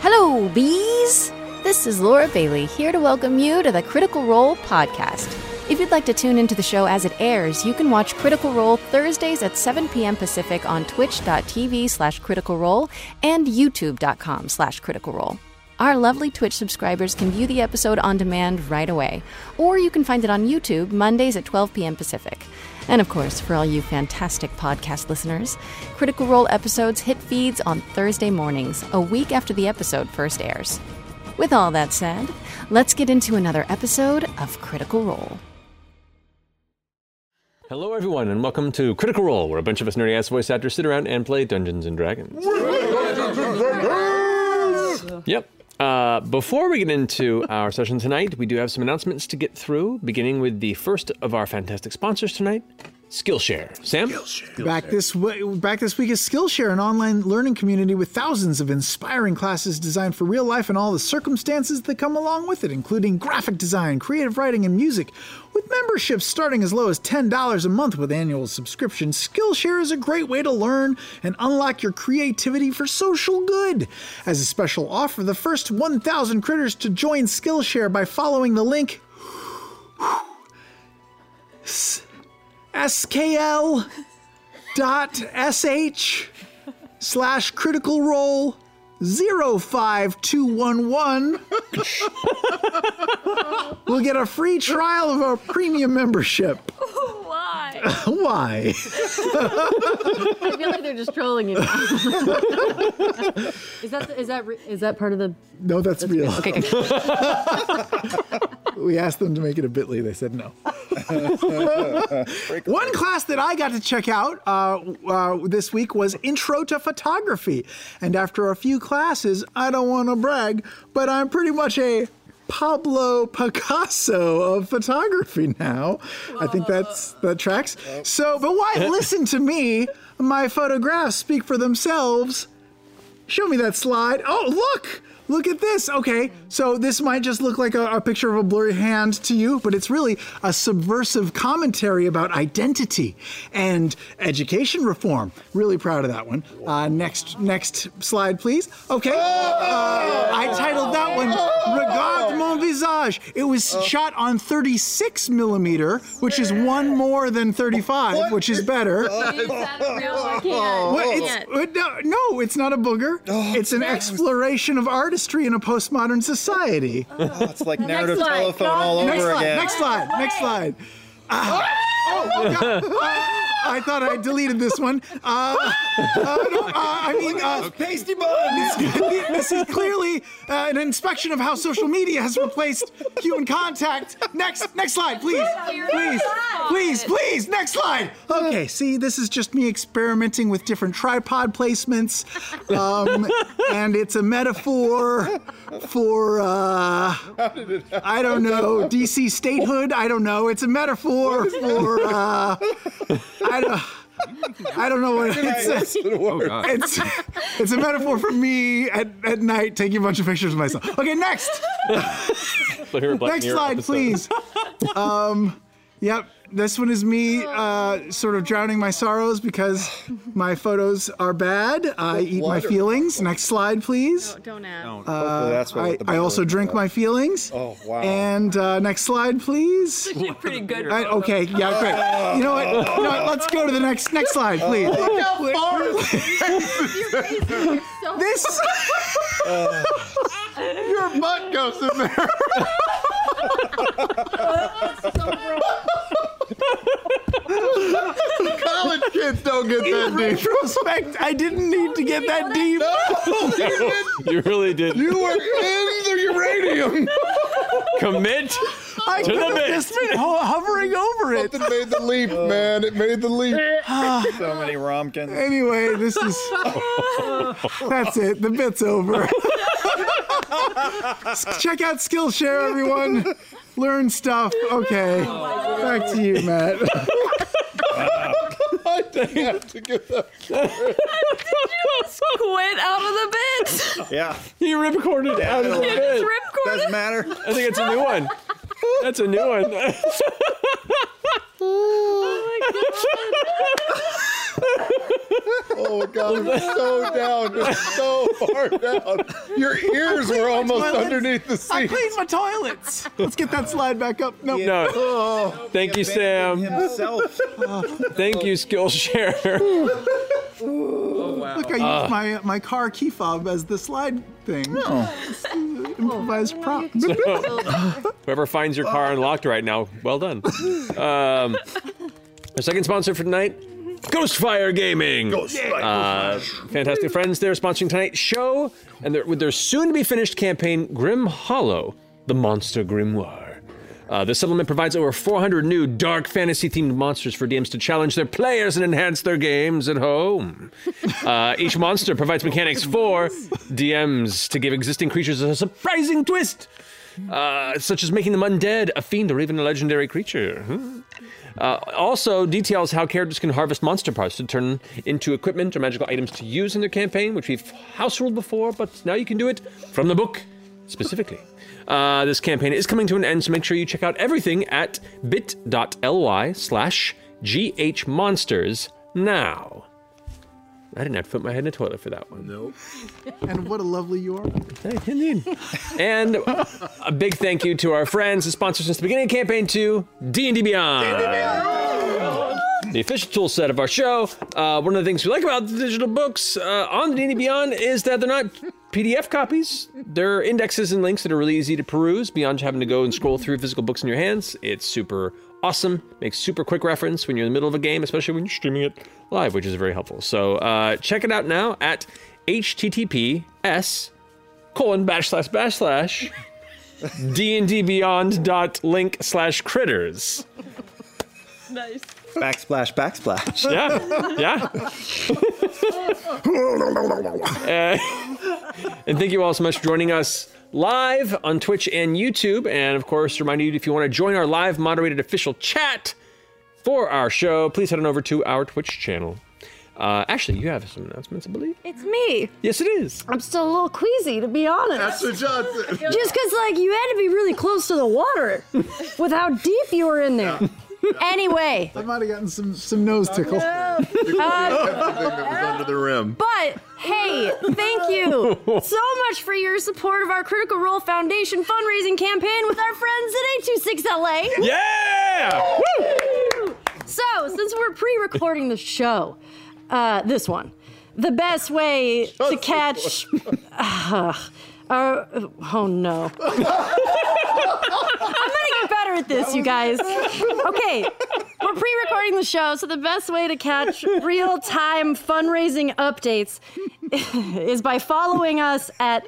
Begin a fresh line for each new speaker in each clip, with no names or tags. Hello, bees! This is Laura Bailey here to welcome you to the Critical Role podcast. If you'd like to tune into the show as it airs, you can watch Critical Role Thursdays at 7 p.m. Pacific on twitch.tv slash critical role and youtube.com slash critical role. Our lovely Twitch subscribers can view the episode on demand right away, or you can find it on YouTube Mondays at 12 p.m. Pacific. And of course, for all you fantastic podcast listeners, Critical Role episodes hit feeds on Thursday mornings, a week after the episode first airs. With all that said, let's get into another episode of Critical Role.
Hello, everyone, and welcome to Critical Role, where a bunch of us nerdy ass voice actors sit around and play Dungeons and Dragons. Yep. Uh, before we get into our session tonight, we do have some announcements to get through, beginning with the first of our fantastic sponsors tonight, Skillshare. Sam?
Back this way, back this week is Skillshare, an online learning community with thousands of inspiring classes designed for real life and all the circumstances that come along with it, including graphic design, creative writing, and music. With memberships starting as low as $10 a month with annual subscription, Skillshare is a great way to learn and unlock your creativity for social good. As a special offer, the first 1,000 critters to join Skillshare by following the link skl dot sh slash critical roll 05211 we'll get a free trial of our premium membership
Why?
why
I feel like they're just trolling you. now. is that is that re- is that part of the?
no that's real we asked them to make it a bitly they said no One class that I got to check out uh, uh, this week was Intro to Photography. And after a few classes, I don't want to brag, but I'm pretty much a Pablo Picasso of photography now. I think that's that tracks. So, but why listen to me? My photographs speak for themselves. Show me that slide. Oh, look! Look at this. Okay, so this might just look like a, a picture of a blurry hand to you, but it's really a subversive commentary about identity and education reform. Really proud of that one. Uh, next, next slide, please. Okay, uh, I titled that one "Regarde Mon Visage." It was shot on 36 millimeter, which is one more than 35, which is better.
Oh.
Well, it's, uh, no, no, it's not a booger.
Oh,
it's an exploration of artistry in a postmodern society.
Oh, It's like narrative
slide.
telephone all over
next, slide,
again.
next slide, next slide, next slide. oh, God. I thought I deleted this one. Uh, uh, no, uh, I mean, uh,
Tasty buns!
this is clearly uh, an inspection of how social media has replaced human contact. Next, next slide, please, please, please, please. Next slide. Okay, see, this is just me experimenting with different tripod placements, um, and it's a metaphor for uh, I don't know DC statehood. I don't know. It's a metaphor for uh, I don't. I don't know what it says.
Oh,
It's, it's a metaphor for me at, at night taking a bunch of pictures of myself. Okay, next.
So here are Black
Next
Mirror
slide,
episodes.
please. Um, yep, this one is me uh, sort of drowning my sorrows because my photos are bad. I eat my
Wonderful.
feelings. Next slide, please. Uh,
Don't ask.
Hopefully that's what
I,
the
I also
butter-
drink my feelings.
Oh, wow.
And uh, next slide, please.
pretty good.
I- okay, yeah, great. You know what? You know what? Let's go to the next next slide, please.
Oh.
this
Your butt goes in there. College kids don't get
in
that deep.
retrospect, I didn't need to get that deep.
You really did
You were in the uranium.
commit.
I could have
bit.
just been ho- hovering over it.
It made the leap,
Uh.
man. It made the leap.
So many romkins.
Anyway, this is that's it. The bit's over. S- Check out Skillshare, everyone. Learn stuff. Okay, back to you, Matt.
I didn't have to give that.
Squid out of the bit.
Yeah.
He recorded out of the bed.
Doesn't matter.
I think it's a new one. That's a new one.
Oh
Oh my god, I'm so down, just so far down. Your ears were almost
toilets.
underneath the
I
seat.
cleaned my toilets. Let's get that slide back up. Nope.
No.
Oh.
Thank you, Sam.
Himself.
Thank you, Skillshare.
Look, I used my my car key fob as the slide thing.
Oh.
Improvised prop.
Whoever finds your car unlocked right now, well done. Um, our second sponsor for tonight, Ghostfire Gaming. Uh, fantastic friends there sponsoring tonight's show and their, with their soon-to-be finished campaign, Grim Hollow, the Monster Grimoire. Uh, the supplement provides over 400 new dark fantasy-themed monsters for DMs to challenge their players and enhance their games at home. Uh, each monster provides mechanics for DMs to give existing creatures a surprising twist uh, such as making them undead, a fiend, or even a legendary creature. Hmm. Uh, also, details how characters can harvest monster parts to turn into equipment or magical items to use in their campaign, which we've house ruled before, but now you can do it from the book specifically. Uh, this campaign is coming to an end, so make sure you check out everything at bit.ly slash ghmonsters now. I didn't have to put my head in a toilet for that one.
and what a lovely you are.
And a big thank you to our friends and sponsors since the beginning of campaign two, D&D Beyond. The official tool set of our show. Uh, one of the things we like about the digital books uh, on the D&D Beyond is that they're not PDF copies. They're indexes and links that are really easy to peruse beyond having to go and scroll through physical books in your hands. It's super awesome. Makes super quick reference when you're in the middle of a game, especially when you're streaming it live, which is very helpful. So uh, check it out now at https colon backslash backslash dndbeyond dot link slash critters.
nice.
Backsplash, backsplash.
Yeah, yeah. Uh, Eh, and thank you all so much for joining us live on Twitch and YouTube. And of course, remind you if you want to join our live moderated official chat for our show, please head on over to our Twitch channel. Uh, Ashley, you have some announcements, I believe.
It's me.
Yes, it is.
I'm still a little queasy, to be honest.
Sir Johnson.
Just because, like, you had to be really close to the water with how deep you were in there. Anyway,
I might have gotten some some nose tickle.
Everything that
Uh,
was under the rim.
but hey, thank you so much for your support of our Critical Role Foundation fundraising campaign with our friends at 826LA.
Yeah! Woo!
So, since we're pre-recording the show, uh, this one, the best way to catch. Ugh. Uh, oh no! I'm gonna get better at this, you guys. Okay, we're pre-recording the show, so the best way to catch real-time fundraising updates is by following us at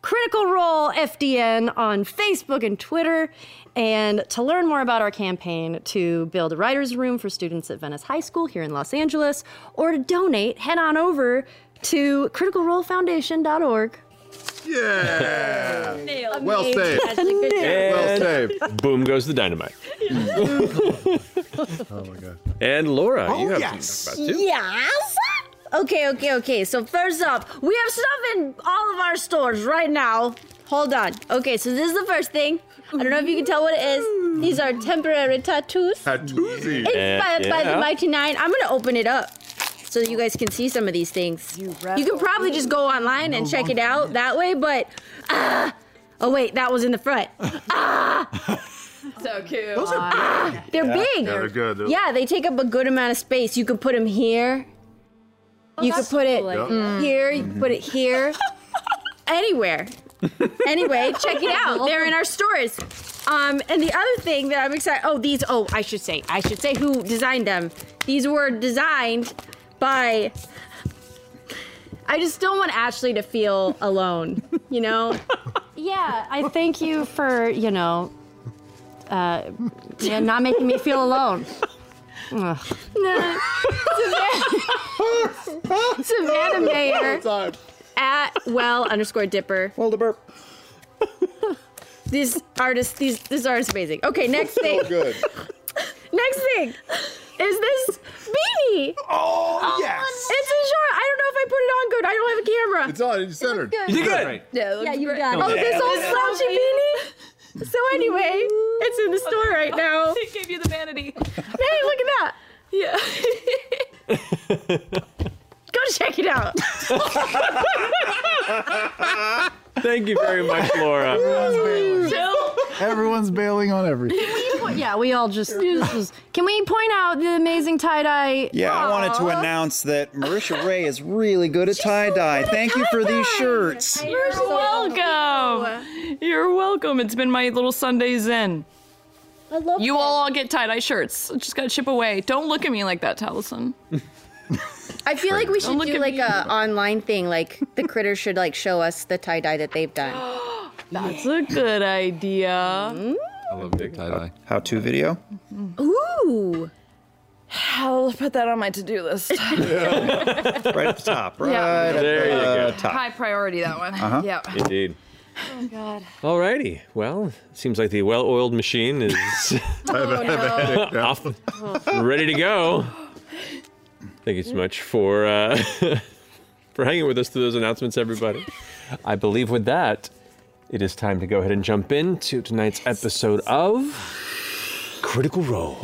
Critical Role FDN on Facebook and Twitter. And to learn more about our campaign to build a writer's room for students at Venice High School here in Los Angeles, or to donate, head on over to criticalrolefoundation.org.
Yeah.
Nailed.
Well saved.
That's a good job.
Well
And
saved.
boom goes the dynamite.
Oh my god.
And Laura, you
Oh,
have
yes.
something to talk about too.
Yes? Okay, okay, okay. So, first up, we have stuff in all of our stores right now. Hold on. Okay, so this is the first thing. I don't know if you can tell what it is. These are temporary tattoos.
Hattuzi.
inspired by
Yeah.
the Mighty Nine. I'm gonna open it up so you guys can see some of these things. You, can probably just go online and check it out that way, but ah, oh wait, that was in the front. Ah.
So cute.
Ah.
They're big.
Yeah, they're good. They're-
Yeah, they take up a good amount of space. You could put them here. you could put it
Yep. Mm-hmm.
here. You could put it here. Anywhere. anyway, check it out. They're in our stores. Um, and the other thing that I'm excited. Oh, these. Oh, I should say. I should say who designed them. These were designed by. I just don't want Ashley to feel alone. You know.
Yeah, I thank you for, you know, uh, yeah, not making me feel alone.
Savannah, Savannah Mayer
Time.
at well underscore dipper.
Hold a burp.
These artists, these this artist is amazing. Okay, next thing,
Good.
next thing is this beanie.
Oh yes.
It's a short. I don't know if I put it on good. I don't have a camera.
It's on. It's centered.
You did good.
No, yeah, you got
oh, this old slouchy beanie. So anyway, it's in the store right now.
He gave you the vanity.
Hey, look at that.
Yeah.
to check it out.
Thank you very much, Laura.
Everyone's bailing on everything.
yeah, we all just. This was, can we point out the amazing tie dye?
Yeah, I wanted to announce that Marisha Ray is really good at tie dye. Thank you for these shirts.
You're welcome. You're welcome. It's been my little Sunday zen.
I love
You all all get tie dye shirts. Just gotta chip away. Don't look at me like that, Taliesin.
I feel like we should
look
do
at
like
me.
a online thing. Like the critters should like show us the tie dye that they've done.
That's a good idea.
Mm-hmm.
I love big tie dye.
How to video?
Ooh.
I'll put that on my to do list.
Right at the top. Right
Yeah.
at
There you
the
go.
top.
High priority, that one.
Uh-huh.
Yeah.
Indeed.
Oh, God.
Alrighty. Well, seems like the well-oiled machine is Oh, off, ready to go. Thank you so much for uh, for hanging with us through those announcements, everybody. I believe with that, it is time to go ahead and jump into tonight's episode of Critical Role.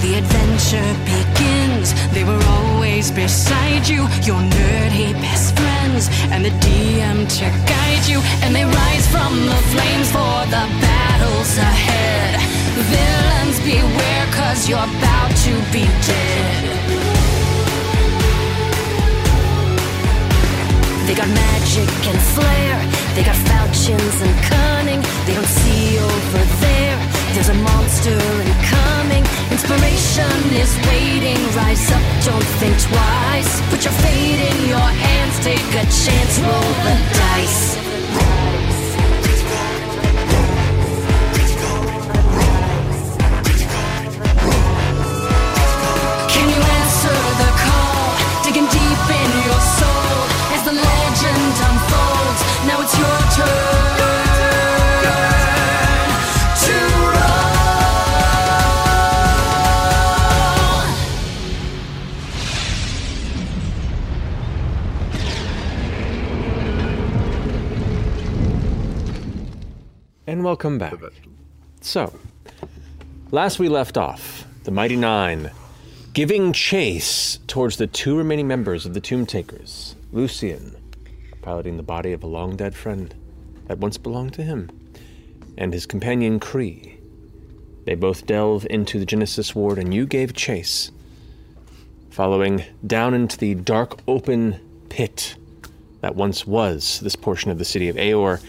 The adventure begins. They were always beside you, your nerdy best friends, and the DM to guide you. And they rise from the flames for the battles ahead. Villains beware, cause you're about to be dead. They got magic and flair. They got falchions and cunning. They don't see over there. There's a monster incoming. Inspiration is waiting. Rise up, don't think twice. Put your fate in your hands. Take a chance, roll the dice. Can you answer the call? Digging deep in your soul as the legend unfolds. Now it's your turn to roll.
And welcome back. So, last we left off, the Mighty Nine giving chase towards the two remaining members of the Tomb Takers, Lucian, piloting the body of a long dead friend that once belonged to him, and his companion Cree. They both delve into the Genesis Ward, and you gave chase, following down into the dark, open pit that once was this portion of the city of Aor.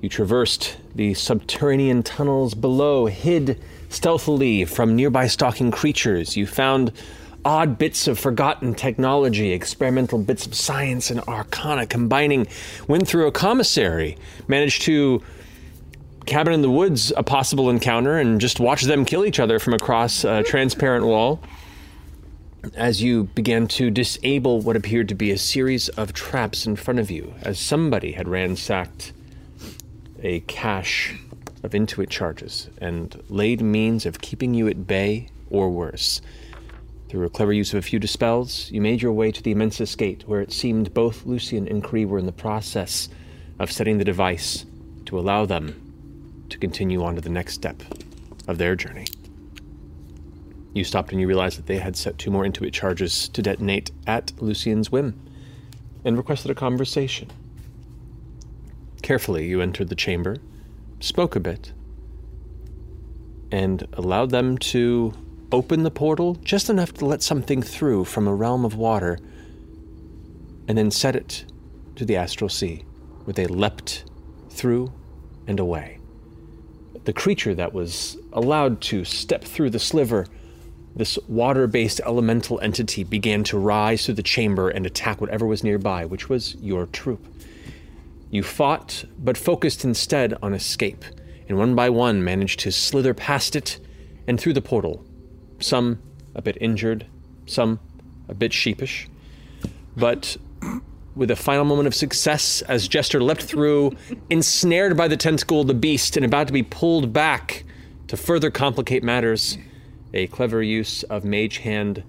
You traversed the subterranean tunnels below, hid stealthily from nearby stalking creatures. You found odd bits of forgotten technology, experimental bits of science and arcana combining. Went through a commissary, managed to cabin in the woods a possible encounter, and just watch them kill each other from across a transparent wall. As you began to disable what appeared to be a series of traps in front of you, as somebody had ransacked a cache of Intuit charges and laid means of keeping you at bay or worse. Through a clever use of a few dispels, you made your way to the Immensis Gate, where it seemed both Lucian and Cree were in the process of setting the device to allow them to continue on to the next step of their journey. You stopped and you realized that they had set two more Intuit charges to detonate at Lucian's whim and requested a conversation. Carefully, you entered the chamber, spoke a bit, and allowed them to open the portal just enough to let something through from a realm of water, and then set it to the astral sea, where they leapt through and away. The creature that was allowed to step through the sliver, this water based elemental entity, began to rise through the chamber and attack whatever was nearby, which was your troop. You fought, but focused instead on escape, and one by one managed to slither past it and through the portal. Some a bit injured, some a bit sheepish, but with a final moment of success as Jester leapt through, ensnared by the tentacle of the beast and about to be pulled back to further complicate matters. A clever use of Mage Hand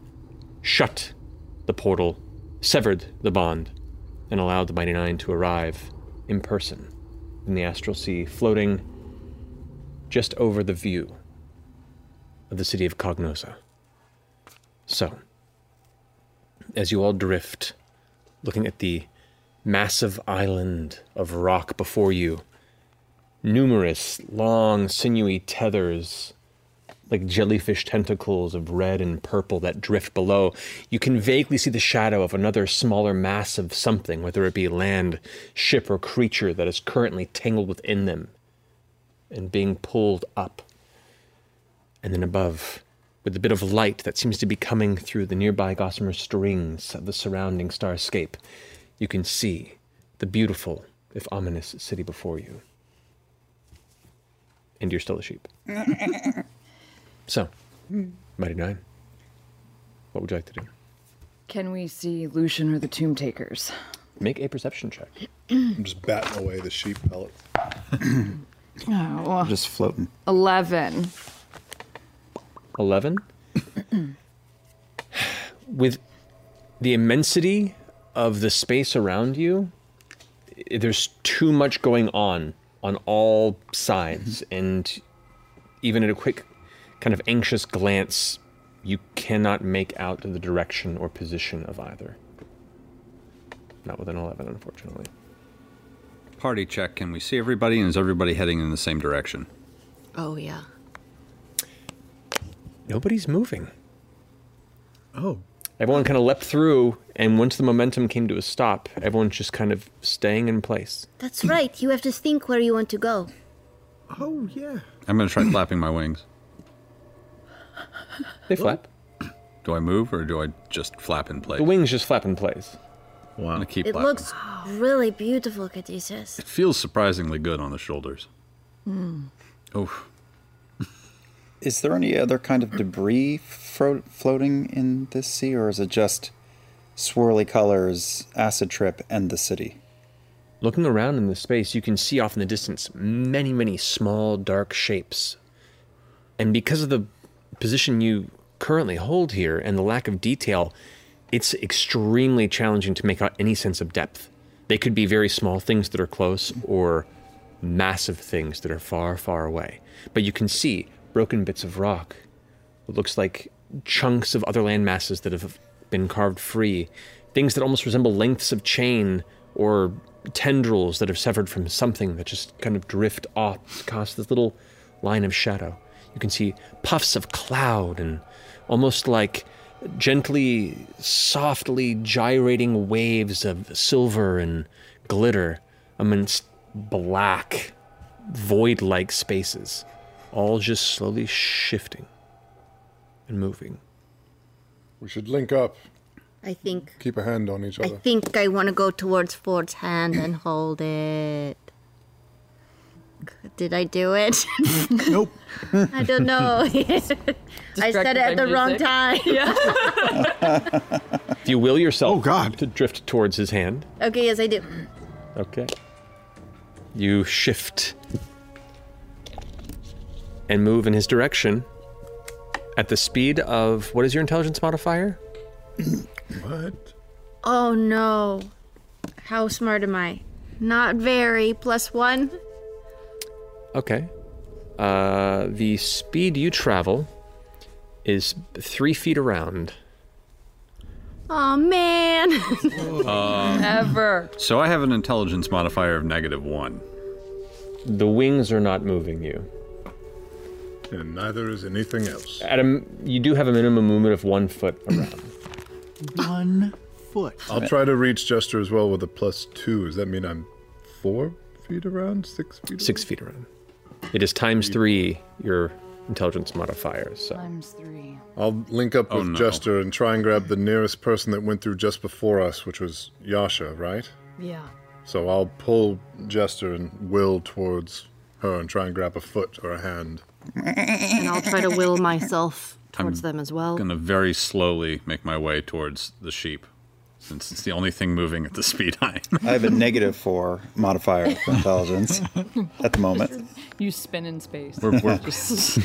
shut the portal, severed the bond, and allowed the Mighty Nine to arrive in person in the astral sea, floating just over the view of the city of Cognosa. So, as you all drift, looking at the massive island of rock before you, numerous long, sinewy tethers, like jellyfish tentacles of red and purple that drift below, you can vaguely see the shadow of another smaller mass of something, whether it be land, ship, or creature that is currently tangled within them and being pulled up. And then above, with the bit of light that seems to be coming through the nearby gossamer strings of the surrounding starscape, you can see the beautiful, if ominous, city before you. And you're still a sheep.
Oh,
So, Mighty Nine, what would you like to do?
Can we see Lucian or the Tomb Takers?
Make a perception check.
I'm just batting away the sheep pellet.
Oh,
just floating.
11.
11 with the immensity of the space around you i- there's too much going on on all sides and even at a quick kind of anxious glance you cannot make out the direction or position of either not with an 11 unfortunately
Party check. Can we see everybody? And is everybody heading in the same direction?
Oh, yeah.
nobody's moving
Oh.
Everyone kind of leapt through, and once the momentum came to a stop, everyone's just kind of staying in place.
That's right. You have to think where you want to go.
Oh, yeah.
I'm going to try flapping my wings.
They flap.
Do I move or do I just flap in place?
The wings just flap in place.
Wow. I'm gonna keep
it
flapping.
looks really beautiful, Caduceus.
It feels surprisingly good on the shoulders.
Hmm.
Mm.
Oh.
Is there any other kind of debris fro- floating in this sea, or is it just swirly colors, acid trip, and the city?
Looking around in the space, you can see off in the distance many, many small, dark shapes. And because of the position you currently hold here and the lack of detail, it's extremely challenging to make out any sense of depth. They could be very small things that are close or massive things that are far, far away. But you can see broken bits of rock. It looks like chunks of other land masses that have been carved free, things that almost resemble lengths of chain or tendrils that have severed from something that just kind of drift off across this little line of shadow. You can see puffs of cloud and almost like gently, softly gyrating waves of silver and glitter amidst black, void like spaces, all just slowly shifting and moving.
We should link up.
I think.
Keep a hand on each
I
other.
think I want to go towards Ford's hand and hold it. Did I do it?
nope.
I don't know. I said it at
by
the wrong
music.
time.
Do you will yourself oh, God. to drift towards his hand?
okay, yes, I do.
Okay. You shift and move in his direction at the speed of what is your intelligence modifier?
What?
Oh no.
How smart am I? Not very. Plus one.
Okay. Uh, the speed you travel is three feet around.
Oh man.
Um,
Ever.
So I have an intelligence modifier of negative one.
The wings are not moving you.
And neither is anything else.
At a, m- you do have a minimum movement of one foot around.
One foot.
I'll try to reach Jester as well with a plus two. Does that mean I'm four feet around? Six feet?
Six feet around. It is times three your intelligence modifier. So.
Times three.
I'll link up
Oh,
with
no.
Jester and try and grab the nearest person that went through just before us, which was Yasha, right?
Yeah.
So I'll pull Jester and will towards her and try and grab a foot or a hand.
and I'll try to will myself towards
I'm
Oh.
them as well.
going to very slowly make my way towards the sheep. since it's the only thing moving at the speed I'm.
I have a negative four modifier for intelligence at the moment.
You spin in space.
We're- we're-
Just-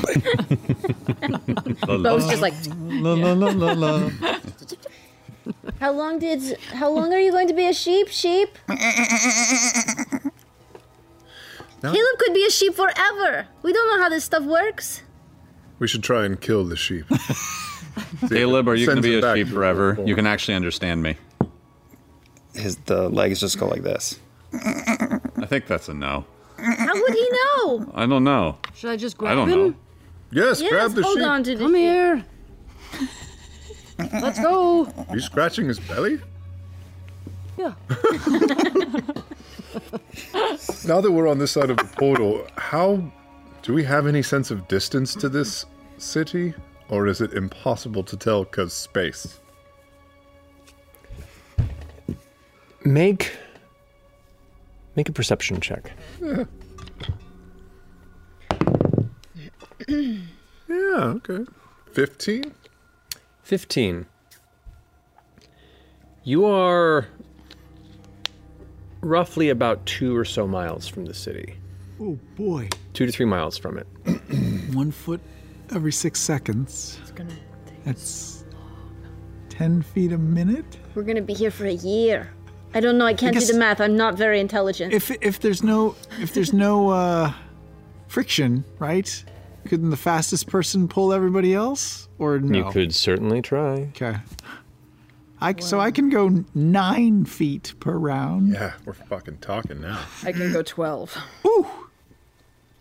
Bo's just like-
La, la, la, la, la.
How long did? How long are you going to be a sheep? Sheep.
No.
Caleb could be a sheep forever. We don't know how this stuff works.
We should try and kill the sheep.
Caleb, are you going
Sends
to be
it
a
back
sheep
to the
forever?
floor.
You can actually understand me.
His the legs just go like this.
I think that's a no.
How would he know?
I don't know.
Should I just grab
I don't
him?
know.
Yes, grab the
hold
sheep.
on to the Come here. Let's go.
Are you scratching his belly?
Yeah.
Now that we're on this side of the portal, how do we have any sense of distance to this city, or is it impossible to tell because space?
Make make a perception check.
yeah. Okay. Fifteen.
15. You are roughly about two or so miles from the city,
Oh boy,
two to three miles from it.
one foot every six seconds. It's gonna take That's ten feet a minute.
We're gonna be here for a year. I don't know. I can't
guess-
do the math. I'm not very intelligent.
If if there's no if there's no uh, friction, right? Couldn't the fastest person pull everybody else, or no?
You could certainly try.
Okay. I, So I can go n- nine feet per round.
Yeah, we're fucking talking now.
I can go 12.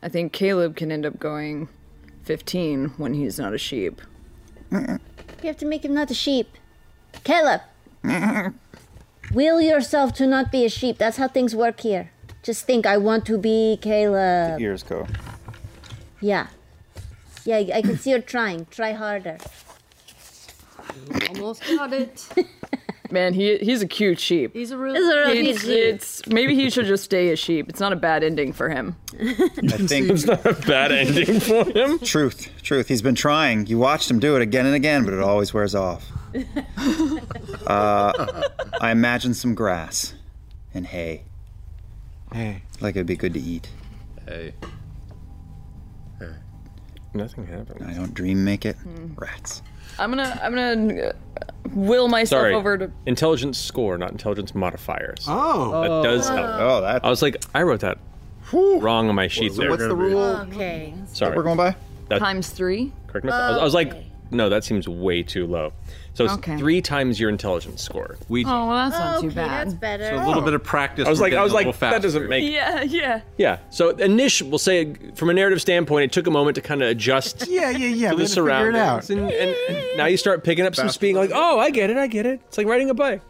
I think Caleb can end up going 15 when he's not a sheep.
We have to make him not a sheep. Caleb, will yourself to not be a sheep. That's how things work here. Just think, I want to be Caleb.
Ears go.
Yeah. Yeah, I- I can see you're trying. Try harder.
Almost got it.
Man, he he's a cute sheep.
He's a really- He's a really cute
It's-
sheep.
it's- maybe he should just stay a sheep. It's not a bad ending for him.
I think it's
not a bad ending for him.
Truth, truth. He's been trying. You watched him do it again and again, but it always wears off. Uh, I imagine some grass and hay.
Hey.
Like it'd be good to eat.
Hey.
Nothing happened.
I don't dream make it.
Hmm.
Rats.
I'm gonna I'm gonna uh, will myself
Sorry.
over to
Intelligence score, not intelligence modifiers.
Oh.
That does help.
Oh, that.
I was like, I wrote that wrong on my sheet there.
Okay.
Sorry.
going by?
That-
Times three.
Correct me. if- I, was, I was like, no, that seems way too low. So it's
Okay.
three times your intelligence score. We
Oh, well, that's not too
Okay,
bad.
that's better.
So
A little bit of practice.
I was
we're
like, I
getting
was
a little
like, that doesn't make.
Yeah, yeah.
Yeah. So initial, we'll say from a narrative standpoint, it took a moment to kind of adjust.
Yeah, yeah, yeah.
To
we
the
had to figure it out.
surroundings, and, and, and now you start picking up some speed. Like, oh, I get it, I get it. It's like riding a bike.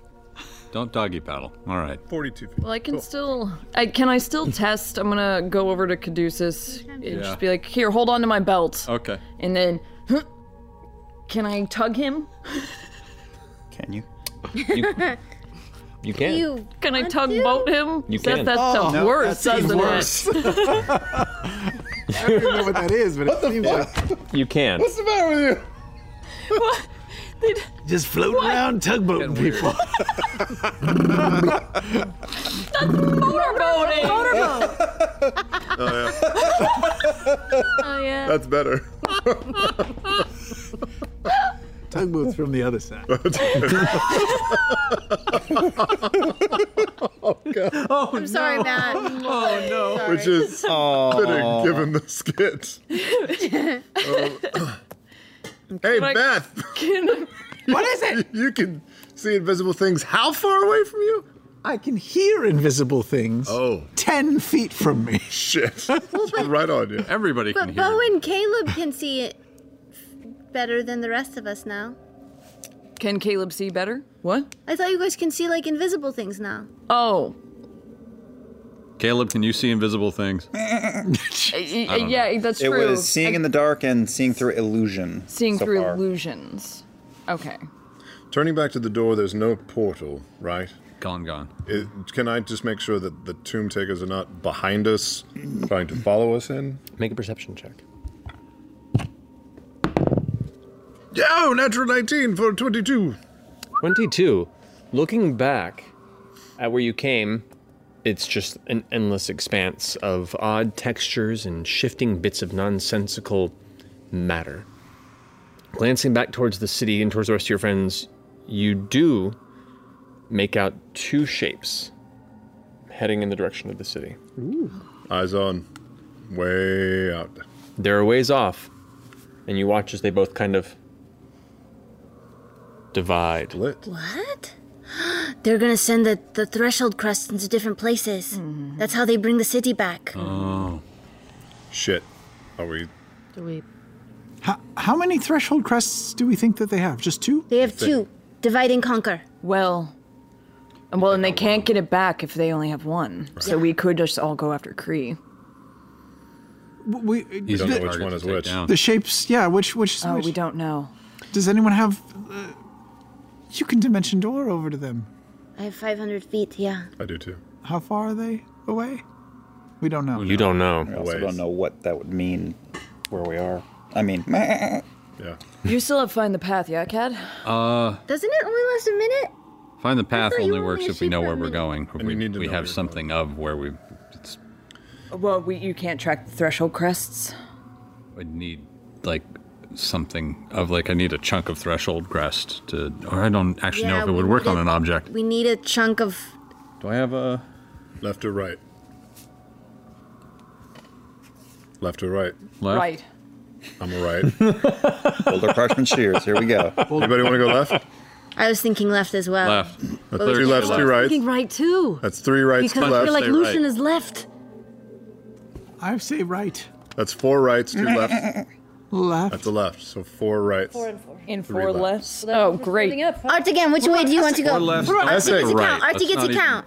Don't doggy paddle. All right.
42 feet.
Well, I can still. I can I still test? I'm gonna go over to Caduceus and
Yeah.
just be like, "Here, hold on to my belt,"
Okay.
and then, "Huh, can I tug him?
Can you?
You,
You
Can I tugboat him?
You
That-
can.
That,
Oh,
sounds
no,
worse,
that seems
doesn't
worse.
it?
I don't even know what that is, but it seems like
You can.
What's the matter with you?
just floating around tugboating people.
Motorboating.
Oh, yeah.
Oh yeah.
That's better.
Tugboats from the other side.
oh, God.
Oh, I'm sorry, no. Matt. Oh, no. Sorry.
Which is
Aw.
fitting given the skit. Oh. Hey,
Like-
Beth.
what is it?
You can see invisible things how far away from you?
I can hear invisible things.
Oh.
10 feet from me.
Shit. right on you.
Everybody
But Bo and Caleb can see it better than the rest of us now.
Can Caleb see better? What?
I thought you guys can see like invisible things now.
Oh,
Caleb, can you see invisible things?
I don't Eh, yeah, know. that's
it
true.
was seeing in the dark and seeing through illusion.
seeing
so
through
far.
illusions. Okay.
Turning back to the door, there's no portal, right?
Gone, gone.
It, can I just make sure that the tomb takers are not behind us, trying to follow us in?
Make a perception check.
Oh, natural 19 for 22.
22. Looking back at where you came, it's just an endless expanse of odd textures and shifting bits of nonsensical matter. Glancing back towards the city and towards the rest of your friends, you do make out two shapes heading in the direction of the city. Eyes on. Way out. They're a ways off. And you watch as they both kind of divide.
What? They're gonna send the, the threshold crust into different places. That's how they bring the city back.
Oh. Shit. Are we.
Do we?
How, how many threshold crests do we think that they have? Just two?
They have
I
two.
think-
Divide and conquer.
Well, and well, and they can't get it back if they only have one. So we could just all go after Kree.
We
You don't know which
one is which.
The shapes, yeah. Which which? is
Oh,
which?
we don't know.
Does anyone have? Uh, you can dimension door over to them.
I have 500 feet, yeah.
I do too.
How far are they away? We don't know.
You don't know.
I also don't know what that would mean where we are. I mean, yeah.
You still have find the path, yeah, Cad?
Uh,
Doesn't it only last a minute?
find the path
thought you
only
were
works
only a
if we
sheep
know
for a
where we're
minute.
going. Or we, we have something of where we
Well, we, you can't track the threshold crests.
would need, like something of like I need a chunk of threshold crest to, or I don't actually know
Yeah,
if it
we
would work on
need
an object.
We need a chunk of.
Do I have a
left or right? Left or right?
Left.
Right.
I'm a right.
Boulder Parchment Shears. Here we go.
Anybody want to go left?
I was thinking left as well. But we
Two
can't
lefts,
go
two
left.
rights.
Thinking right too.
That's three rights, two
because
lefts.
we're like Lucian is left.
I say right.
That's four rights, two lefts.
Left.
That's a left. So four rights.
and four.
In
Three four lefts.
Oh, great.
Art again, which way do you want to go?
Or left.
Come on,
I
Artie
say
gets a
right.
count. Artie
That's
gets
not
a
even-
count.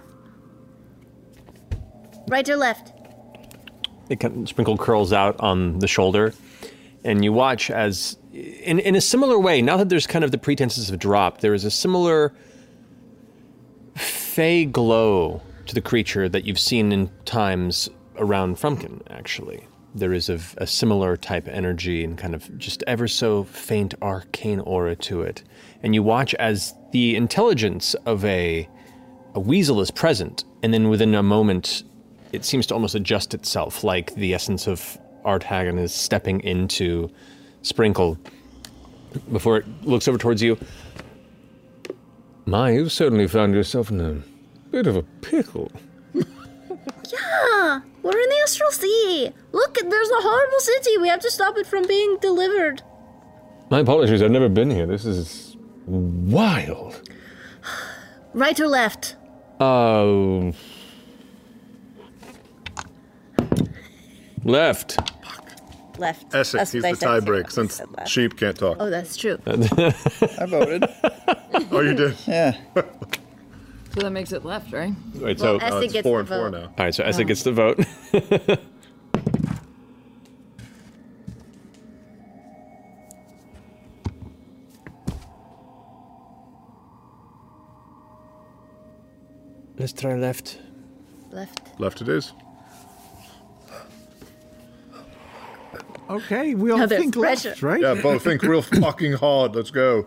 Right or left?
it kind of sprinkle curls out on the shoulder and you watch as in, in a similar way now that there's kind of the pretenses have dropped there is a similar fey glow to the creature that you've seen in times around Frumpkin actually there is a, a similar type energy and kind of just ever so faint arcane aura to it and you watch as the intelligence of a a weasel is present, and then within a moment, it seems to almost adjust itself, like the essence of Artagan is stepping into Sprinkle before it looks over towards you.
My, you've certainly found yourself in a bit of a pickle.
Yeah, we're in the Astral Sea. Look, there's a horrible city. We have to stop it from being delivered.
My apologies, I've never been here. This is wild.
Right or left?
Uh,
Oh.
Left.
Left.
Essex, he's the tiebreak since sheep can't talk.
Oh, that's true.
I voted.
oh, you did?
Yeah.
So that makes it left, right? Oh.
Wait, so uh, oh,
Well, Essek
it's
gets
four
the
and four
vote.
now. All right, so Essa gets the vote. Let's try left.
Left.
Left it is.
Okay, we all
Now there's
think left,
pressure.
right?
Yeah, Bo, think real fucking hard. Let's go.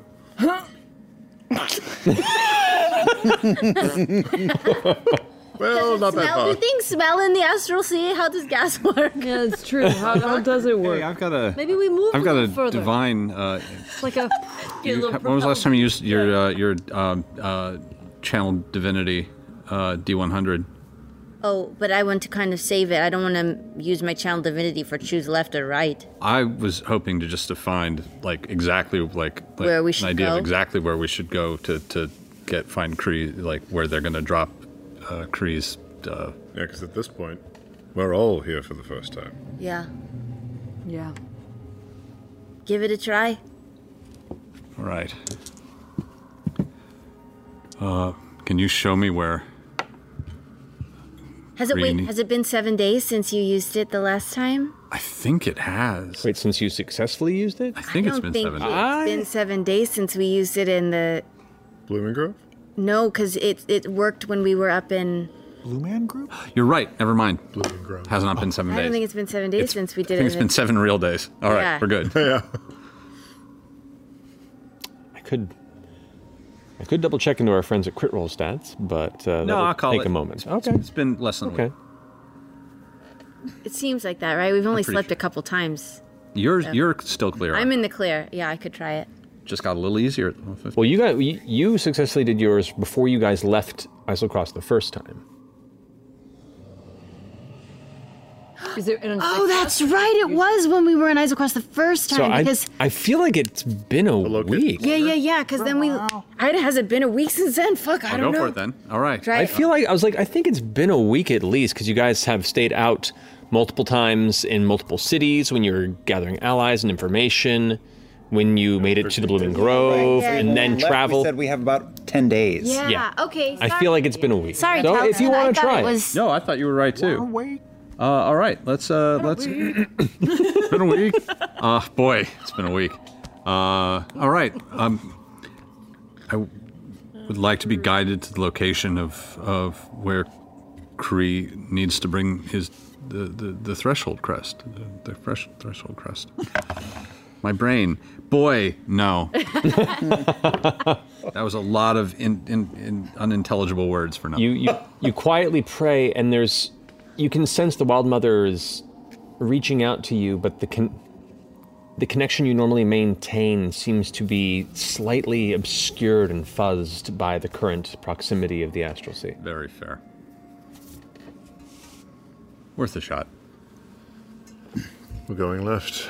well,
Smell,
not that
do you
hard.
think smell in the Astral Sea? How does gas work? Yeah, it's true.
How- how
does it
Hey, I've got a.
Maybe we move
I've got
a
a
little further.
divine. Uh,
It's like a.
you- when was the last time you used your uh, your um uh, channel divinity uh, D100?
Oh, but I want to kind of save it. I don't want to use my channel divinity for choose left or right.
I was hoping to just to find like exactly like, like
Where we should
an idea
go?
of exactly where we should go to to get find Cree like where they're gonna drop uh, Cree's. Uh,
yeah, because at this point, we're all here for the first time.
Yeah.
Yeah.
Give it a try.
All right. Uh, can you show me where?
Has it
Green.
wait? Has it been seven days since you used it the last time?
I think it has.
Wait, since you successfully used it? I
think
I don't think it's been seven days since we used it in the.
Blooming Grove?
No, because it it worked when we were up in.
Blue Man Group.
You're right. Never mind. Has not been seven
I don't
days.
think it's been seven days
It's-
since we
I
did
think
it.
it's
in
been seven real days. All right,
Yeah.
we're good.
yeah.
I could I could double check into our friends at Critroll stats, but uh,
No,
that
I'll
would
call
take
it.
a moment.
It's- it's been less than a
okay.
week.
It seems like that, right? We've only
pretty
slept a couple times.
You're
Yeah.
you're still clear.
I'm in the clear. Yeah, I could try it.
Just got a little easier.
Well, you got you, you successfully did yours before you guys left Isocross the first time.
Is there an
Oh, that's right. It was when we were in Eyes Across the first time
So I,
because
I feel like it's been a week.
Yeah, yeah, yeah. Because then
Oh,
we. I has it been a week since then? Fuck, I don't know.
All right.
Try
I
it.
feel like I was like I think it's been a week at least because you guys have stayed out multiple times in multiple cities when you were gathering allies and information, when you made it to the Blooming Grove
Right.
and then
Left, we
travel.
said
we have about ten days.
Yeah,
okay.
I feel like it's been a week.
Sorry,
so if
Talzin,
you
I
want to
thought
try,
it was-
No, I thought you were right too. Uh, all right, let's uh, let's. it's been a week. Uh, boy, it's been a week. Uh, all right. Um, I w- would like to be guided to the location of of where Cree needs to bring his the the, the threshold crest, the, the fresh threshold crest. My brain, boy, no. that was a lot of in, in, in unintelligible words for nothing.
you you you quietly pray, and there's you can sense the Wild Mother is reaching out to you, but the con- the connection you normally maintain seems to be slightly obscured and fuzzed by the current proximity of the astral sea.
Very fair. Worth a shot.
We're going left.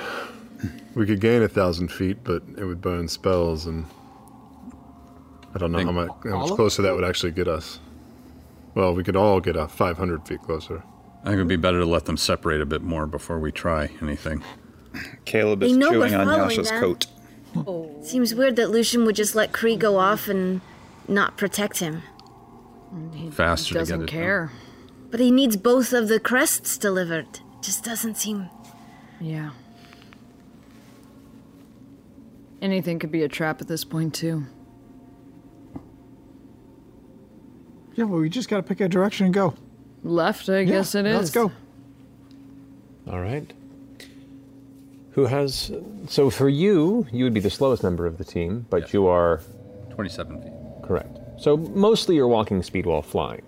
We could gain a thousand feet, but it would burn spells, and I don't know how much, how
All
much
of
closer that would actually get us. Well, we could all get up 500 feet closer.
I think it'd be better to let them separate a bit more before we try anything.
Caleb
They know we're following them.
Oh.
Seems weird that Lucian would just let Kree go off and not protect him.
Faster to get
doesn't
it.
care. But he needs both of the crests delivered. Just doesn't seem.
Yeah. Anything could be a trap at this point, too.
Yeah, well, we just got to pick a direction and go.
Left, I
Yeah,
guess it is.
Let's go.
All right. Who has? So for you, you would be the slowest member of the team, but you are
twenty-seven feet.
Correct. So mostly you're walking speed while flying.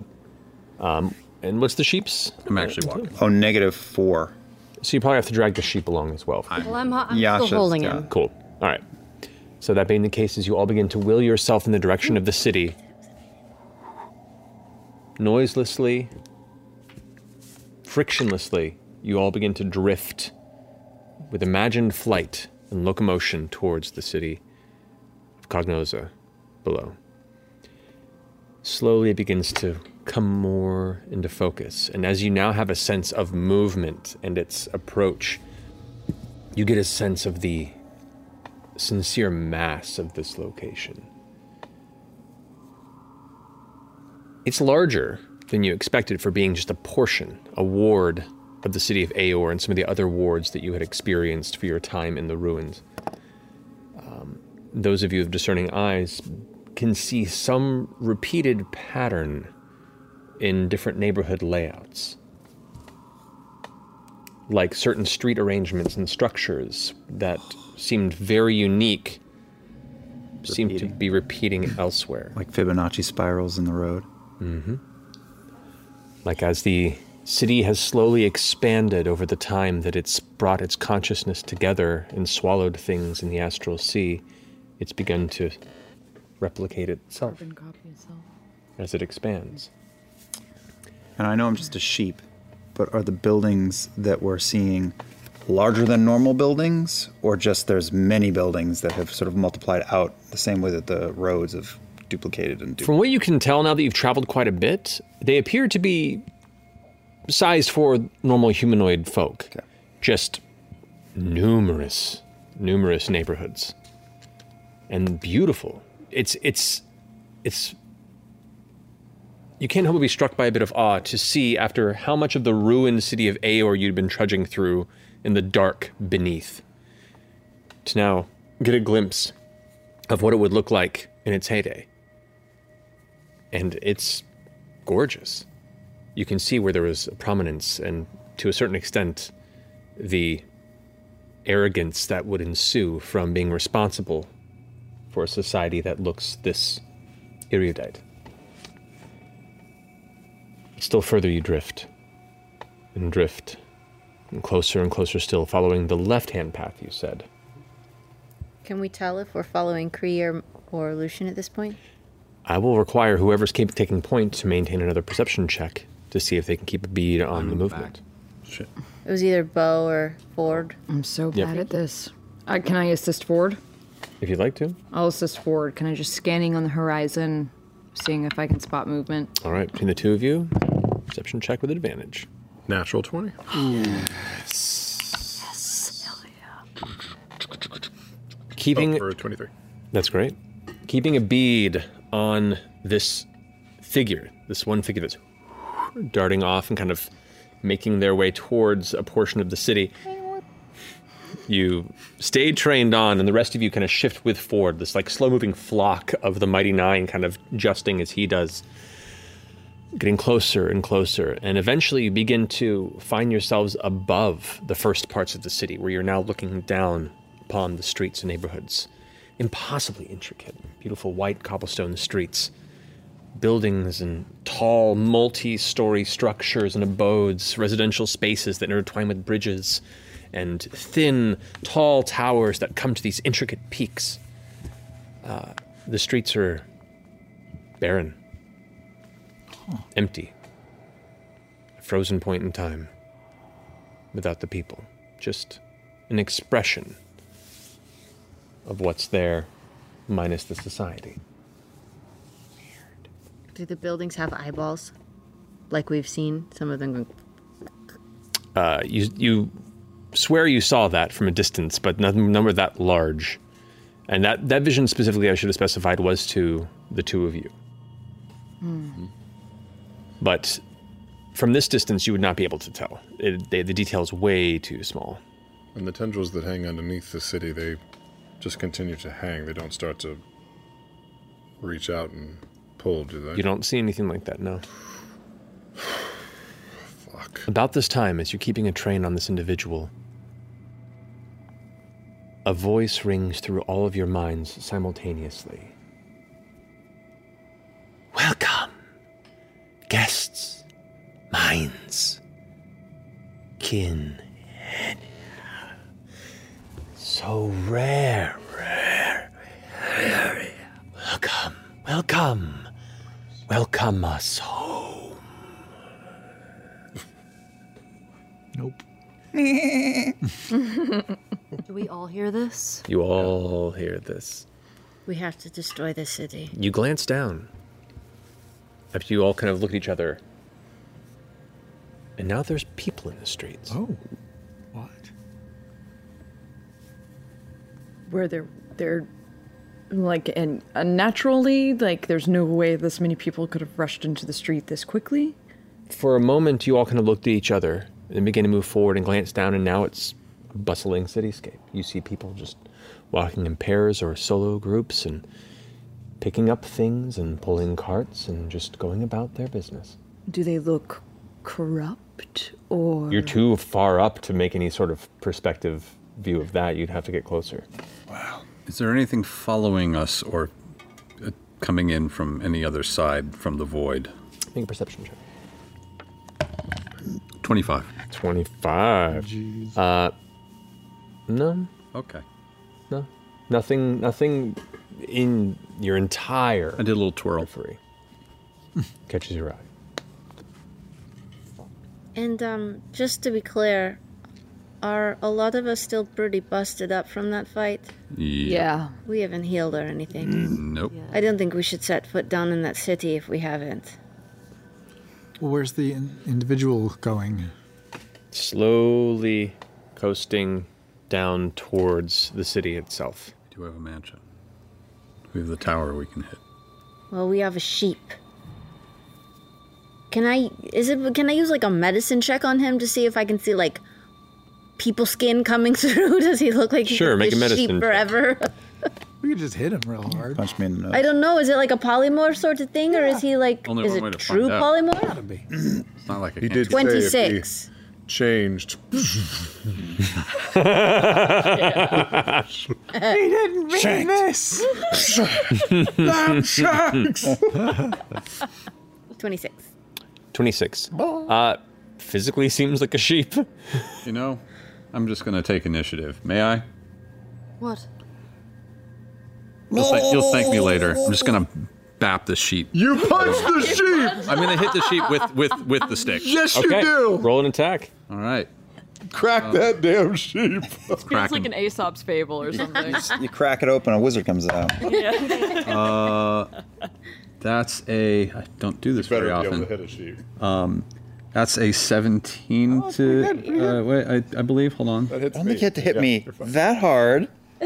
Um, and what's the sheep's?
I'm actually walking.
Oh, negative four. So you probably have to drag the sheep along as well.
Well, I'm ho- I'm still Yasha's holding down. him.
Cool. All right. So that being the case, as you all begin to will yourself in the direction of the city, noiselessly, frictionlessly, you all begin to drift with imagined flight and locomotion towards the city of Cognoza below. Slowly it begins to come more into focus, and as you now have a sense of movement and its approach, you get a sense of the sincere mass of this location. It's larger than you expected for being just a portion, a ward of the city of Aor and some of the other wards that you had experienced for your time in the ruins. Um, those of you of discerning eyes can see some repeated pattern in different neighborhood layouts like certain street arrangements and structures that seemed very unique seem to be repeating elsewhere.
Like Fibonacci spirals in the road.
Mm-hmm. Like as the city has slowly expanded over the time that it's brought its consciousness together and swallowed things in the astral sea, it's begun to replicate itself as it expands.
And I know I'm just a sheep, but are the buildings that we're seeing larger than normal buildings, or just there's many buildings that have sort of multiplied out the same way that the roads have duplicated and
From what you can tell now that you've traveled quite a bit, they appear to be sized for normal humanoid folk. Just numerous, numerous neighborhoods. And beautiful. It's it's it's you can't help but be struck by a bit of awe to see after how much of the ruined city of Aor you'd been trudging through in the dark beneath. To now get a glimpse of what it would look like in its heyday and it's gorgeous. You can see where there was a prominence and, to a certain extent, the arrogance that would ensue from being responsible for a society that looks this erudite. Still further you drift and drift, and closer and closer still, following the left hand path you said.
Can we tell if we're following Kree or, or Lucian at this point?
I will require whoever's keep taking point to maintain another perception check to see if they can keep a bead on the movement. Shit.
It was either Bo or Ford.
I'm so
Yep.
bad at this. Uh, can I assist Ford?
If you'd like to.
I'll assist Ford. Can I just scanning on the horizon, seeing if I can spot movement?
All right, between the two of you, perception check with advantage.
Natural 20.
Keeping
for 23.
That's great. Keeping a bead on this figure, this one figure that's darting off and kind of making their way towards a portion of the city. You stay trained on, and the rest of you kind of shift with Ford, this like slow moving flock of the Mighty Nine kind of adjusting as he does, getting closer and closer. And eventually you begin to find yourselves above the first parts of the city, where you're now looking down upon the streets and neighborhoods. Impossibly intricate, beautiful white cobblestone streets buildings and tall multi-story structures and abodes, residential spaces that intertwine with bridges, and thin, tall towers that come to these intricate peaks. Uh, the streets are barren, empty, a frozen point in time, without the people, just an expression of what's there, minus the society.
Do the buildings have eyeballs? Like we've seen some of them. Going,
Uh, you you swear you saw that from a distance, but none, none were that large. And that, that vision specifically, I should have specified, was to the two of you.
Hmm.
But from this distance, you would not be able to tell. It, they, the detail's way too small.
And the tendrils that hang underneath the city, they just continue to hang. They don't start to reach out and pull, do they?
You don't see anything like that, no. About this time, as you're keeping a train on this individual, a voice rings through all of your minds simultaneously. Welcome, guests, minds, kin. So rare, rare, rare. Welcome, welcome, welcome us home. Nope.
Do we all hear this?
You all hear this.
We have to destroy this city.
You glance down. After you all kind of look at each other. And now there's people in the streets. Oh.
Where they're they're like and unnaturally like there's no way this many people could have rushed into the street this quickly.
For a moment, you all kind of looked at each other and begin to move forward and glance down, and now it's a bustling cityscape. You see people just walking in pairs or solo groups and picking up things and pulling carts and just going about their business.
Do they look corrupt or
You're too far up to make any sort of perspective view of that. You'd have to get closer.
Is there anything following us or uh, coming in from any other side from the void?
Make a perception check.
25.
25. Uh, no.
Okay.
No. Nothing. Nothing in your entire. I
did a little twirl.
Free. Catches your eye.
And um, just to be clear, are a lot of us still pretty busted up from that fight?
Yeah.
We haven't healed or anything.
Mm, Nope.
I don't think we should set foot down in that city if we haven't.
Well, where's the in- individual going?
Slowly coasting down towards the city itself.
Do I have a mansion? We have the tower we can hit.
Well, we have a sheep. Can I is it can I use like a medicine check on him to see if I can see like people skin coming through? Does he look like he
Sure,
could
make
be
a medicine
sheep
check.
forever?
We could just hit him real hard. Punch me in the
I don't know. Is it like a polymorph sort of thing, or is he like
Only
is
one
it
way to
true
find out.
polymorph?
It's not like I
He
can't
did
do it.
say if he-
26.
changed.
He didn't mean this. Lamb shanks.
26.
26. Uh, physically seems like a sheep.
You know, I'm just gonna take initiative. May I?
What?
You'll, thank- you'll thank me later. I'm just gonna bap the sheep.
You punched the sheep.
I'm gonna hit the sheep with with with the stick.
Yes, you Okay. do.
Roll an attack.
All right.
Crack
Uh,
that damn sheep.
Feels like an Aesop's fable or something.
You crack it open, a wizard comes out.
Uh, that's a. I don't do this very
better be
often.
able to hit a sheep.
Um, that's a 17 to.
pretty Oh, good, pretty
uh, wait, I, I believe. Hold on.
I don't think you had to hit me that hard.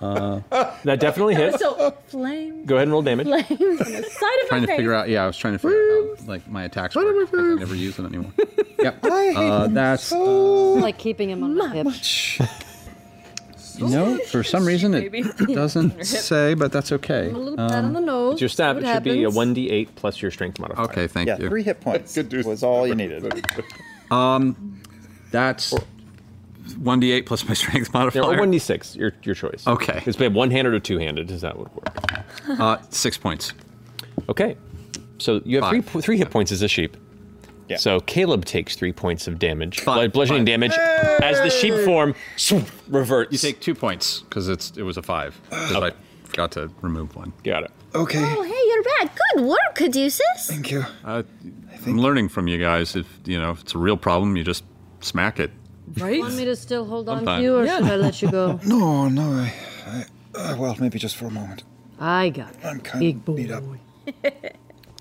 Uh,
that definitely hits.
So flame,
Go ahead and roll damage.
flame on the side of her
trying to
face.
figure out. Yeah, I was trying to figure out how, like my attacks work. 'cause I never use them anymore. Yep. Uh, that's
like keeping him on my hip.
you know for some reason it
Maybe.
doesn't say, but that's okay.
A little pat on the
Um,
nose.
Your stab it
see
should
what
be a
happens.
1d8 plus your strength modifier.
Okay, thank you.
hit points was all you needed.
Um, that's one d eight plus my strength modifier.
or 1d6, your, your choice.
Okay.
It's been one handed or two handed, is that would work?
Uh, six points.
Okay. So you have three, po- three hit points as a sheep. Yeah. So Caleb takes three points of damage, bl- bludgeoning damage, as the sheep form swoop, reverts. You
take two points because it's it was a five. 'cause I forgot to remove one.
Got it.
Okay.
Oh, hey, you're back. Good work, Caduceus.
Thank you.
Uh, I'm learning from you guys. If you know if it's a real problem, you just smack it.
Right? Want me to still hold on to
Sometime.
you, or
Yeah.
should I let you go?
No, no. I, I, uh, well, maybe just for a moment.
I got.
I'm kind of beat up.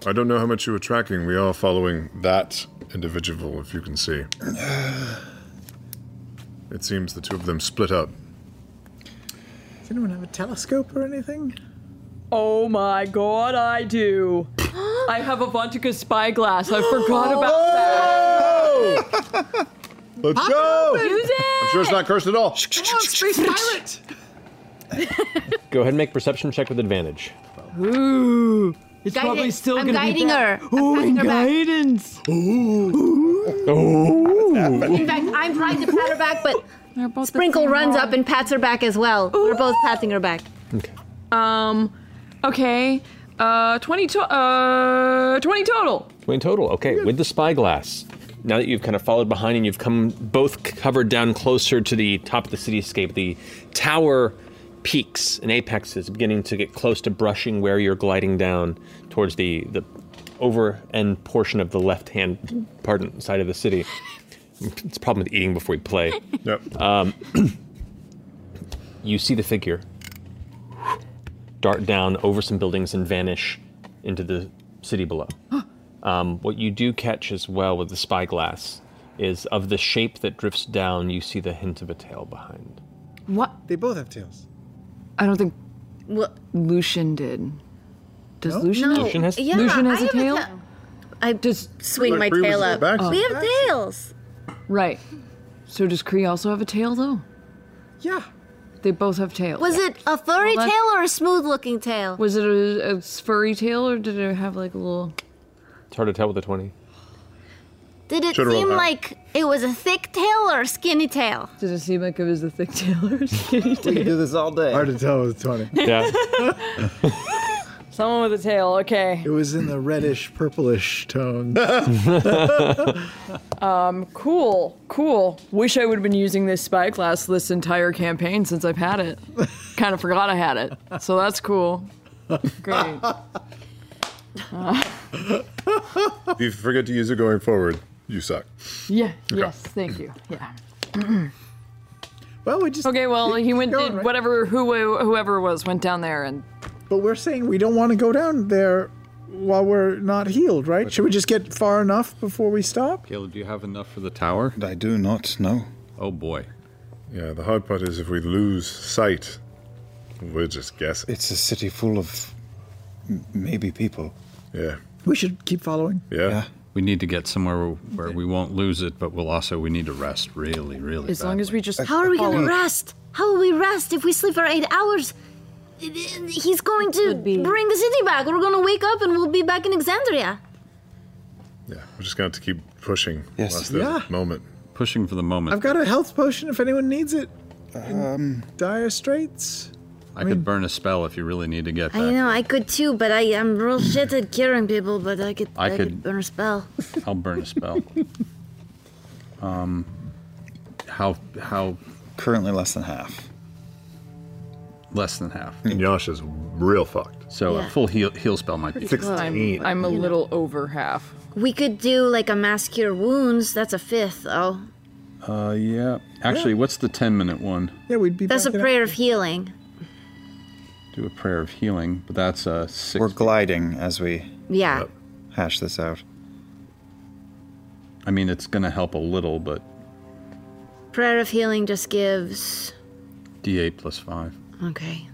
I don't know how much you were tracking. We are following that individual, if you can see. It seems the two of them split up.
Does anyone have a telescope or anything?
Oh my god, I do. I have a Vontica spyglass. I forgot about
Let's
Pop
go!
it open! Use it!
I'm sure it's not cursed at all.
Come on, space pirate.
Go ahead and make perception check with advantage.
that. Ooh. It's
Guide
probably
it.
still
I'm
gonna
guiding
be bad.
her. I'm
Ooh,
Oh,
patting her back.
guidance.
In
Oh.
fact, I'm trying to pat her back, but
same
Sprinkle runs
roll.
up and pats her back as well. We're both patting her back.
Um, okay. Uh, 20, to- uh, 20 total.
Twenty total. Okay, with the spyglass. Now that you've kind of followed behind and you've come both covered down closer to the top of the cityscape, the tower peaks and apexes beginning to get close to brushing where you're gliding down towards the the over end portion of the left hand pardon side of the city. It's a problem with eating before we play.
Yep.
Um, you see the figure dart down over some buildings and vanish into the city below. Um, what you do catch as well with the spyglass is of the shape that drifts down, you see the hint of a tail behind.
What?
They both have tails.
I don't think Lucian did. Does
No?
Lucian
No. Lucian has-
Yeah,
Lucian has
I
a
have a
tail?
ta-
I just
Swing my tail up. We have tails.
Right. So does Kree also have a tail though?
Yeah.
They both have tails.
Was it a furry
Well, that-
tail or a smooth looking tail?
Was it a, a furry tail or did it have like a little?
It's hard to tell with a 20.
Did it
Should've rolled
seem
high.
like it was a thick tail or a skinny tail?
Did it seem like it was a thick tail or a skinny
We
tail?
could do this all day.
Hard to tell with 20.
Yeah.
Someone with a tail. Okay.
It was in the reddish, purplish tones.
Um. Cool. Cool. Wish I would have been using this spyglass this entire campaign since I've had it. kind of forgot I had it. So that's cool. Great. Uh,
If you forget to use it going forward, you suck.
yeah. Yes. Thank you. Yeah.
well, we just
okay. Well, he went
going,
did
right?
whatever who whoever it was went down there and
But we're saying we don't want to go down there while we're not healed, right? Should we just get far enough before we stop?
Caleb, do you have enough for the tower?
I do not know.
Oh boy.
Yeah, the hard part is if we lose sight, we're just guessing.
It's a city full of m- maybe people.
Yeah.
We should keep following.
Yeah.
We need to get somewhere where- where we won't lose it, but we'll also we need to rest really, really.
As
long
as we just
How are we gonna
follow-
rest? How will we rest if we sleep for eight hours? He's going to bring the city back. We're gonna wake up and we'll be back in Exandria.
We're just going to have to keep pushing.
Yes.
Last the
Yeah.
moment.
Pushing for the moment.
I've got a health potion if anyone needs it. Um, dire straits.
I, could burn a spell if you really need to get
I
that.
know, I could too, but I am real shit at curing people, but I could,
I
I, could,
could-
burn a spell.
I'll burn a spell. um, how how
currently less than half.
Less than half.
Yasha's real fucked.
So
Yeah.
a full heal, heal spell might be
I'm, I'm a little over half.
We could do like a mass cure wounds. That's a fifth, though.
Uh, yeah. Actually, what's the ten minute one?
Yeah, we'd be.
That's a prayer of healing.
Do a prayer of healing, but that's uh, a six.
We're gliding as we
Yeah.
hash this out.
I mean, it's gonna help a little, but
Prayer of healing just gives.
D8 plus five.
Okay.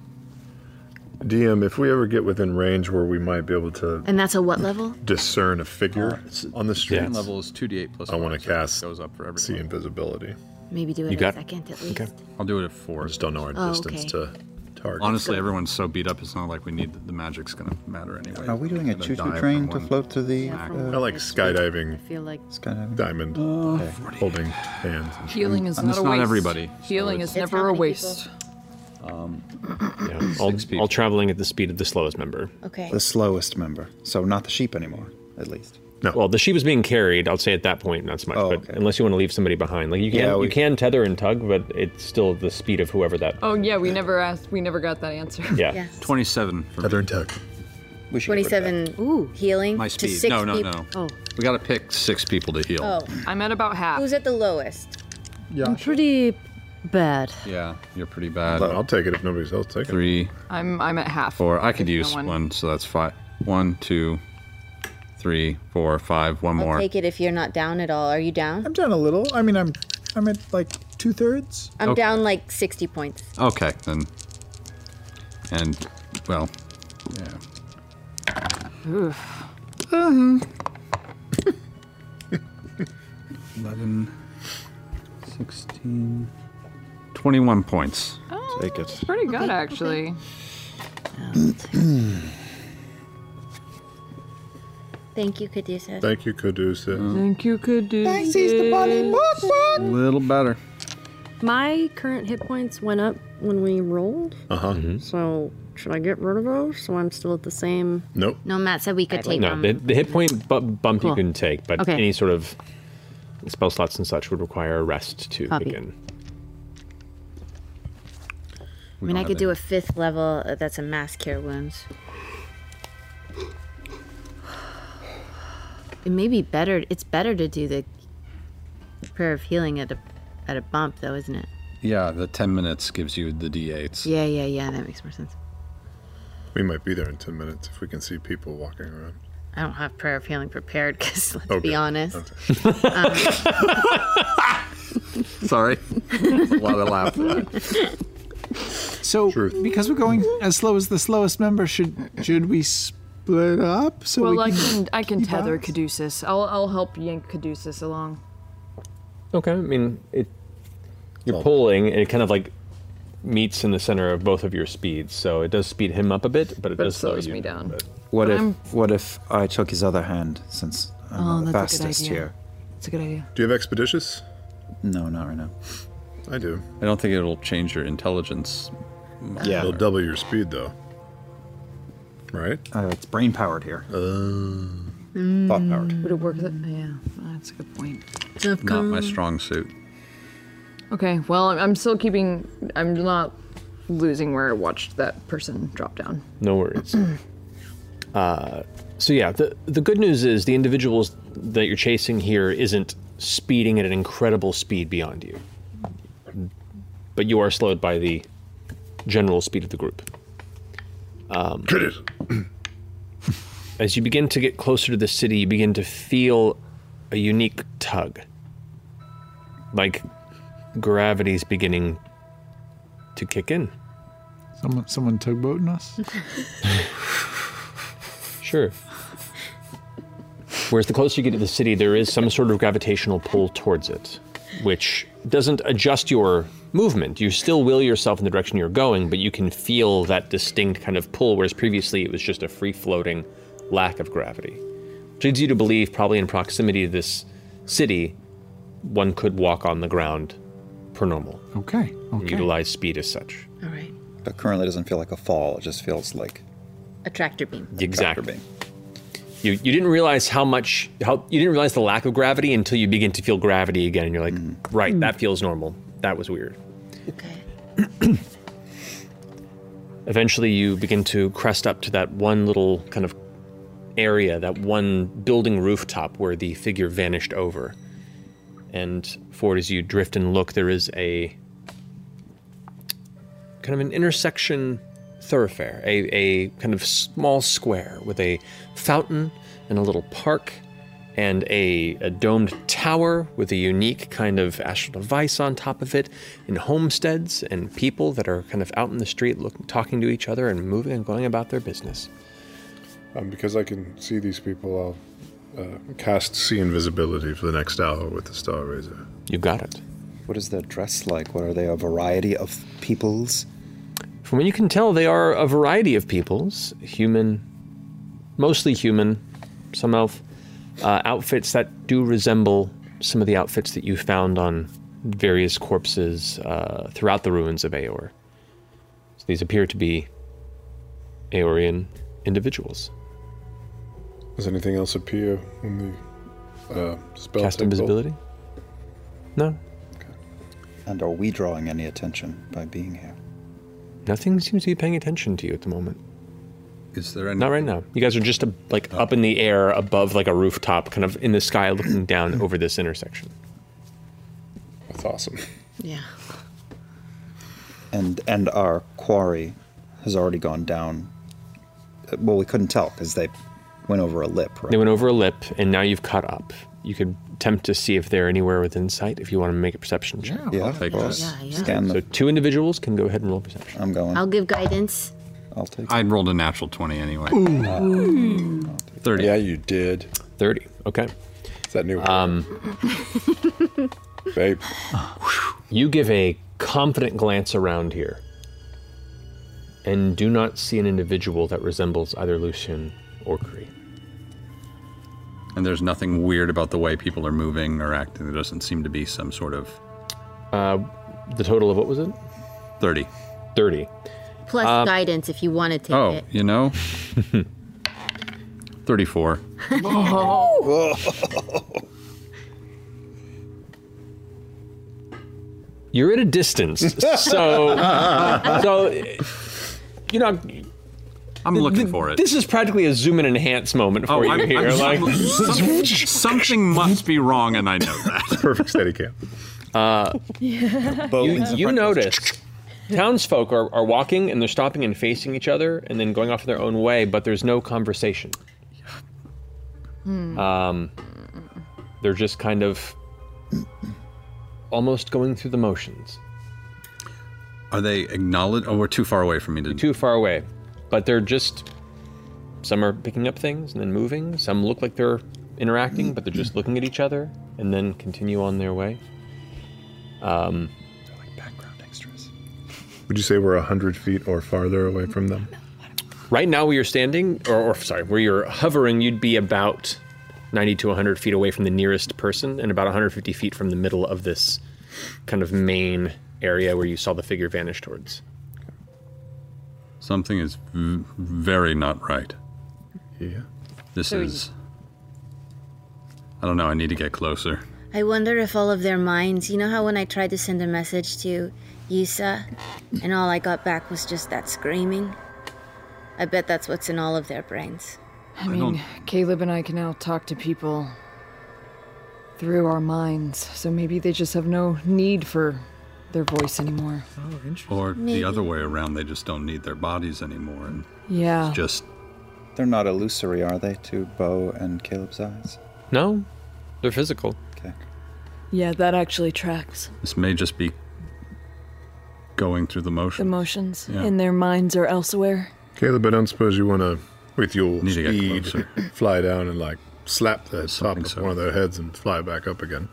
DM, if we ever get within range where we might be able to
And that's a what level?
discern a figure on the street,
Ten level is two D8 plus.
I want to cast
goes up for everyone.
see invisibility.
Maybe do it
You
a
got-
second at least.
I'll do it at four.
just don't know our
Oh, distance okay.
to target.
Honestly, everyone's so beat up. It's not like we need the, the magic's gonna matter anyway.
Are we doing a
Gonna
choo
die
choo
from
train to
one-
float to the.
Yeah,
I like skydiving.
feel like
skydiving.
Diamond holding hands. and-
Healing is not a waste. Healing is never a waste.
Um,
yeah, all, all traveling at the speed of the slowest member.
Okay.
The slowest member. So not the sheep anymore, at least. Oh,
No.
Well, the sheep is being carried. I'll say at that point, not so much. but unless you want to leave somebody behind, like you can,
Yeah, we-
you can tether and tug, but it's still the speed of whoever that.
Oh yeah, we never asked. We never got that answer.
Yeah.
Twenty-seven.
Tether and tug.
We
Twenty-seven. Ooh, healing
uh, My
to
speed.
six
No, no,
people.
no. We gotta pick six people to heal.
Oh.
I'm at about half.
Who's at the lowest?
I'm pretty bad.
Yeah, you're pretty bad.
I'll take it if nobody's else taking
Three,
I'm I'm at half.
four. I could
There's Ah, no
use one. so that's five. One, two, three, four, five. One
I'll
more.
take it if you're not down at all. Are you down?
I'm down a little. I mean, I'm I'm at like two thirds.
I'm
Okay.
down like sixty points.
Okay, then. And, well, yeah.
Oof.
Uh-huh.
11, 16, 21 points.
Take it.
Pretty good actually.
Thank you, Caduceus.
Thank you,
Mm.
Caduceus.
Think you could do
Thanks, Easter Bunny. Boop,
A little better.
My current hit points went up when we rolled,
Uh huh.
Mm-hmm.
so should I get rid of those? So I'm still at the same.
Nope.
No, Matt said we could
no, the, the hit point bu- bump
Cool.
you can take, but
Okay.
any sort of spell slots and such would require a rest to
Copy.
begin.
I mean, I could do a fifth level. uh, That's a mass cure wounds. It may be better. It's better to do the prayer of healing at a at a bump, though, isn't it?
Yeah, the 10 minutes gives you the D8s.
Yeah, yeah, yeah. That makes more sense.
We might be there in 10 minutes if we can see people walking around.
I don't have prayer of healing prepared because let's
Okay.
be honest. Um,
Sorry. a lot of laughter.
So, because we're going as slow as the slowest member, should should we split up? So
well,
we
I can I can tether Caduceus. I'll I'll help yank Caduceus along.
Okay, I mean it. You're pulling, and it kind of like meets in the center of both of your speeds, so it does speed him up a bit, but it
But it
does slow
slows
you
me down.
a bit.
What
I'm-
if what if I took his other hand since
uh,
I'm
Oh,
not the
that's a good
fastest
idea.
here?
It's a good idea.
Do you have Expeditious?
No, not right now.
I do.
I don't think it'll change your intelligence.
Yeah.
It'll double your speed, though. Right? Uh,
Uh, it's brain powered here.
Mm.
Thought powered.
Would it work? That, yeah, that's a good point.
Not my strong suit.
Okay, well, I'm still keeping. I'm not losing where I watched that person drop down.
No worries. uh, so yeah, the the good news is the individuals that you're chasing here isn't speeding at an incredible speed beyond you, but you are slowed by the general speed of the group. Um, as you begin to get closer to the city, you begin to feel a unique tug, like gravity's beginning to kick in.
someone someone tugboating us.
Sure. Whereas the closer you get to the city, there is some sort of gravitational pull towards it, which doesn't adjust your movement. You still will yourself in the direction you're going, but you can feel that distinct kind of pull, whereas previously it was just a free floating lack of gravity. leads you to believe, probably in proximity to this city, one could walk on the ground per normal.
Okay.
and Utilize speed as such.
All right.
But currently, it doesn't feel like a fall. It just feels like
A tractor beam.
Exactly. You, you didn't realize how much how you didn't realize the lack of gravity until you begin to feel gravity again, and you're like, right, that feels normal. That was weird. Eventually, you begin to crest up to that one little kind of area, that one building rooftop where the figure vanished over. And forward as you drift and look, there is a kind of an intersection thoroughfare, a, a kind of small square with a fountain and a little park and a, a domed tower with a unique kind of astral device on top of it, and homesteads and people that are kind of out in the street look, talking to each other and moving and going about their business.
Um, because I can see these people, I'll uh, cast see invisibility for the next hour with the Star Razor.
You got it.
What is their dress like? What are they? A variety of peoples?
From what you can tell, they are a variety of peoples human, mostly human, some elf. Uh, outfits that do resemble some of the outfits that you found on various corpses uh, throughout the ruins of Aor. So these appear to be Aorian individuals.
Does anything else appear when the uh, spell
Cast
take hold?
invisibility? No.
And are we drawing any attention by being here?
Nothing seems to be paying attention to you at the moment.
Is there any? Oh.
Not right now. You guys are just uh, like up in the air above like a rooftop, kind of in the sky looking down over this intersection.
That's awesome.
Yeah.
and and our quarry has already gone down. Uh, Well, we couldn't tell because they went over a lip, right?
They went over a lip, and now you've caught up. You could attempt to see if they're anywhere within sight if you want to make a perception check.
Yeah, I'll take well, that. yeah, yeah. scan
So two individuals can go ahead and roll perception.
I'm going.
I'll give guidance.
I'll take.
I rolled a natural twenty anyway.
Thirty.
Yeah, you did.
Thirty. Okay.
Is that new?
Um,
babe,
you give a confident glance around here, and do not see an individual that resembles either Lucian or Kree.
And there's nothing weird about the way people are moving or acting. There doesn't seem to be some sort of.
Uh, the total of what was it?
Thirty.
Thirty.
Plus
Uh,
Um,
guidance if you want to take
Oh,
it.
you know. Thirty-four.
You're at a distance, so so you know.
I'm looking for it. Oh,
This is practically a zoom and enhance moment for you
I'm-
here.
I'm-
like
some- something must be wrong, and I know that.
Perfect steady cam.
Uh,
Bow
you,
wings in
you
front.
notice townsfolk are, are walking and they're stopping and facing each other and then going off their own way, but there's no conversation.
Mm.
Um, they're just kind of almost going through the motions.
Are they acknowledge? Oh, we're too far away for me to.
Too far away, but they're just. Some are picking up things and then moving. Some look like they're interacting, but they're just looking at each other and then continue on their way. Um,
would you say we're hundred feet or farther away from them?
Right now, where you're standing, or, or sorry, where you're hovering, you'd be about 90 to 100 feet away from the nearest person and about 150 feet from the middle of this kind of main area where you saw the figure vanish towards.
Something is v- very not right.
Yeah.
This
So
is. I don't know. I need to get closer.
I wonder if all of their minds, you know how when I tried to send a message to Yisa and all I got back was just that screaming? I bet that's what's in all of their brains.
I mean, Caleb and I can now talk to people through our minds, so maybe they just have no need for their voice anymore. Oh, interesting.
Or
Maybe.
the other way around, they just don't need their bodies anymore. And
Yeah.
it's just
They're not illusory, are they? To Bo and Caleb's eyes.
No, they're physical.
Okay.
Yeah, that actually tracks.
this may just be going through the
The
motion.
motions
Yeah.
in their minds are elsewhere.
Caleb, I don't suppose you want to, with your
Need to get
speed,
closer.
fly down and like slap the top of one of their heads and fly back up again.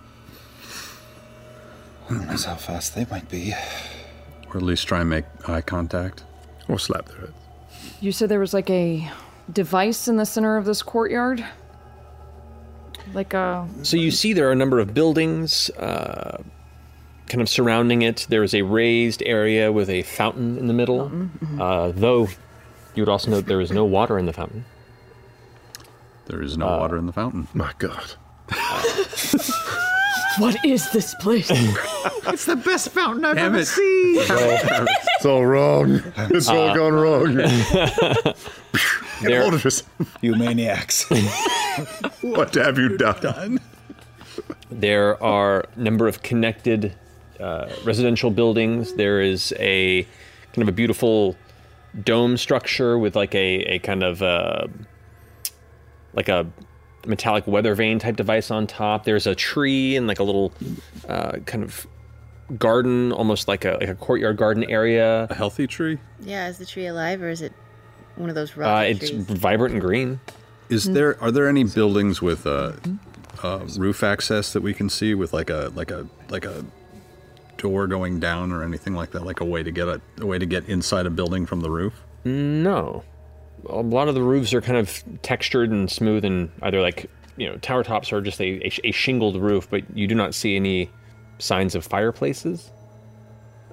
Who knows how fast they might be?
Or at least try and make eye contact.
Or slap their heads.
You said there was like a device in the center of this courtyard?
Like a
So you see there are a number of buildings uh, kind of surrounding it. There is a raised area with a fountain in the middle, uh, though you would also note there is no water in the fountain. Uh,
There is no water in the fountain. My God.
What is this place?
it's the best fountain I've
Damn
ever
it.
seen.
it's all wrong. It's all
Uh,
gone wrong.
There,
you maniacs.
what have you done?
There are a number of connected uh, residential buildings. There is a kind of a beautiful dome structure with like a, a kind of uh like a metallic weather vane type device on top. There's a tree and like a little uh, kind of garden, almost like a, like a courtyard garden area. A
healthy tree.
Yeah, is the tree alive or is it one of those
Uh,
rotten
it's
trees?
vibrant and green.
Is there are there any buildings with uh, uh, roof access that we can see with like a like a like a door going down or anything like that, like a way to get a, a way to get inside a building from the roof?
No. A lot of the roofs are kind of textured and smooth and either like, you know, tower tops or just a, a, sh- a shingled roof, but you do not see any signs of fireplaces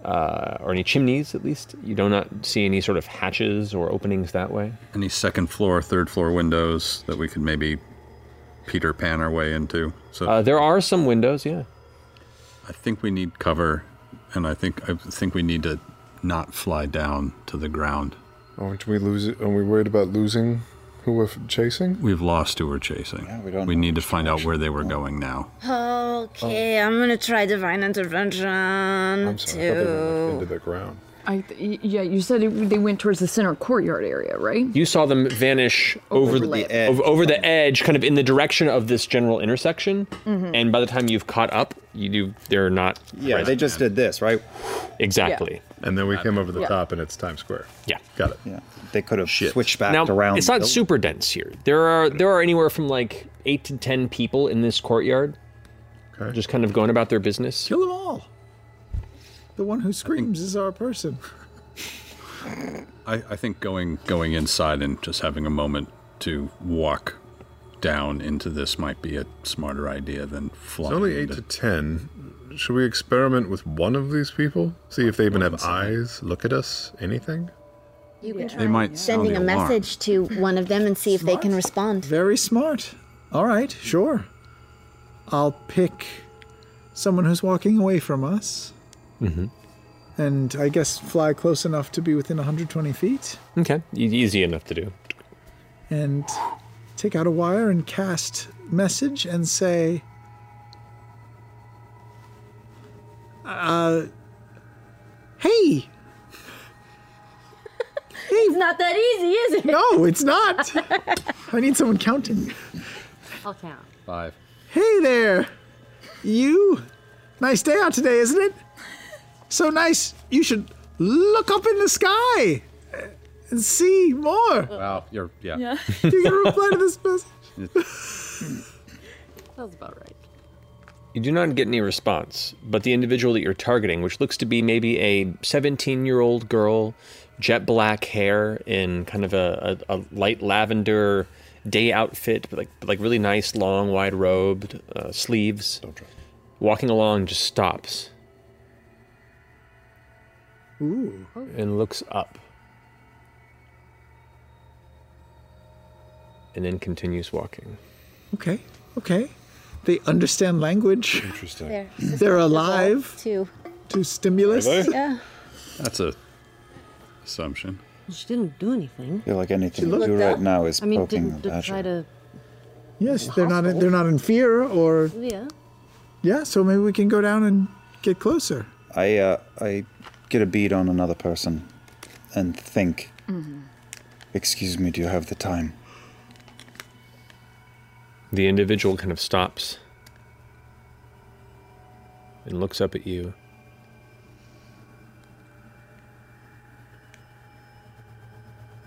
uh, or any chimneys, at least. You do not see any sort of hatches or openings that way.
Any second floor, third floor windows that we could maybe Peter Pan our way into? So
Uh, there are some windows, yeah.
I think we need cover, and I think I think we need to not fly down to the ground.
Aren't we losing? Are we worried about losing who we're chasing?
We've lost who we're chasing. Yeah, we don't. We need to find out where they were going now.
Okay, I'm gonna try divine intervention
Uh,
too.
the ground.
I th- yeah, you said it, they went towards the center courtyard area, right?
You saw them vanish over,
the
the
edge.
edge. Over, over the edge, kind of in the direction of this general intersection.
Mhm.
And by the time you've caught up, you do they're not.
Yeah, they just did this, right?
Exactly.
And then we came over the
Yeah.
top, and it's Times Square.
Yeah,
got it.
Yeah, they could have switched back
now,
around.
It's not
the
super dense here. There are there are anywhere from like eight to ten people in this courtyard, just kind of going about their business.
Kill them all. The one who screams is our person.
I, I think going going inside and just having a moment to walk down into this might be a smarter idea than
It's
flying.
only eight to ten. Should we experiment with one of these people? See if they even have eyes, look at us, anything.
You can try
They might sound
sending
the
a
alarm.
message to one of them and see if they can respond.
Very smart. All right, sure. I'll pick someone who's walking away from us,
Mm-hmm.
and I guess fly close enough to be within 120 feet,
Okay, E- easy enough to do.
and take out a wire and cast message and say, uh, hey,
It's not that easy, is it?
No, it's not. I need someone counting.
I'll count.
Five.
Hey there! You! Nice day out today, isn't it? So nice, you should look up in the sky uh, and see more.
Wow, you're yeah.
You can reply to this message.
Sounds about right.
You do not get any response, but the individual that you're targeting, which looks to be maybe a 17 year old girl, jet black hair in kind of a, a, a light lavender day outfit, but like, but like really nice, long, wide robed uh, sleeves, walking along just stops
Ooh.
and looks up and then continues walking.
Okay, okay. They understand language.
Interesting.
They're
They're alive
to,
to stimulus.
Yeah.
That's a assumption.
She didn't do anything.
I feel like anything
She
you
looked
do right
up.
now is
I mean,
poking
didn't d-
at
try to. Oh,
Yes, they're not. They're not in fear, or
Yeah.
yeah. So maybe we can go down and get closer.
I uh, I get a bead on another person, and think. Excuse me, do you have the time?
The individual kind of stops and looks up at you.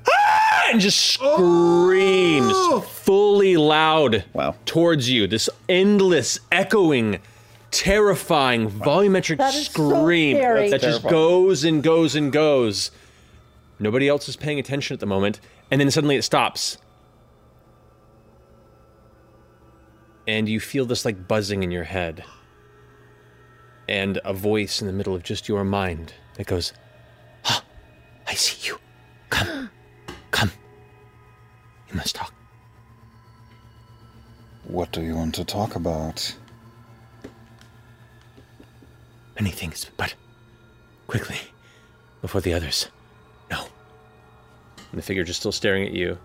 Ah! And just screams
Oh!
fully loud towards you. This endless, echoing, terrifying, volumetric
That is so
scream
scary.
that
That's
just
terrifying.
goes and goes and goes. Nobody else is paying attention at the moment, and then suddenly it stops. and you feel this like buzzing in your head, and a voice in the middle of just your mind that goes, "Ah, I see you. Come, come. You must talk."
What do you want to talk about?
many things, but quickly, before the others. No. And the figure just still staring at you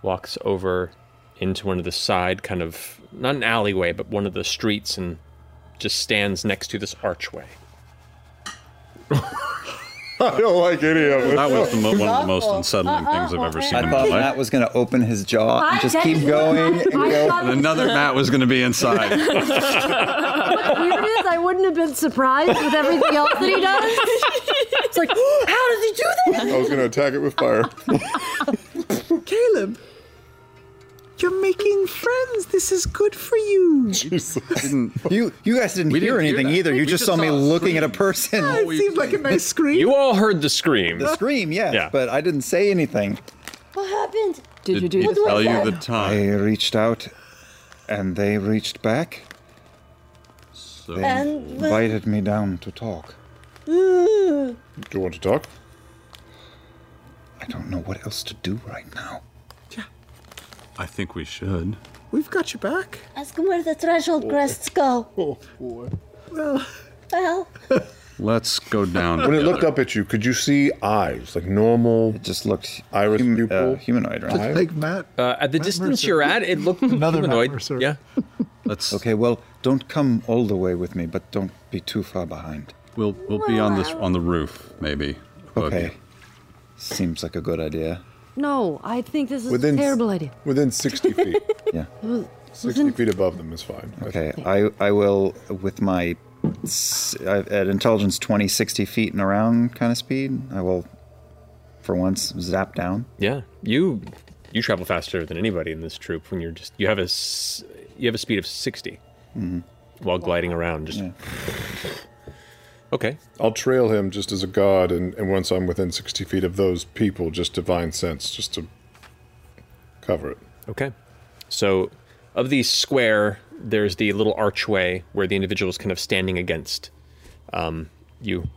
walks over into one of the side kind of not an alleyway, but one of the streets and just stands next to this archway.
I don't like any of it.
That was the mo- one of the most unsettling things I've ever seen in
I
my
thought
life.
Matt was going to open his jaw and
I
Uh, just keep
didn't.
going and
I
go.
thought it was- And another Matt was going to be inside.
What's weird is I wouldn't have been surprised with everything else that he does. It's like, how does he do that?
Oh.
I was going to attack it with fire.
Caleb, you're making friends. This is good for you.
You you guys didn't hear
didn't hear
anything
that.
either. You
We
just
just
saw me
saw a
looking at a person.
Yeah, it seemed like a nice scream.
You all heard the scream.
The scream, yes,
Yeah.
but I didn't say anything.
What happened?
I reached out, and they reached back. So they
And the-
invited me down to talk.
Ooh.
Do you want to talk? I don't know what else to do right now.
I think we should.
We've got your back.
Ask him where the threshold crests go.
Oh, boy.
Well, well,
Let's go down.
When it looked
together.
up at you, could you see eyes like normal? It
just looked
iris pupil,
humanoid,
right?
Matt.
Uh, at the distance
Mercer.
you're at, it looked humanoid. Yeah.
Let's.
Okay, well, don't come all the way with me, but don't be too far behind.
We'll we'll be on this on the roof maybe.
Okay. Seems like a good idea.
No, I think this is
Within
a
s-
terrible idea.
Within 60 feet.
Yeah.
Well,
60 feet above them is fine.
Okay, I I will with my s- I- at intelligence 20, 60 feet and around kind of speed. I will, for once, zap down.
Yeah, you you travel faster than anybody in this troop when you're just you have a s- you have a speed of 60
Mhm.
while gliding around. Just okay.
I'll trail him just as a god, and, and once I'm within 60 feet of those people, just divine sense, just to cover it.
okay. So of the square, there's the little archway where the individual is kind of standing against. Um, you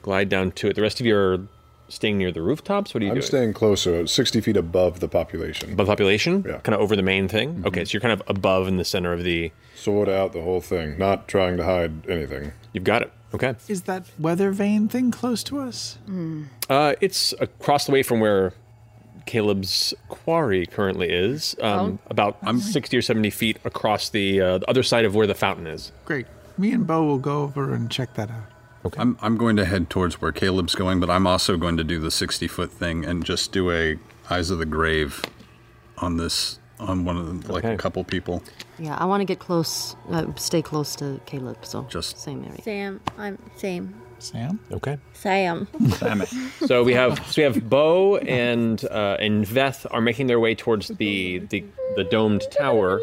glide down to it. The rest of you are staying near the rooftops. What are you
I'm
doing?
staying closer, 60 feet above the population.
above population, kind of over the main thing. Okay, so you're kind of above in the center of the.
Sword Mm-hmm. out the whole thing, not trying to hide anything.
You've got it. Okay.
Is that weather vane thing close to us?
Hmm.
Uh, it's across the way from where Caleb's quarry currently is, um, about 60 or 70 feet across the, uh, the other side of where the fountain is.
Great. Me and Bo will go over and check that out.
Okay. I'm I'm going to head towards where Caleb's going, but I'm also going to do the 60 foot thing and just do a eyes of the grave on this on one of the, like a couple people.
Yeah, I want to get close, uh, stay close to Caleb. So just same area.
Sam, I'm Sam.
Sam.
Okay.
Sam.
So we have so we have Bo and uh, and Veth are making their way towards the, the the domed tower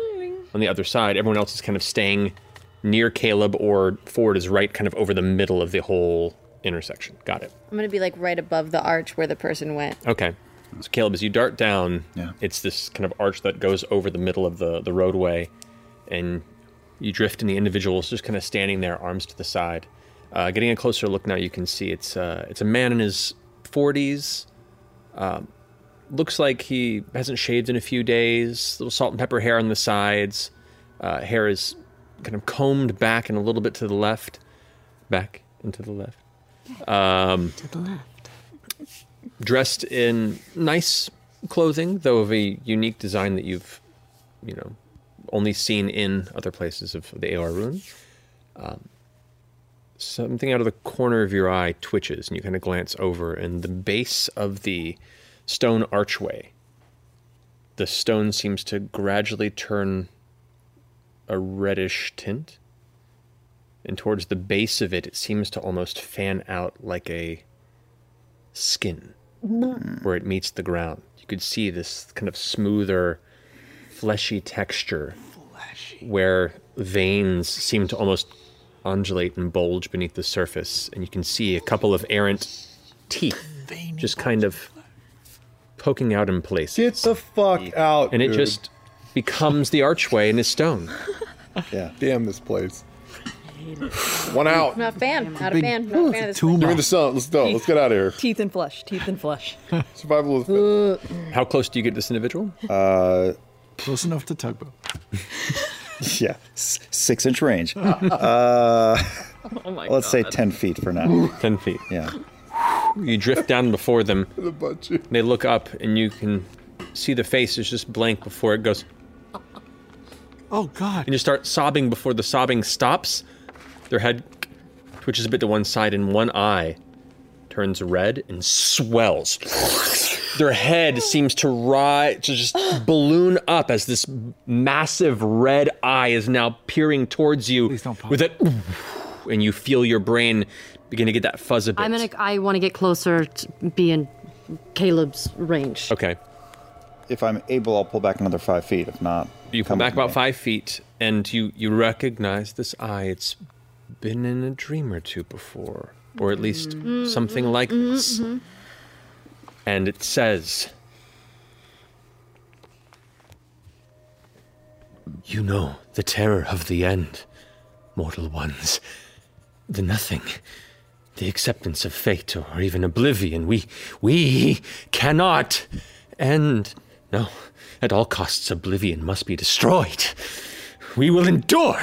on the other side. Everyone else is kind of staying near Caleb or Ford is right kind of over the middle of the whole intersection. Got it.
I'm gonna be like right above the arch where the person went.
Okay. So Caleb, as you dart down, it's this kind of arch that goes over the middle of the, the roadway, and you drift, and the individual is just kind of standing there, arms to the side. Uh, getting a closer look now, you can see it's uh, it's a man in his 40s. Um, looks like he hasn't shaved in a few days. Little salt and pepper hair on the sides. Uh, hair is kind of combed back and a little bit to the left, back and to the left. Um,
to the left
dressed in nice clothing, though of a unique design that you've, you know, only seen in other places of the AR rune. Um, something out of the corner of your eye twitches, and you kind of glance over, and the base of the stone archway, the stone seems to gradually turn a reddish tint. And towards the base of it, it seems to almost fan out like a skin where it meets the ground. You could see this kind of smoother, fleshy texture where veins seem to almost undulate and bulge beneath the surface. And you can see a couple of errant teeth just kind of poking out in place.
Get the fuck out.
And it
dude.
just becomes the archway and is stone.
Yeah.
Damn this place. One out.
Not a fan. Not a
Big-
fan. Not a fan of this.
Give me the sun. Let's go. Let's get out of here.
Teeth and flesh. Teeth and flesh.
Survival of
How close do you get to this individual?
Uh,
Close enough to tugboat.
yeah, s- six inch range. uh,
Oh my
let's say 10 feet for now.
10 feet.
Yeah.
You drift down before them.
The
They look up, and you can see the face is just blank before it goes.
Oh God!
And you start sobbing before the sobbing stops. Their head twitches a bit to one side, and one eye turns red and swells. Their head seems to rise, to just balloon up as this massive red eye is now peering towards you with it. And you feel your brain begin to get that fuzz a bit.
I'm gonna. I want to get closer to be in Caleb's range.
Okay.
If I'm able, I'll pull back another five feet. If not,
You come back about five feet, and you you recognize this eye. It's been in a dream or two before, or at least something like this. And it says, "You know the terror of the end, mortal ones. The nothing." The acceptance of fate or even oblivion. We we cannot end. No, at all costs, oblivion must be destroyed. We will endure.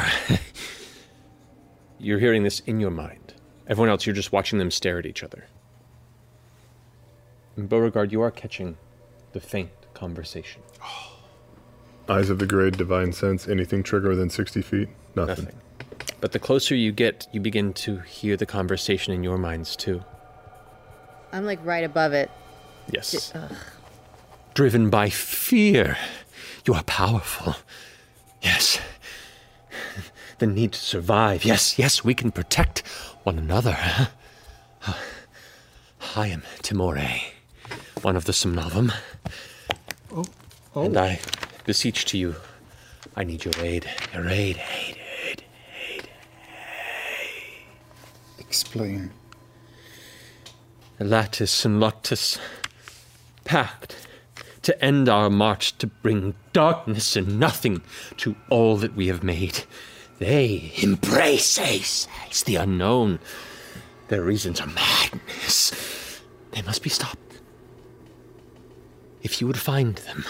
You're hearing this in your mind. Everyone else, you're just watching them stare at each other. And Beauregard, you are catching the faint conversation.
Eyes of the grade, divine sense, anything trigger within 60 feet? Nothing.
But the closer you get, you begin to hear the conversation in your minds too.
I'm like right above it.
Yes. Driven by fear, you are powerful. Yes. The need to survive. Yes, yes, we can protect one another. I am Timore, one of the Somnavum.
Oh.
And I beseech to you, I need your aid. Your aid, aid, aid.
Explain.
Elatus and Loctus pact to end our march to bring darkness and nothing to all that we have made. They embrace ace, ace, the unknown. Their reasons are madness. They must be stopped. If you would find them,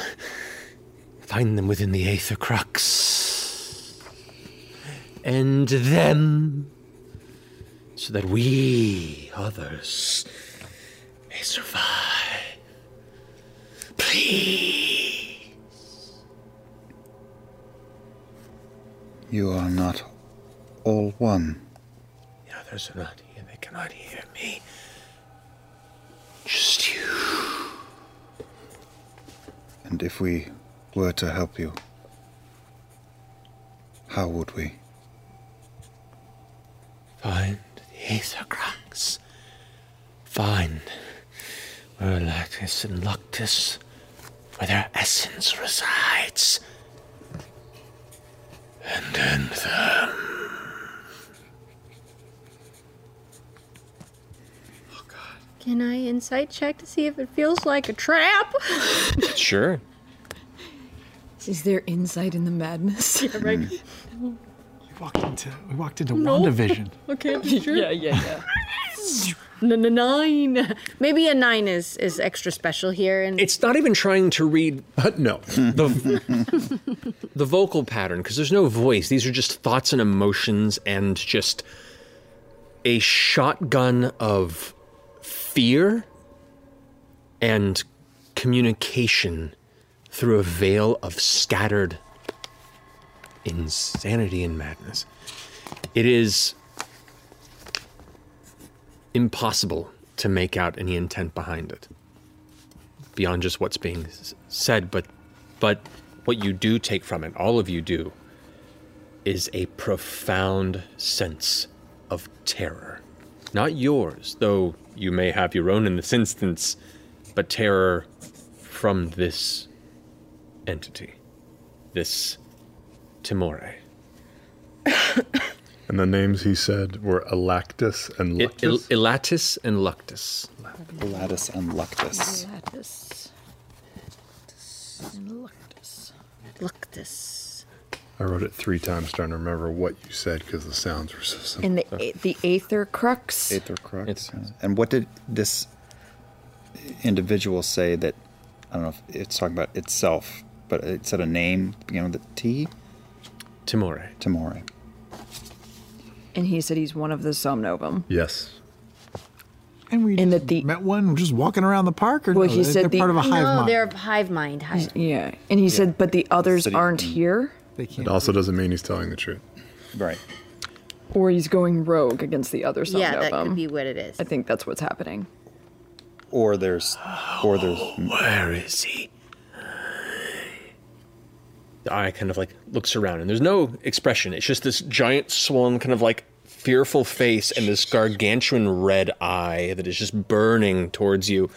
find them within the Aether Crux. End them so that we others may survive. Please.
You are not all one.
The others are not here. They cannot hear me. Just you.
And if we were to help you, how would we?
Find the Aether Crux. Find where Lactis and Luctus, where their essence resides. And end them.
Can I insight check to see if it feels like a trap?
Sure.
Is there insight in the madness? Yeah, right.
Hmm.
Walked into, we walked into
Nope.
WandaVision.
Okay, I'm sure.
yeah, yeah,
Nine. Maybe a nine is is extra special here. And
It's not even trying to read. no. The, the vocal pattern, because there's no voice. These are just thoughts and emotions and just a shotgun of fear and communication through a veil of scattered insanity and madness. It is impossible to make out any intent behind it beyond just what's being s- said, but but what you do take from it, all of you do, is a profound sense of terror. Not yours, though you may have your own in this instance, but terror from this entity, this Timore.
And the names he said were Alactus and
I- Il-
Luctus.
Ilatus and Luctus.
Ilatus and Luctus.
yeah. Lattice. And Luctus.
justice.
I wrote it three times trying to remember what you said because the sounds were so simple.
And the the aether crux.
Aether crux. and what did this individual say that I don't know if it's talking about itself, but it said a name beginning with a T?
Timore.
Timore.
And he said he's one of the Somnovum.
Yes.
And we
and that the,
met one just walking around the park, or
Well,
no,
he
they-
said
they're
the-
part of a hive
No,
mind.
They're hive mind. Hive.
Yeah. And he said, but the others aren't here,
It also doesn't mean he's telling the truth.
Right.
or he's going rogue against the other Somnovum.
Yeah, that could be what it is.
I think that's what's happening.
Or there's or there's
Oh, Where is he? The eye kind of like looks around, and there's no expression. It's just this giant, swollen, kind of like fearful face, and this gargantuan red eye that is just burning towards you.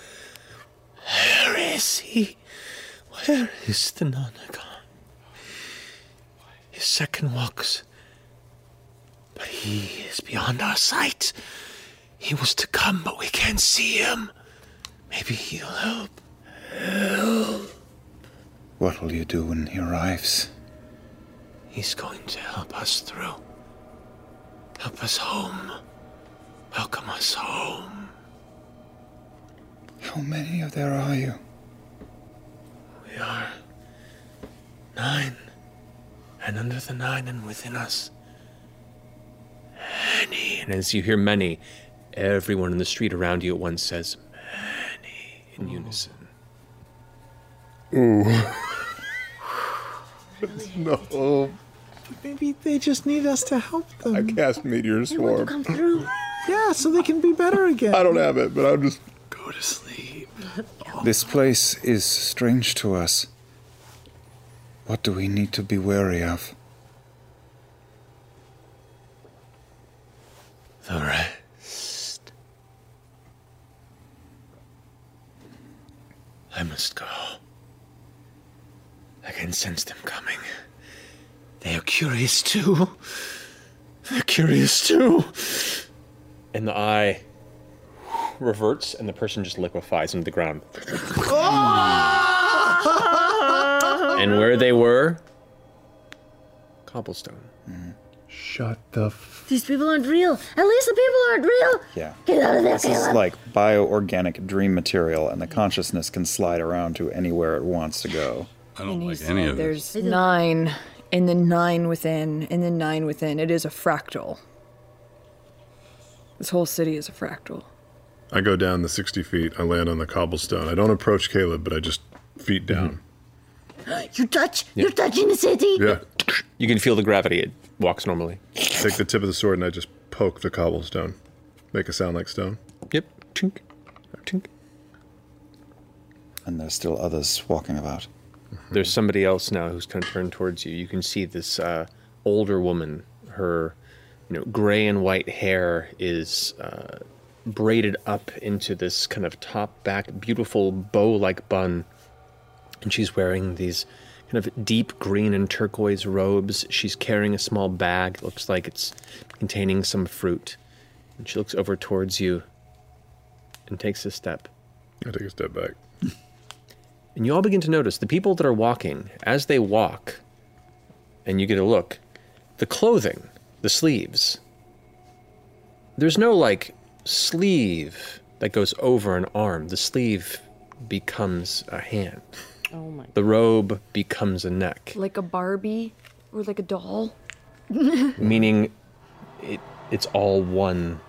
Where is he? Where is the Nonagon? His second walks, but he is beyond our sight. He was to come, but we can't see him. Maybe he'll help.
What will you do when he arrives?
He's going to help us through. Help us home. Welcome us home.
How many of there are you?
We are nine, and under the nine, and within us. Many. And as you hear many, everyone in the street around you at once says many in unison.
Ooh. no.
Maybe they just need us to help them. I
cast Meteor Swarm.
through. Yeah, so they can be better again.
I don't have it, but I'm just.
Go to sleep.
This place is strange to us. What do we need to be wary of?
The rest. I must go. I can sense them coming. They are curious too. They're curious too. And the eye reverts, and the person just liquefies into the ground.
Uh-huh.
And where they were, cobblestone.
Mm. Shut the f-
These people aren't real. At least the people aren't real.
Yeah.
Get out of there,
This is
Caleb.
like bioorganic dream material, and the consciousness can slide around to anywhere it wants to go.
I don't
He said there's nine, and then nine within, and then nine within. It is a fractal. This whole city is a fractal.
I go down the 60 feet. I land on the cobblestone. I don't approach Caleb, but I just feet down.
You touch.
Yeah.
You're touching the city.
Mm-hmm.
Yeah.
You can feel the gravity. It walks normally.
Take the tip of the sword and I just poke the cobblestone. Make a sound like stone.
Yep. Tink. Tink.
And there's still others walking about.
There's somebody else now who's kind of turned towards you. You can see this uh, older woman. Her, you know, gray and white hair is uh, braided up into this kind of top back, beautiful bow-like bun, and she's wearing these kind of deep green and turquoise robes. She's carrying a small bag. It looks like it's containing some fruit, and she looks over towards you and takes a step.
I take a step back.
And you all begin to notice the people that are walking, as they walk, and you get a look, the clothing, the sleeves. There's no like sleeve that goes over an arm. The sleeve becomes a hand.
Oh my.
The robe becomes a neck,
Like a Barbie or like a doll.
meaning it, it's all one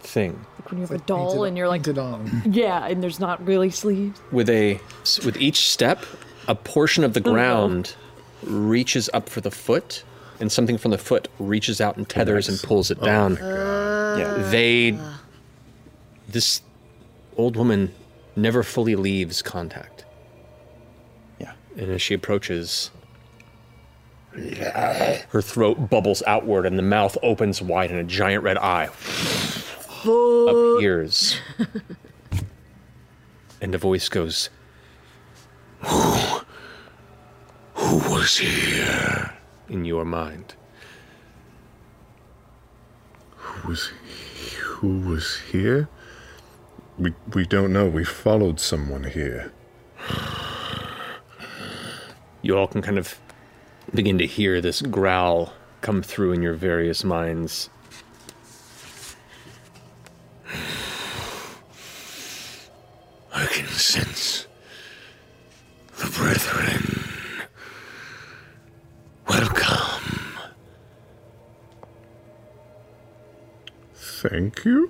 thing.
Like when you have a doll and you're like. Yeah, and there's not really sleeves.
with a with each step a portion of the ground reaches up for the foot and something from the foot reaches out and tethers and pulls it down they this old woman never fully leaves contact yeah and as she approaches her throat bubbles outward and the mouth opens wide and a giant red eye appears and a voice goes Who was here? in your mind.
Who was who was here? We we don't know. We followed someone here.
You all can kind of begin to hear this growl come through in your various minds.
I can sense the brethren. Welcome.
Thank you.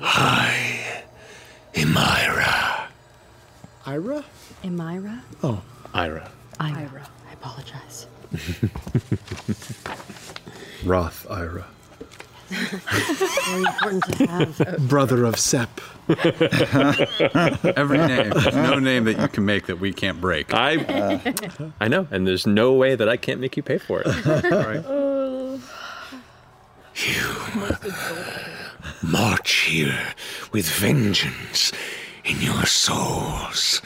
Hi, Imira.
Ira?
Amira?
Oh, Ira.
Ira. I apologize.
Roth Ira.
Very important to have.
Brother of Sep.
Every name. There's no name that you can make that we can't break.
I, I know, and there's no way that I can't make you pay for it. Uh.
March here with vengeance in your souls.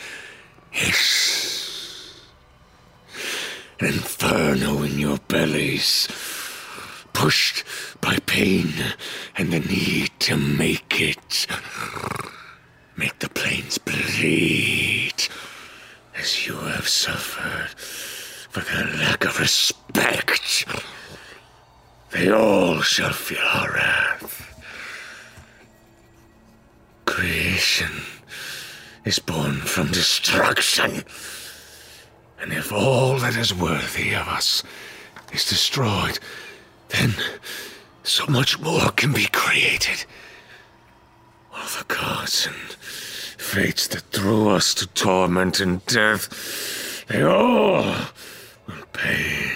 Yes. An inferno in your bellies, pushed by pain and the need to make it. Make the plains bleed as you have suffered for their lack of respect. They all shall feel our wrath. Creation is born from destruction. And if all that is worthy of us is destroyed, then so much more can be created. All the gods and fates that drew us to torment and death, they all will pay.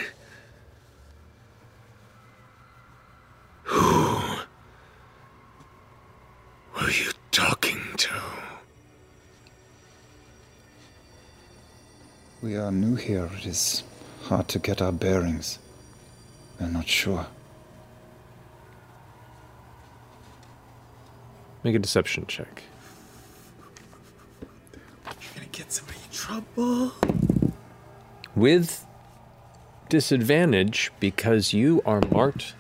Who were you talking to?
We are new here. It is hard to get our bearings. We're not sure.
Make a deception check.
Gonna get somebody in trouble.
With disadvantage because you are marked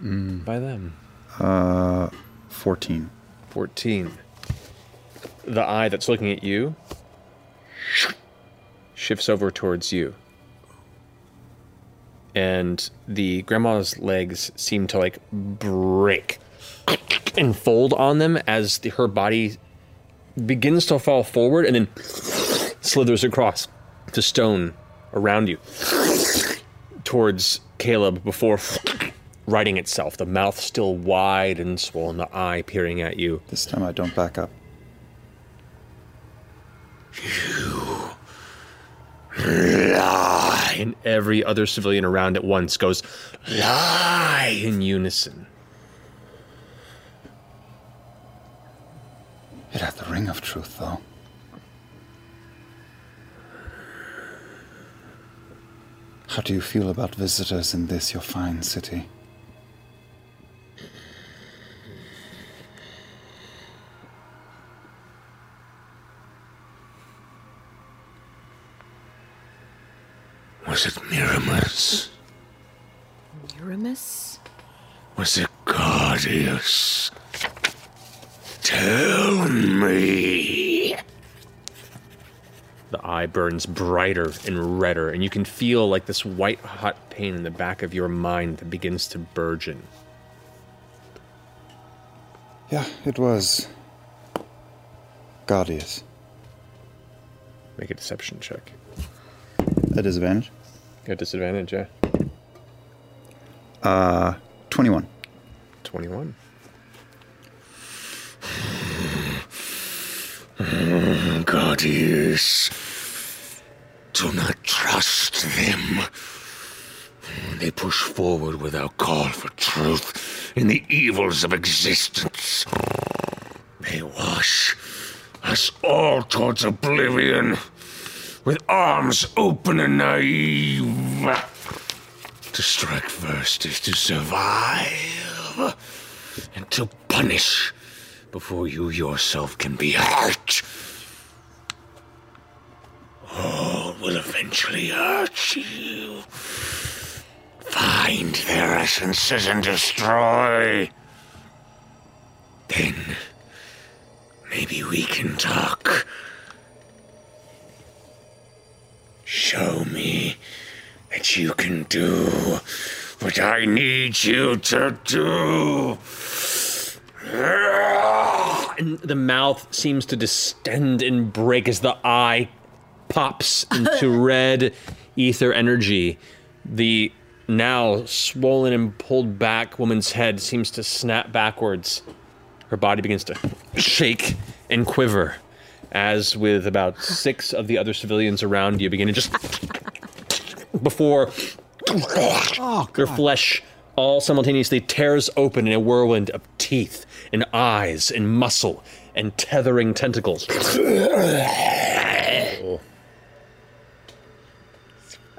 by them.
Uh, 14.
14. The eye that's looking at you shifts over towards you. And the grandma's legs seem to like break and fold on them as the, her body begins to fall forward and then slithers across the stone around you towards Caleb before righting itself, the mouth still wide and swollen, the eye peering at you.
This time I don't back up.
lie. And every other civilian around at once goes lie in unison.
It had the ring of truth, though. How do you feel about visitors in this, your fine city?
Was it Miramus?
Miramus?
Was it Guardius? Tell me.
The eye burns brighter and redder, and you can feel like this white hot pain in the back of your mind that begins to burgeon.
Yeah, it was. Guardius.
Make a deception check.
A disadvantage?
Got disadvantage, yeah?
Uh, 21.
21.
Guardius, Mm, do not trust them. Mm, They push forward without call for truth in the evils of existence. They wash us all towards oblivion with arms open and naive. To strike first is to survive and to punish before you yourself can be hurt. All will eventually uh, hurt you. Find their essences and destroy. Then maybe we can talk Show me that you can do what I need you to do.
And the mouth seems to distend and break as the eye pops into red ether energy. The now swollen and pulled back woman's head seems to snap backwards. Her body begins to shake and quiver as, with about six of the other civilians around you, begin to just. before their flesh all simultaneously tears open in a whirlwind of teeth and eyes and muscle and tethering tentacles. I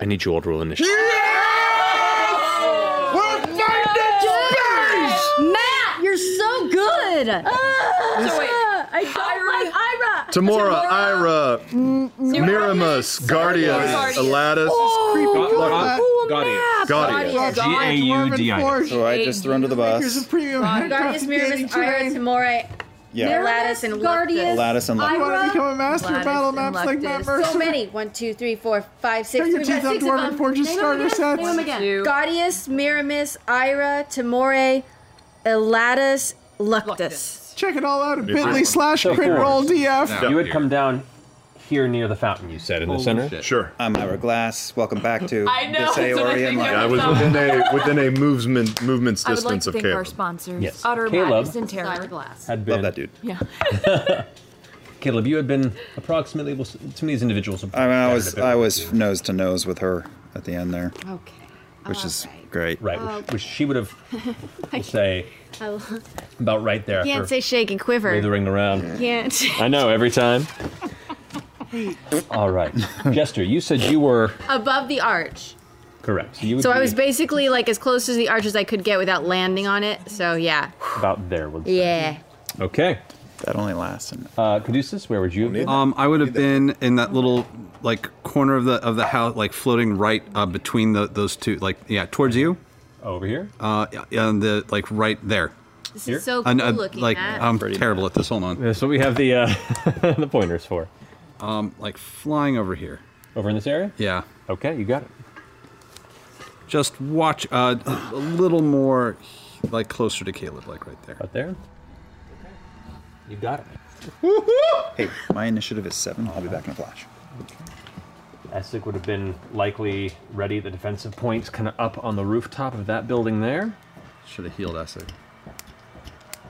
need you all to roll initiative.
Matt, you're so good.
So wait,
Ah. I
Ah.
don't
Tamora, Ira,
like Ira.
Miramus, Guardian,
Guardian.
Aladdis.
Gaudius.
Gaudius.
G-A-U-D-I-S.
Oh, So I just threw under the
Here's a
bus.
premium.
Guardians, Miramis, Ira, Tamora,
Yeah.
Lattice, and
Guardian.
Luctus.
Lattice and Luctus.
Ira,
You wanna
become a master of
Lattice,
battle
and
maps like Matt
Luctus.
Mercer?
So many. One, two, three, four, five, six.
Turn your
We've got
teeth out
six
to
of
our
them.
Fortune
Name
starter
them again.
sets.
Name them again.
Two.
Gaudius, Miramis, Ira, Tamore, Elatus, Luctus.
Check it all out at bit.ly slash printrolldf.
You would come down here near the fountain, you said, in
Holy
the center?
shit.
Sure.
I'm Ira Glass. Welcome back to
I know,
this
that's what I
Aorian
think
life.
I was within a within a movement movement's
I would like
distance
to
of
thank our
Caleb.
sponsors,
Yes.
Utter
Caleb.
Madness and Terror. Glass.
Had been, Love that
dude.
Yeah.
Caleb, you had been approximately, well, some of these individuals.
I, mean, I was I was nose to nose with her at the end there.
Okay.
Which is great.
Right, which, which she would have,
I
we'll say,
I
about right there.
can't
after
say shake and quiver.
withering around.
Can't.
I know, every time. All right. Jester, you said you were
Above the arch.
correct. You would
So I
be
was basically like as close as the arch as I could get without landing on it. So yeah.
about there. We'll
Yeah.
Okay.
That only lasts. An-
uh, Caduceus, where would you have been?
Um, I would have been in that little like corner of the of the house, like floating right uh, between the, those two, like yeah, towards you.
Over here.
Uh, yeah, on the like right there.
This is Here? so
And,
cool looking,
Like
Matt.
I'm terrible at this. Hold on.
That's what we have the uh, the pointers for.
Um, like flying over here.
Over in this area.
Yeah.
Okay, you got it.
Just watch uh, a little more, like closer to Caleb, like right there.
Right there. You got it.
hey, my initiative is seven. I'll be back in a flash.
Essek would have been likely ready at the defensive points, kind of up on the rooftop of that building there.
Should have healed Essek.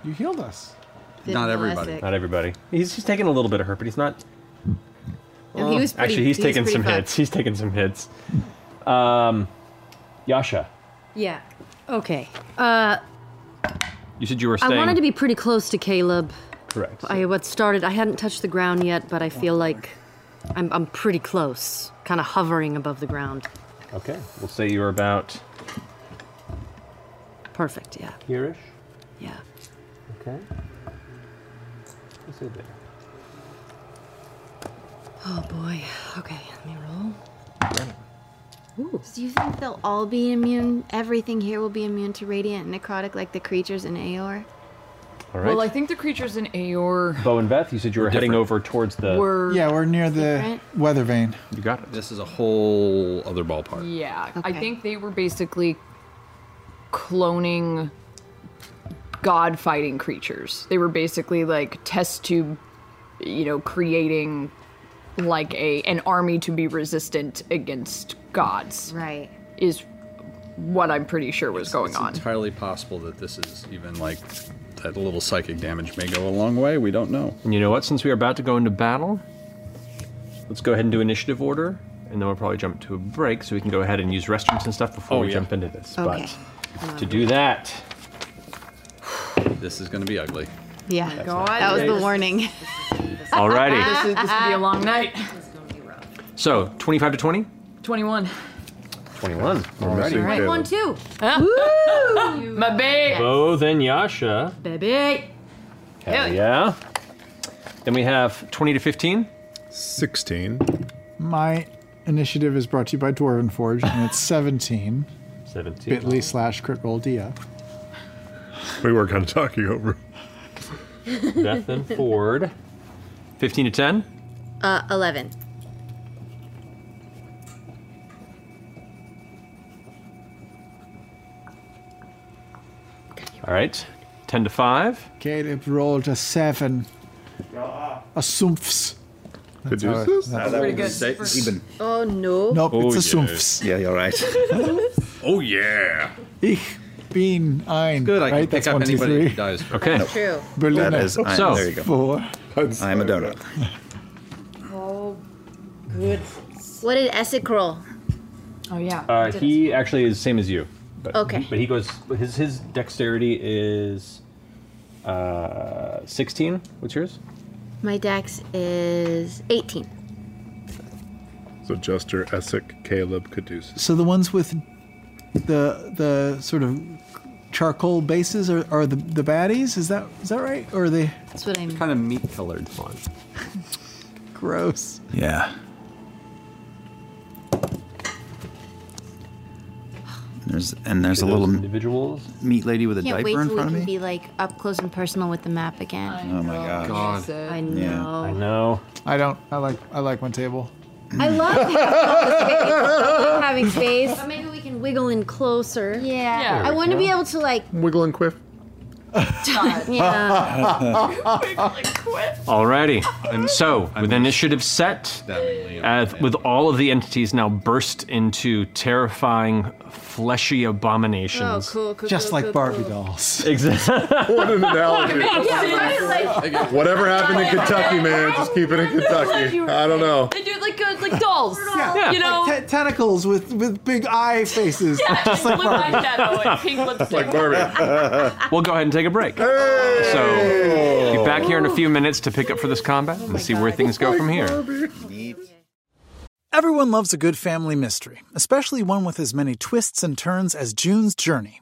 You healed us. e-
Not everybody. Essek.
Not everybody. He's, he's taking a little bit of hurt, but he's not.
No, he was pretty-
Actually, he's
he was
taking
pretty
some
fucked.
hits. He's taking some hits. Um, Yasha,
Yeah. Okay. Uh,
you said you were
I
staying.
wanted to be pretty close to Caleb.
Correct.
I what started. I hadn't touched the ground yet, but I feel like I'm I'm pretty close, kind of hovering above the ground.
Okay, we'll say you were about
Perfect. Yeah.
here-ish.
Yeah.
Okay. Let's see there.
Oh boy. Okay. Let me roll.
Do you think they'll all be immune? Everything here will be immune to radiant and necrotic, like the creatures in Aor.
All right.
Well, I think the creatures in Aor
Bo and Beth, you said you were heading over towards the.
were.
Yeah, we're near the weather vane.
You got it.
This is a whole other ballpark.
Yeah, I think they were basically cloning god fighting creatures. They were basically like test tube, you know, creating like a an army to be resistant against gods.
Right.
Is what I'm pretty sure was going
It's
on.
entirely possible that this is even like that little psychic damage may go a long way. We don't know.
And you know what? Since we are about to go into battle, let's go ahead and do initiative order, and then we'll probably jump to a break so we can go ahead and use restrooms and stuff before
Oh,
we
yeah.
jump into this.
Okay.
But to do that,
This is going to be ugly.
Yeah.
God.
That was the
Yes.
warning.
alrighty.
This is this could be a long night.
So 25 to 20?
21.
21.
All right.
Alrighty.
two. Woo! My babe.
Bo, then Yasha.
Baby.
Hell yeah. Then we have 20 to 15.
16.
My initiative is brought to you by Dwarven Forge, and it's 17.
17.
Bit.ly slash crit roll DF.
We were kind of talking over.
Beth and Ford. 15 to 10.
Uh, 11.
All right. 10 to 5.
Caleb rolled a seven. A sumpfs.
That's
how it- that's how it is.
Oh no.
Nope, it's a sumpfs.
Yeah, you're right.
oh yeah.
Ich bin ein.
Good, I can
right?
pick
That's
up
one, two,
anybody who
three.
dies.
Okay.
That's true.
Berliner.
That is- I-
so,
there you go.
Four.
I'm a donut.
Oh, good. What did Essek roll?
Oh yeah.
Uh, he actually is same as you. But,
Okay.
But he goes. His his dexterity is uh, 16. What's yours?
My dex is 18.
So Jester, Essek, Caleb, Caduceus.
So the ones with the the sort of charcoal bases are, are the, the baddies. Is that is that right? Or are they?
That's what I mean.
Kind of meat colored one.
Gross.
Yeah. There's and there's a little
individuals
meat lady with a
Can't wait
diaper in
till we
front of
can
me.
be like up close and personal with the map again.
Oh my gosh. God.
I know.
Yeah.
I
know.
I don't. I like I like my table.
I love having- having space.
But
maybe we can wiggle in closer. Yeah.
Yeah.
I want to be
Yeah.
able to like.
Wiggle and quiff.
yeah.
Alrighty. And so, with initiative set, uh, with all of the entities now burst into terrifying, fleshy
Oh,
Oh,
abominations.
cool, cool,
Just
cool,
like
cool,
Barbie dolls.
Exactly.
What an analogy.
Yeah,
Whatever happened in Kentucky, man, just keep it in Kentucky. I don't know.
They do it like uh, like dolls. You know.
Like te- tentacles with, with big eye faces.
Yeah,
just like
blue
Barbie.
eyeshadow and pink lipstick.
Barbie. we'll go ahead and take a break. So, be back here in a few minutes to pick up for this combat and see where things go from here.
Everyone loves a good family mystery, especially one with as many twists and turns as June's journey.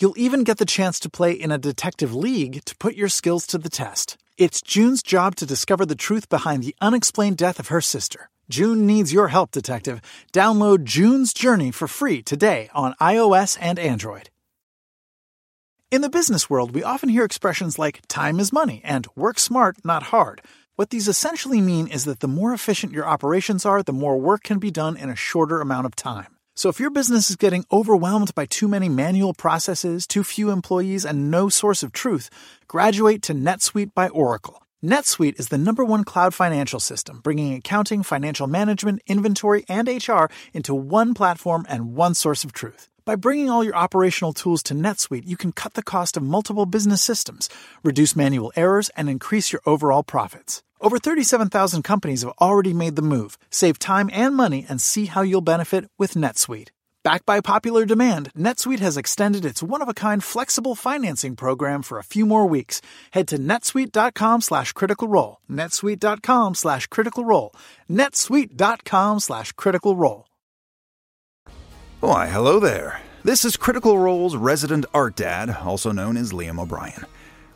You'll even get the chance to play in a detective league to put your skills to the test. It's June's job to discover the truth behind the unexplained death of her sister. June needs your help, detective. Download June's Journey for free today on iOS and Android. In the business world, we often hear expressions like time is money and work smart, not hard. What these essentially mean is that the more efficient your operations are, the more work can be done in a shorter amount of time. So if your business is getting overwhelmed by too many manual processes, too few employees, and no source of truth, graduate to NetSuite by Oracle. NetSuite is the number one cloud financial system, bringing accounting, financial management, inventory, and HR into one platform and one source of truth. By bringing all your operational tools to NetSuite, you can cut the cost of multiple business systems, reduce manual errors, and increase your overall profits. Over 37,000 companies have already made the move. Save time and money and see how you'll benefit with NetSuite. Backed by popular demand, NetSuite has extended its one-of-a-kind flexible financing program for a few more weeks. Head to netsuite.com slash critical role. netsuite.com slash critical role. netsuite.com slash critical role.
Why, hello there. This is Critical Role's resident art dad, also known as Liam O'Brien.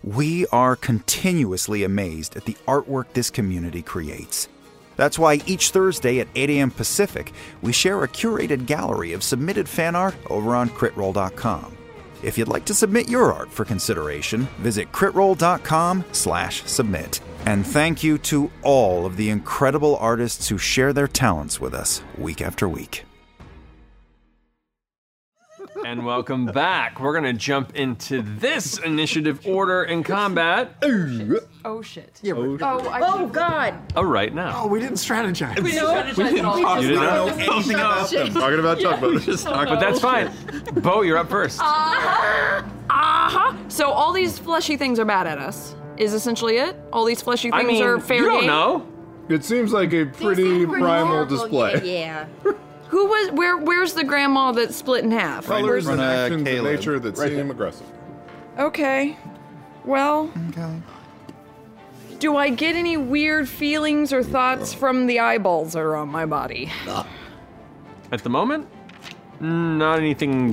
We are continuously amazed at the artwork this community creates. That's why each Thursday at 8 a.m. Pacific, we share a curated gallery of submitted fan art over on critroll.com. If you'd like to submit your art for consideration, visit critroll.com slash submit. And thank you to all of the incredible artists who share their talents with us week after week.
And welcome back. We're going to jump into this initiative order in combat.
Oh shit.
Yeah,
Oh,
Oh, I
oh God.
Oh, right now.
Oh, we didn't strategize.
We didn't strategize We didn't at all.
talk
We
to
just
them.
talked
You didn't know
about
anything
them.
about them.
Yeah.
We just talked- But that's fine. Bo, you're up first.
Uh-huh. Uh-huh. So all these fleshy things are mad at us. Is essentially it? All these fleshy things are fair game?
It seems like a pretty primal display.
Yeah. Who was where where's the grandma that split in half?
Colors and actions of
Caleb.
nature that
Right
seem
there.
aggressive.
Okay. Well. Do I get any weird feelings or thoughts from the eyeballs that are on my body?
At the moment?
Not anything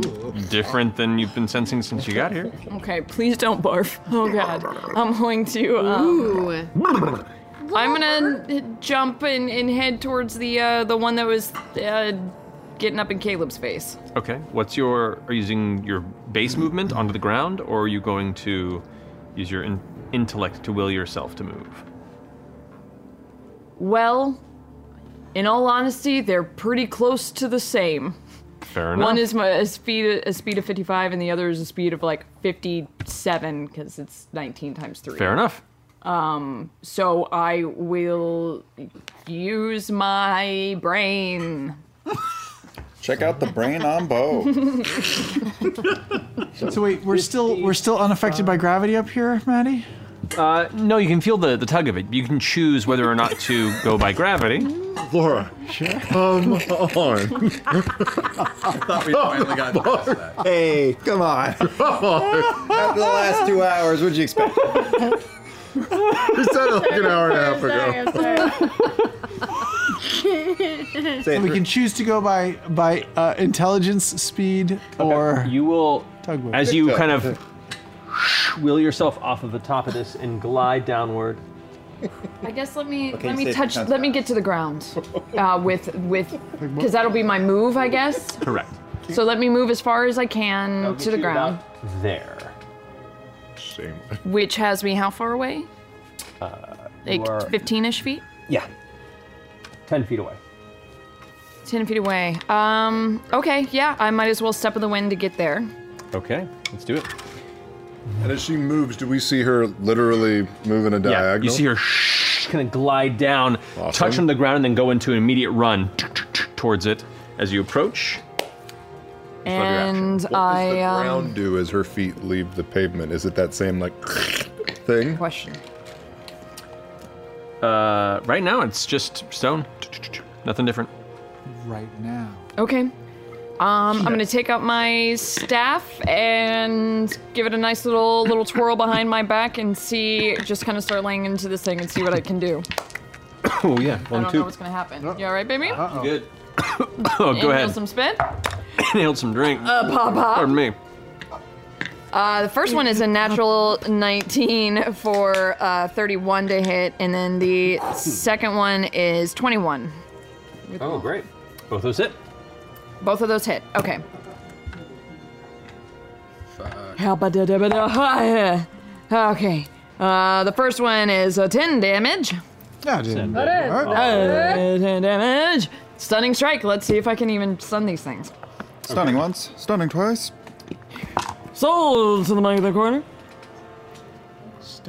different than you've been sensing since you got here.
Okay, please don't barf. Oh god. I'm going to um, I'm gonna jump and, and head towards the uh, the one that was uh, getting up in Caleb's face.
Okay. What's your? Are you using your base movement onto the ground, or are you going to use your in, intellect to will yourself to move?
Well, in all honesty, they're pretty close to the same.
Fair enough.
One is my, a speed a speed of 55, and the other is a speed of like 57 because it's 19 times three.
Fair enough.
Um, so I will use my brain.
Check out the brain on Bo.
So wait, we're still we're still unaffected by gravity up here, Maddie.
Uh, no, you can feel the, the tug of it. You can choose whether or not to go by gravity.
Laura, come on.
thought we
Oh.
finally got past that.
Hey, come on.
Come
Oh.
on. After the last two hours, what'd you expect?
We said it like an hour and a half ago.
Sorry, I'm sorry.
So we can choose to go by by uh, intelligence, speed, or
you will
tugboat.
as you kind of wheel yourself off of the top of this and glide downward.
I guess let me
Okay,
let
you
me
said
touch
touch
let me get to the ground uh, with with because that'll be my move, I guess.
Correct.
So let me move as far as I can to the ground,
There.
Shame.
which has me how far away?
Uh, you
Like
are-
15-ish feet,
yeah. Ten feet away.
10 feet away. Um, okay, yeah, I might as well step in the wind to get there.
Okay, let's do it.
And as she moves, do we see her literally move in a diagonal?
You see her shh, kind of glide down, touch on the ground, and then go into an immediate run towards it as you approach.
And I um,
ground do as her feet leave the pavement? Is it that same like thing?
Question.
Uh, right now, it's just stone. Nothing different.
Right now.
okay. Um, I'm gonna take out my staff and give it a nice little little twirl behind my back and see, just kind of start laying into this thing and see what I can do.
Oh yeah,
I
one
don't
two.
know what's gonna happen. You all right, baby?
Good. oh, go
Inhale
ahead.
some spit.
Inhaled some drink.
Uh, pop, pop.
Pardon me.
Uh, the first one is a natural 19 for uh, 31 to hit, and then the second one is 21.
Oh, great. Both those hit.
Both of those hit. Okay. Okay. Uh, the first one is a 10 damage.
Yeah,
dude.
That is.
Uh, 10 damage. Stunning strike. Let's see if I can even stun these things.
Stunning once, stunning twice.
Sold to the mic of the corner.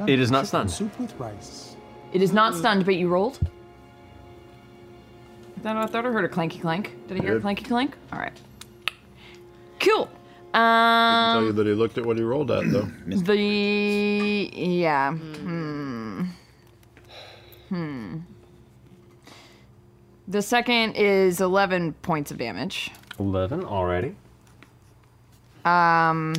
It is not stunned.
Soup with rice.
It is not stunned, but you rolled. Then I thought I heard a clanky clank. Did I hear a
Good.
clanky clank? All right. Cool.
I tell you
Um,
that he looked at what he rolled at though.
Um,
the yeah. Hmm. Hmm. The second is eleven points of damage.
11 already.
Um.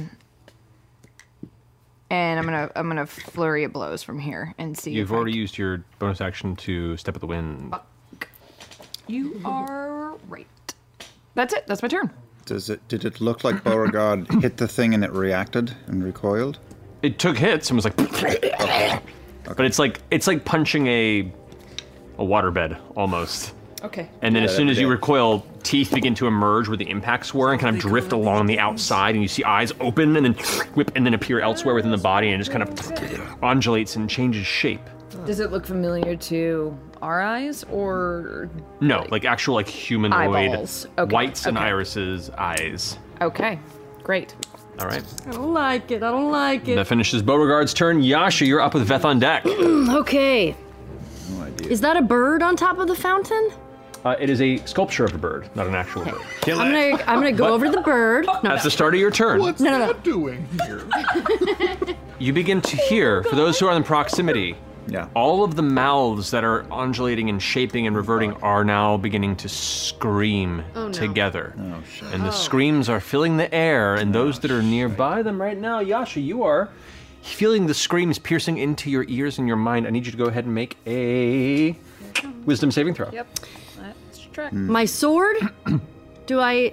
And I'm gonna I'm gonna flurry of blows from here and see.
You've
if I-
already used your bonus action to step at the
Uh,
wind.
you are right. That's it. That's my turn.
Does it? Did it look like Beauregard hit the thing and it reacted and recoiled?
It took hits and was like, but it's like it's like punching a a waterbed almost.
Okay.
And then as soon as you recoil, teeth begin to emerge where the impacts were and kind of drift along the outside, and you see eyes open and then whip and then appear elsewhere within the body, and it just kind of undulates and changes shape.
Does it look familiar to our eyes or
No, like actual like humanoid
Eyeballs. Okay,
whites and
okay.
irises eyes.
Okay. Great.
All right.
I don't like it. I don't like it.
That finishes Beauregard's turn. Yasha, you're up with Veth on deck.
Mm, okay. Is that a bird on top of the fountain?
Uh, it is a sculpture of a bird, not an actual bird.
I'm gonna I'm gonna go
But
over to the bird. No,
That's the start of your turn.
no, no, no.
doing here?
You begin to hear, for those who are in proximity, yeah. all of the mouths that are undulating and shaping and reverting are now beginning to scream
Oh, no.
together. Oh, shit. Oh, And the screams are filling the air, and those that are nearby them right now, Yasha, you are feeling the screams piercing into your ears and your mind. I need you to go ahead and make a wisdom saving throw.
Yep. That's
My sword? Do I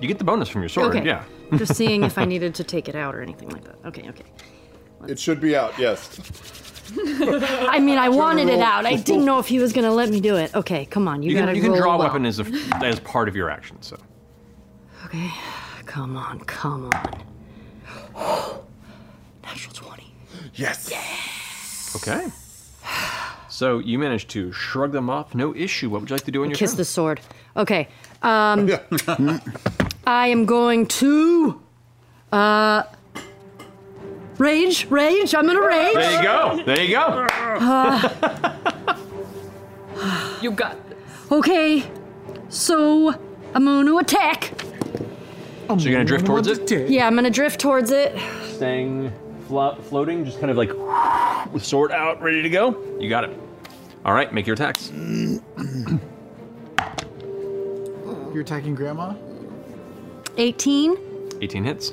You get the bonus from your sword.
Okay.
Yeah.
Just seeing if I needed to take it out or anything like that. Okay, okay.
It should be out, yes.
I mean, I wanted it out. I didn't know if he was going to let me do it. Okay, come on. You,
You,
gotta
can, you can
roll
draw a
well.
weapon as a, as part of your action. So
Okay, come on, come on. Natural 20.
Yes.
okay. So you managed to shrug them off, no issue. What would you like to do in your
Kiss
turn?
the sword. Okay. Um, I am going to. Uh, rage, rage. I'm going to rage.
There you go. There you go.
Ah. you got Okay, so I'm going to attack.
So you're gonna drift towards it.
Yeah, I'm going to drift towards it.
Staying flo- floating, just kind of like with sword out, ready to go. You got it. All right, make your attacks.
You're attacking Grandma?
18.
18 hits.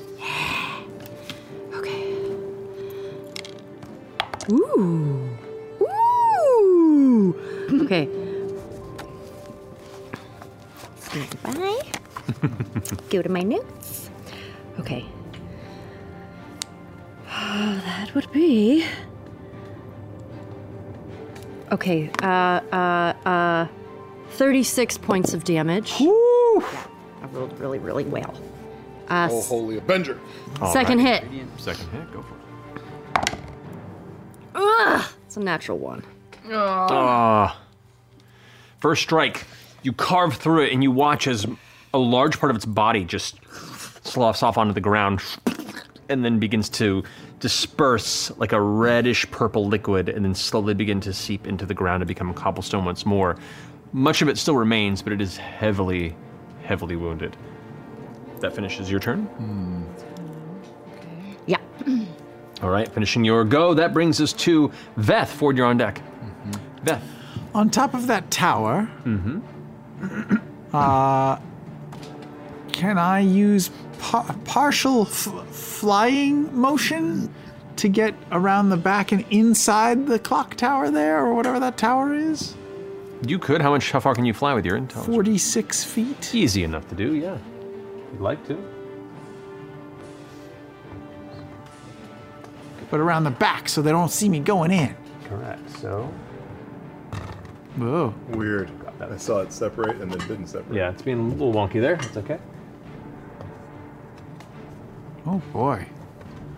Ooh. Ooh. Okay. Stand by. Go to my notes. Okay. Ah, that would be. Okay. Uh, uh, uh, 36 points of damage. Woo! I rolled really, really well. Uh,
oh, holy Avenger.
All Second right. hit.
Second hit, go for it.
Ugh! It's a natural one.
Ah. First strike. You carve through it and you watch as a large part of its body just sloughs off onto the ground and then begins to disperse like a reddish purple liquid and then slowly begin to seep into the ground and become cobblestone once more. Much of it still remains, but it is heavily, heavily wounded. That finishes your turn.
Yeah.
All right, finishing your go. That brings us to Veth. Ford, you're on deck. Veth.
On top of that tower,
Mm-hmm.
uh, can I use par- partial f- flying motion to get around the back and inside the clock tower there, or whatever that tower is?
You could. How much? How far can you fly with your intelligence?
Forty-six feet.
Easy enough to do, yeah. You'd like to.
But around the back, so they don't see me going in.
Correct. So.
Whoa.
Weird. I saw it separate and then didn't separate.
Yeah, it's being a little wonky there. It's okay.
Oh boy.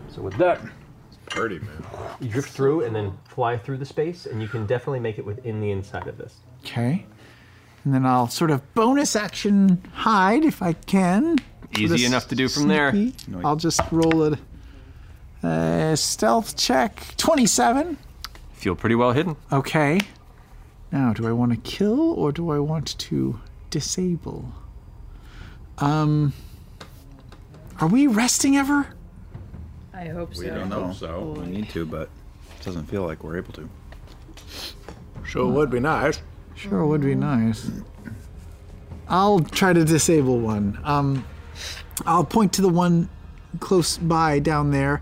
So with that,
It's pretty, man.
you drift through and then fly through the space, and you can definitely make it within the inside of this.
Okay. And then I'll sort of bonus action hide if I can.
Easy
Sort of
enough to do from there.
sneaky.
Nice.
I'll just roll a, a stealth check. 27.
Feel pretty well hidden.
Okay. Now, do I want to kill or do I want to disable? Um. Are we resting ever?
I hope so.
We don't know. So we need to, but it doesn't feel like we're able to.
Sure would be nice. Sure would be nice. I'll try to disable one. Um, I'll point to the one close by down there,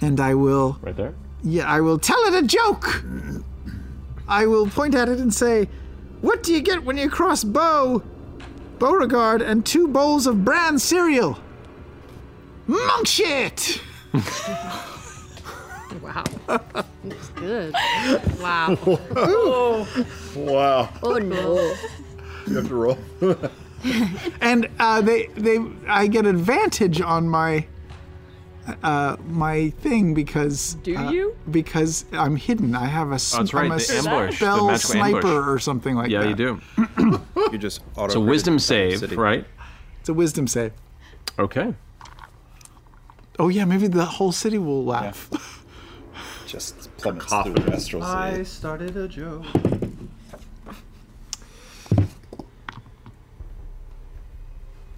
and I will.
Right there?
Yeah, I will tell it a joke! I will point at it and say, What do you get when you cross Bo, Beauregard, and two bowls of bran cereal? Monk shit!
Wow. Looks good. Wow.
Wow. wow.
Oh no.
You have to roll.
and uh, they they I get advantage on my uh, my thing because
Do
uh,
you?
because I'm hidden. I have a
Oh, that's right,
am a
the ambush, the
spell
magical
sniper
ambush.
or something like
yeah,
that.
you do.
you just
It's a wisdom save, right?
It's a wisdom save.
Okay.
Oh yeah, maybe the whole city will laugh.
Just plummets through the astral sea.
started a joke.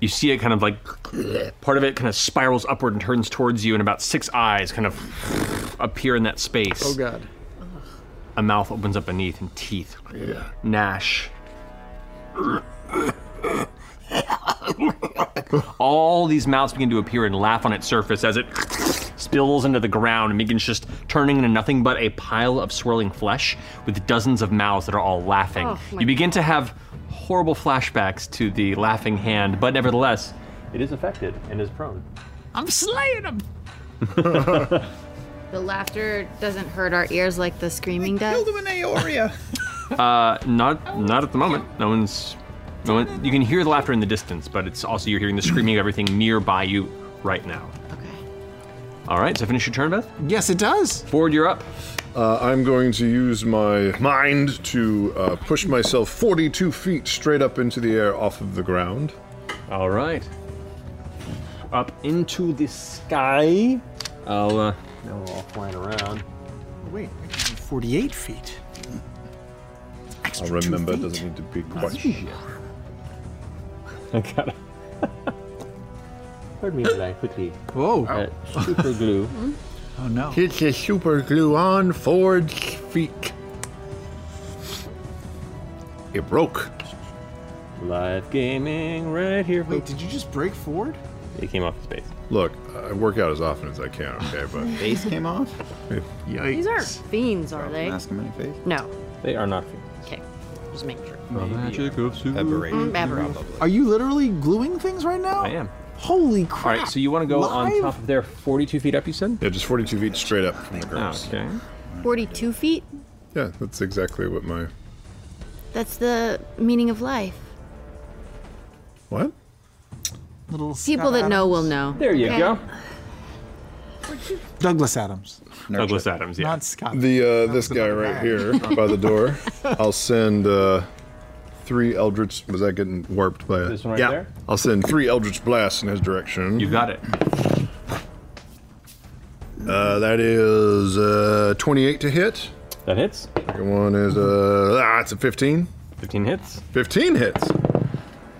You see it kind of like part of it kind of spirals upward and turns towards you, and about six eyes kind of appear in that space.
Oh god.
A mouth opens up beneath, and teeth gnash. All these mouths begin to appear and laugh on its surface as it spills into the ground and begins just turning into nothing but a pile of swirling flesh with dozens of mouths that are all laughing.
Oh, my
you begin to have horrible flashbacks to the laughing hand, but nevertheless, It is affected and is prone.
I'm slaying him.
The laughter doesn't hurt our ears like the screaming does. Killed
him in Aoria.
Uh, not not at the moment. No one's. No one, you can hear the laughter in the distance, but it's also you're hearing the screaming of everything nearby you right now. Okay. All right. So finish your turn, Beth.
Yes, it does.
Ford, you're up.
Uh, I'm going to use my mind to uh, push myself 42 feet straight up into the air off of the ground.
All right. Up into the sky. I'll. Uh, now we're all flying around.
Wait, I can do 48 feet.
I'll remember it doesn't need to be quite.
I got it. Pardon me, but I quickly.
Whoa!
super glue.
Oh no!
It's a super glue on Ford's feet. It broke.
Live gaming right here.
Wait, did you just break Ford?
It came off his base.
Look, I work out as often as I can, okay? But
Base came off?
Yikes!
These aren't fiends, are they?
him any faith.
No.
They are not.
Okay. Just make sure.
magic of super.
Mm, aberration.
Are you literally gluing things right now?
I am.
Holy
All
crap!
right. So you want to go on
Live?
top of there, 42 feet up? You said.
Yeah, just 42 feet straight up
Oh,
from the ground.
Okay.
42 feet?
Yeah, that's exactly what my.
That's the meaning of life.
What?
Little
People that know will know.
There you
Okay.
go.
Douglas Adams.
Douglas Adams. Yeah.
Not Scott.
The uh, this guy right here by the door. I'll send uh, three eldritch. Was that getting warped by? A,
This one right
yeah.
there?
I'll send three eldritch blasts in his direction. You
got it.
Uh, that is uh, 28 to hit.
That hits.
Second one is uh, ah, it's a 15.
15 hits.
15 hits.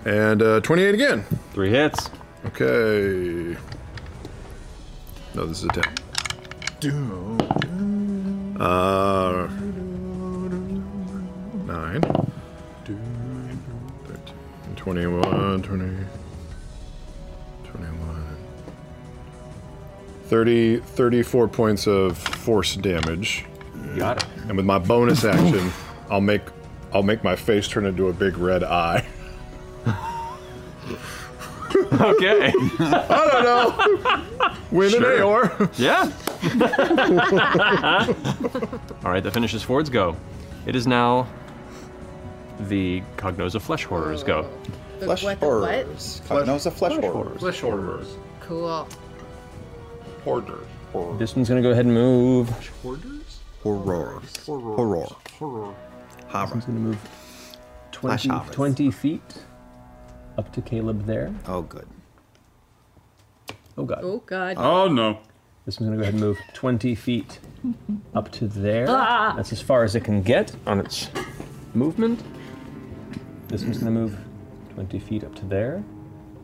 And uh, 28 again.
Three hits.
Okay. No, this is a 10. Uh, nine. 13, 21, 20, 21, 30, 34 points of force damage.
Got it.
And with my bonus action, I'll make I'll make my face turn into a big red eye.
okay.
I don't know. Win an
Sure.
Aor.
Yeah. All right, that finishes Ford's go. It is now the Cognosa Flesh Horror's go.
The
Flesh
what, the what?
horrors. Flesh, no, it's a flesh, horrors.
Flesh horrors.
Cool.
Hoarders.
This one's gonna go ahead and move.
Hoarders?
Horror.
Horror.
Horror.
Horror.
This one's gonna move
Flash
20,
hover.
20 feet up to Caleb there.
Oh, good.
Oh god.
Oh god.
no. This one's gonna go ahead and move 20 feet up to there.
Ah.
That's as far as it can get on its movement. This one's gonna move 20 feet up to there.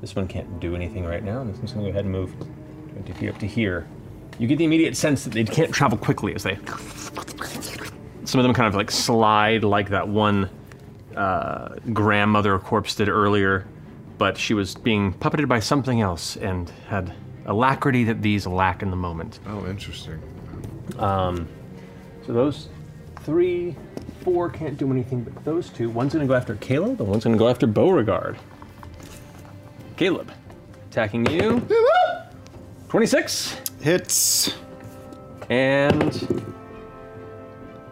This one can't do anything right now, and this one's gonna go ahead and move 20 feet up to here. You get the immediate sense that they can't travel quickly as they. Some of them kind of like slide like that one uh, grandmother corpse did earlier, but she was being puppeted by something else and had alacrity that these lack in the moment.
Oh, interesting.
Um, so those three, four can't do anything, but those two. One's going to go after Caleb, and one's going to go after Beauregard. Caleb, attacking you. 26.
Hits.
And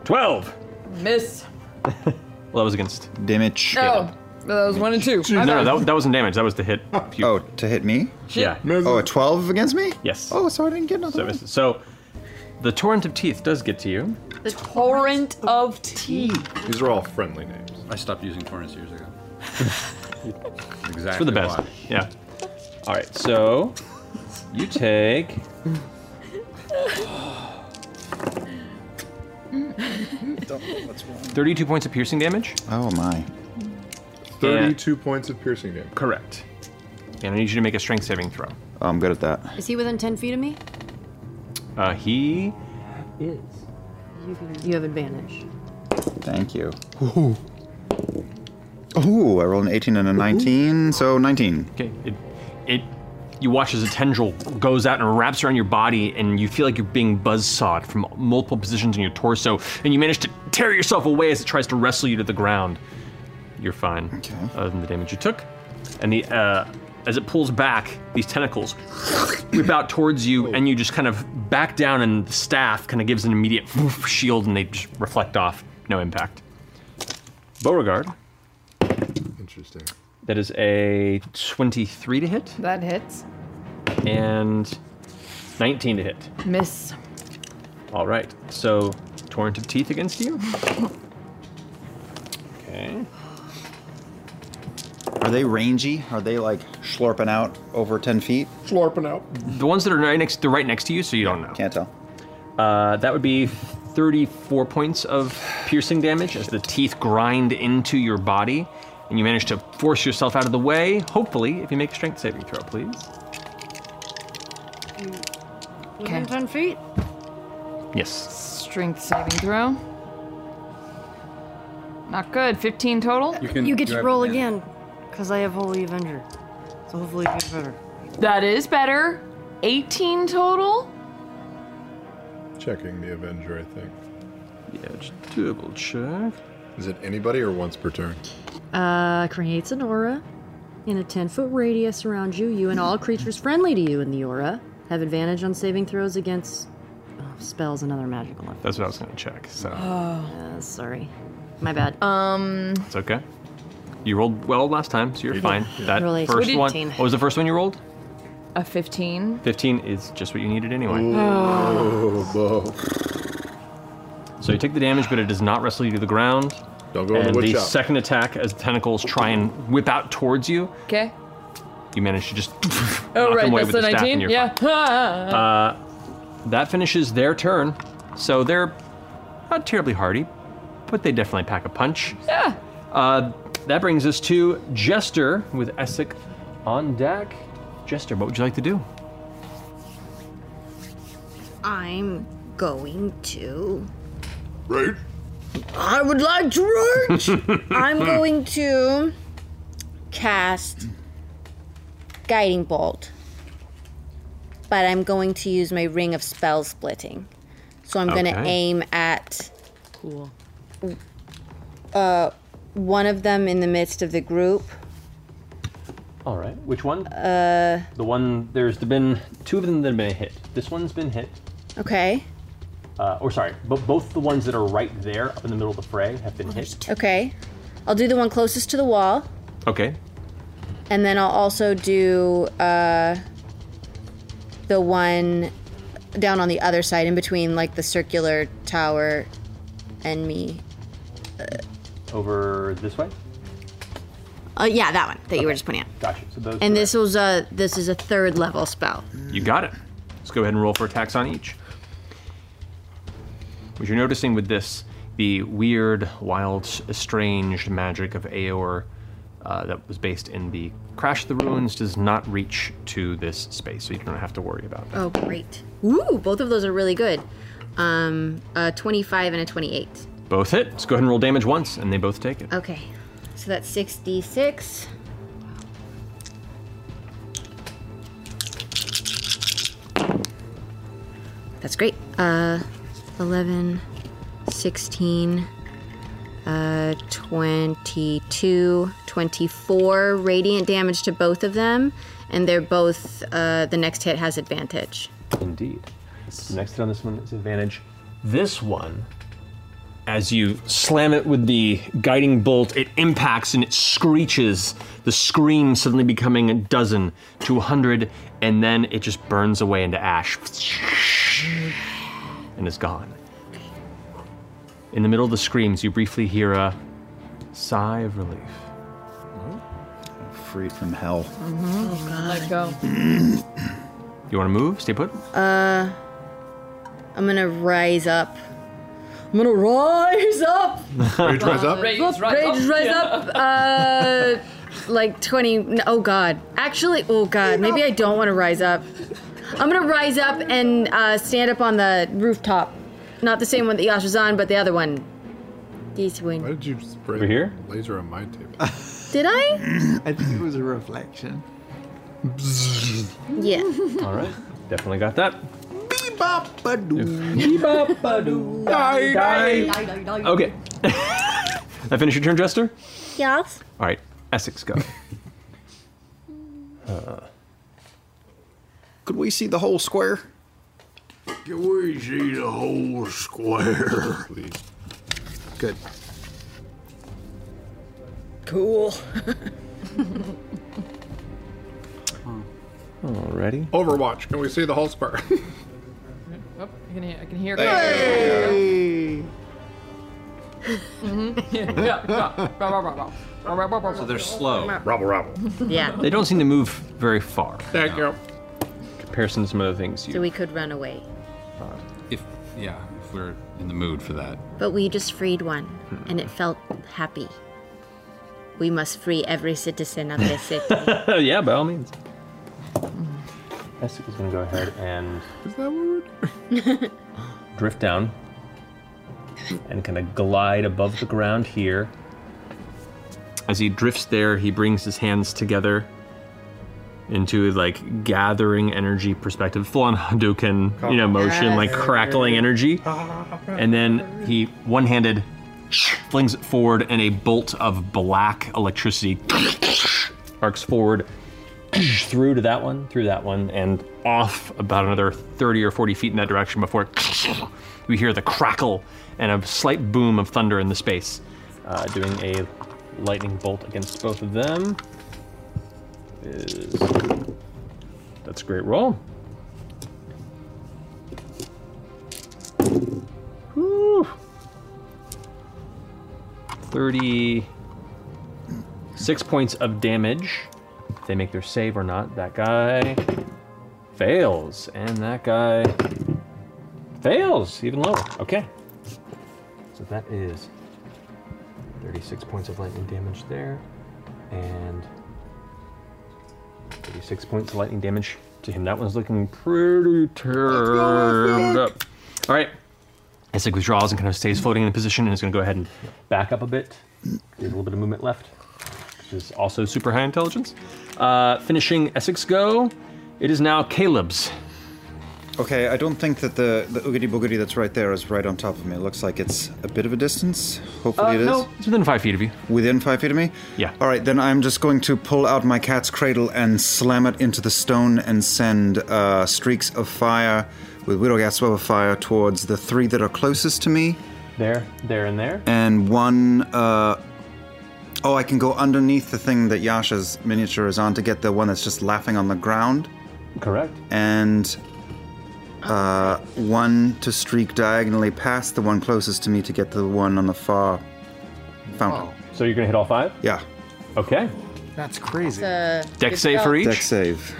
12.
Miss.
Well, that was against
damage.
Oh, that was one and two.
No,
My
no,
bad.
that, that wasn't damage. That was the hit.
Oh, to hit me?
Yeah.
Oh, a 12 against me?
Yes.
Oh, so I didn't get another
So,
one.
miss- so the torrent of teeth does get to you.
The torrent of tea.
These are all friendly names.
I stopped using torrents years ago. exactly.
It's for the best. Yeah. All right. So you take
What's wrong?
32 points of piercing damage.
Oh my.
32 points of piercing damage.
Correct. And I need you to make a strength saving throw.
Oh, I'm good at that.
Is he within 10 feet of me?
Uh, he
Is. You, can- you have advantage.
Thank you. Ooh. Ooh, I rolled an 18 and a 19, so 19.
Okay. It, it, you watch as a tendril goes out and wraps around your body, and you feel like you're being buzzsawed from multiple positions in your torso, and you manage to tear yourself away as it tries to wrestle you to the ground. You're fine, other than the damage you took, and the uh, as it pulls back, these tentacles whip out towards you, and you just kind of back down, and the staff kind of gives an immediate shield, and they just reflect off. No impact. Beauregard.
Interesting.
That is a 23 to hit
That hits.
and 19 to hit.
Miss.
All right. So, torrent of teeth against you. Okay.
Are they rangy? Are they like slurping out over 10 feet?
Slurping out.
The ones that are right next, they're right next to you, so you don't know. Can't
tell.
Uh, that would be 34 points of piercing damage as the teeth grind into your body, and you manage to force yourself out of the way. Hopefully, if you make a strength saving throw, please.
Within 10 feet.
Yes.
Strength saving throw. Not good. 15 total.
You, get to roll again, because I have Holy Avenger. So hopefully you get better.
That is better. 18 total.
Checking the Avenger, I think.
Yeah, just double check.
Is it anybody or once per turn?
Uh, creates an aura in a 10 foot radius around you. You and all creatures friendly to you in the aura have advantage on saving throws against oh, spells and other magical effects.
That's what I was going to check. So
Uh, sorry. My bad.
Um.
it's okay. You rolled well last time, so you're fine. That
Really? We
first
did
one.
18.
What was the first one you rolled?
A 15.
15 is just what you needed anyway.
Oh.
So you take the damage, but it does not wrestle you to the ground. Don't
go in
and
the wood
the
shop.
second attack, as tentacles try and whip out towards you,
Okay.
you manage to just
Oh,
knock
right.
them away
That's
with
the
the staff,
19.
and you're
Yeah.
fine. Uh, that finishes their turn. So they're not terribly hardy, but they definitely pack a punch.
yeah.
Uh, that brings us to Jester with Essek on deck. Jester, what would you like to do?
I'm going to.
Right?
I would like to rage! I'm going to cast Guiding Bolt. But I'm going to use my Ring of Spell Splitting. So I'm going to
Okay.
aim at
Cool.
uh, one of them in the midst of the group.
All right. Which one?
Uh,
The one, there's been two of them that have been hit. This one's been hit.
okay.
Uh, or sorry, but both the ones that are right there up in the middle of the fray have
Oh,
been hit.
Okay. I'll do the one closest to the wall.
Okay.
And then I'll also do uh, the one down on the other side, in between like the circular tower and me.
Over this way?
Uh, yeah, that one that you were just pointing out.
Gotcha. So those
And this was a this is a third level spell.
You got it. Let's go ahead and roll for attacks on each. What you're noticing with this, the weird, wild, estranged magic of Aeor uh, that was based in the Crash of the Ruins does not reach to this space, so you don't have to worry about that.
Oh, great! Ooh, both of those are really good. Um, a twenty-five and a twenty-eight.
Both hit. Let's go ahead and roll damage once, and they both take it.
Okay, so that's sixty-six. That's great. Uh, 11, 16, uh, 22, 24 radiant damage to both of them, and they're both, uh, the next hit has advantage.
Indeed. Next hit on this one is advantage. This one, as you slam it with the guiding bolt, it impacts and it screeches, the scream suddenly becoming a dozen to a hundred, and then it just burns away into ash and is gone. In the middle of the screams, you briefly hear a sigh of relief.
Freed from hell.
Let go.
You want to move? Stay put?
Uh, I'm gonna rise up. I'm gonna rise up!
Rage rise up?
Rage,
Rage
rise,
rise up.
up!
Yeah.
Uh, like 20. no, Oh god. Actually, oh god. Maybe I don't wanna rise up. I'm gonna rise up and uh, stand up on the rooftop. Not the same one that Yash was on, but the other one. These one.
Why did you spray
Over here?
laser on my table?
Did I?
I think it was a reflection.
Yeah.
All right. Definitely got that.
Bebop badoo.
Bebop badoo. Die, die. Okay. that finish your turn, Jester?
Yes.
All right, Essex, go.
Uh,
Could we see the whole square?
Can we see the whole square?
Good.
Cool.
Alrighty.
Overwatch. Can we see the whole square?
Oh, I can hear. I can hear.
Hey!
Mhm. Yeah, yeah, yeah. Bah, bah, bah, bah. Bah, bah, bah, bah,
So
bah.
they're slow.
Robble, robble.
Yeah.
They don't seem to move very far.
Thank you.
Comparison to some other things you
So we could run away.
thought.
If yeah, if we're in the mood for that.
But we just freed one, and it felt happy. We must free every citizen of this city.
yeah, by all means. Essex is going to go ahead and
Is that word?
drift down and kind of glide above the ground here. As he drifts there, he brings his hands together into like gathering energy perspective, full on Hadouken, you know, motion, like crackling energy. And then he one handed flings it forward, and a bolt of black electricity arcs forward through to that one, through that one, and off about another 30 or 40 feet in that direction before it we hear the crackle and a slight boom of thunder in the space, uh, doing a lightning bolt against both of them. Is that's a great roll. Whew. 36 points of damage. If they make their save or not, that guy fails. And that guy fails, even lower. Okay. So that is 36 points of lightning damage there. And 36 points of lightning damage to him. That one's looking pretty turned up. All right. Essek withdraws and kind of stays floating in the position and is going to go ahead and back up a bit. There's a little bit of movement left, which is also super high intelligence. Uh, finishing Essex go, it is now Caleb's.
Okay, I don't think that the, the oogity boogity that's right there is right on top of me. It looks like it's a bit of a distance. Hopefully
Uh,
it is.
no, it's within five feet of you.
Within five feet of me?
Yeah.
All right, then I'm just going to pull out my cat's cradle and slam it into the stone and send uh, streaks of fire with Widow Gas Web of Fire towards the three that are closest to me.
There, there, and there.
And one. Uh, oh, I can go underneath the thing that Yasha's miniature is on to get the one that's just laughing on the ground.
Correct.
And uh, one to streak diagonally past the one closest to me to get to the one on the far fountain.
So you're going to hit all five?
Yeah.
Okay.
That's crazy.
Deck save for each?
Deck save.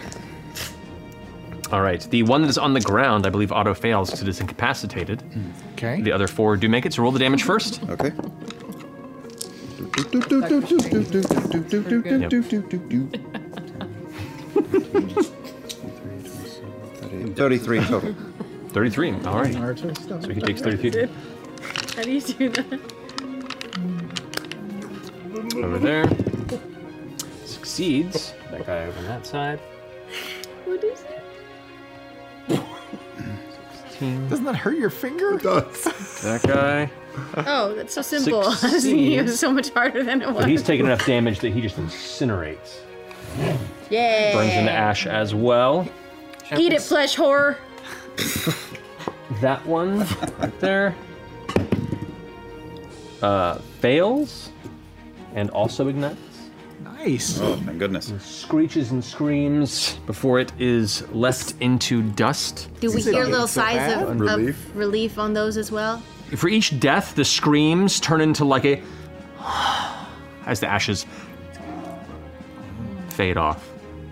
All right. The one that is on the ground, I believe, auto fails because it is incapacitated.
Okay.
The other four do make it, so roll the damage first.
Okay. Thirty-three total.
33, all right. So he takes 30 feet
How do you do that?
over there. Succeeds. That guy over on that side.
What is it?
Doesn't that hurt your finger? It
does.
That guy.
Oh, that's so simple. I was thinking it was so much harder than it was.
But he's taken enough damage that he just incinerates.
Yeah.
Burns into ash as well.
Eat it, flesh horror.
That one right there uh, fails and also ignites.
Nice.
Oh, thank goodness.
screeches and screams before it is left into dust.
Do we hear little sighs of, of relief on those as well?
For each death, the screams turn into like a. as the ashes fade off.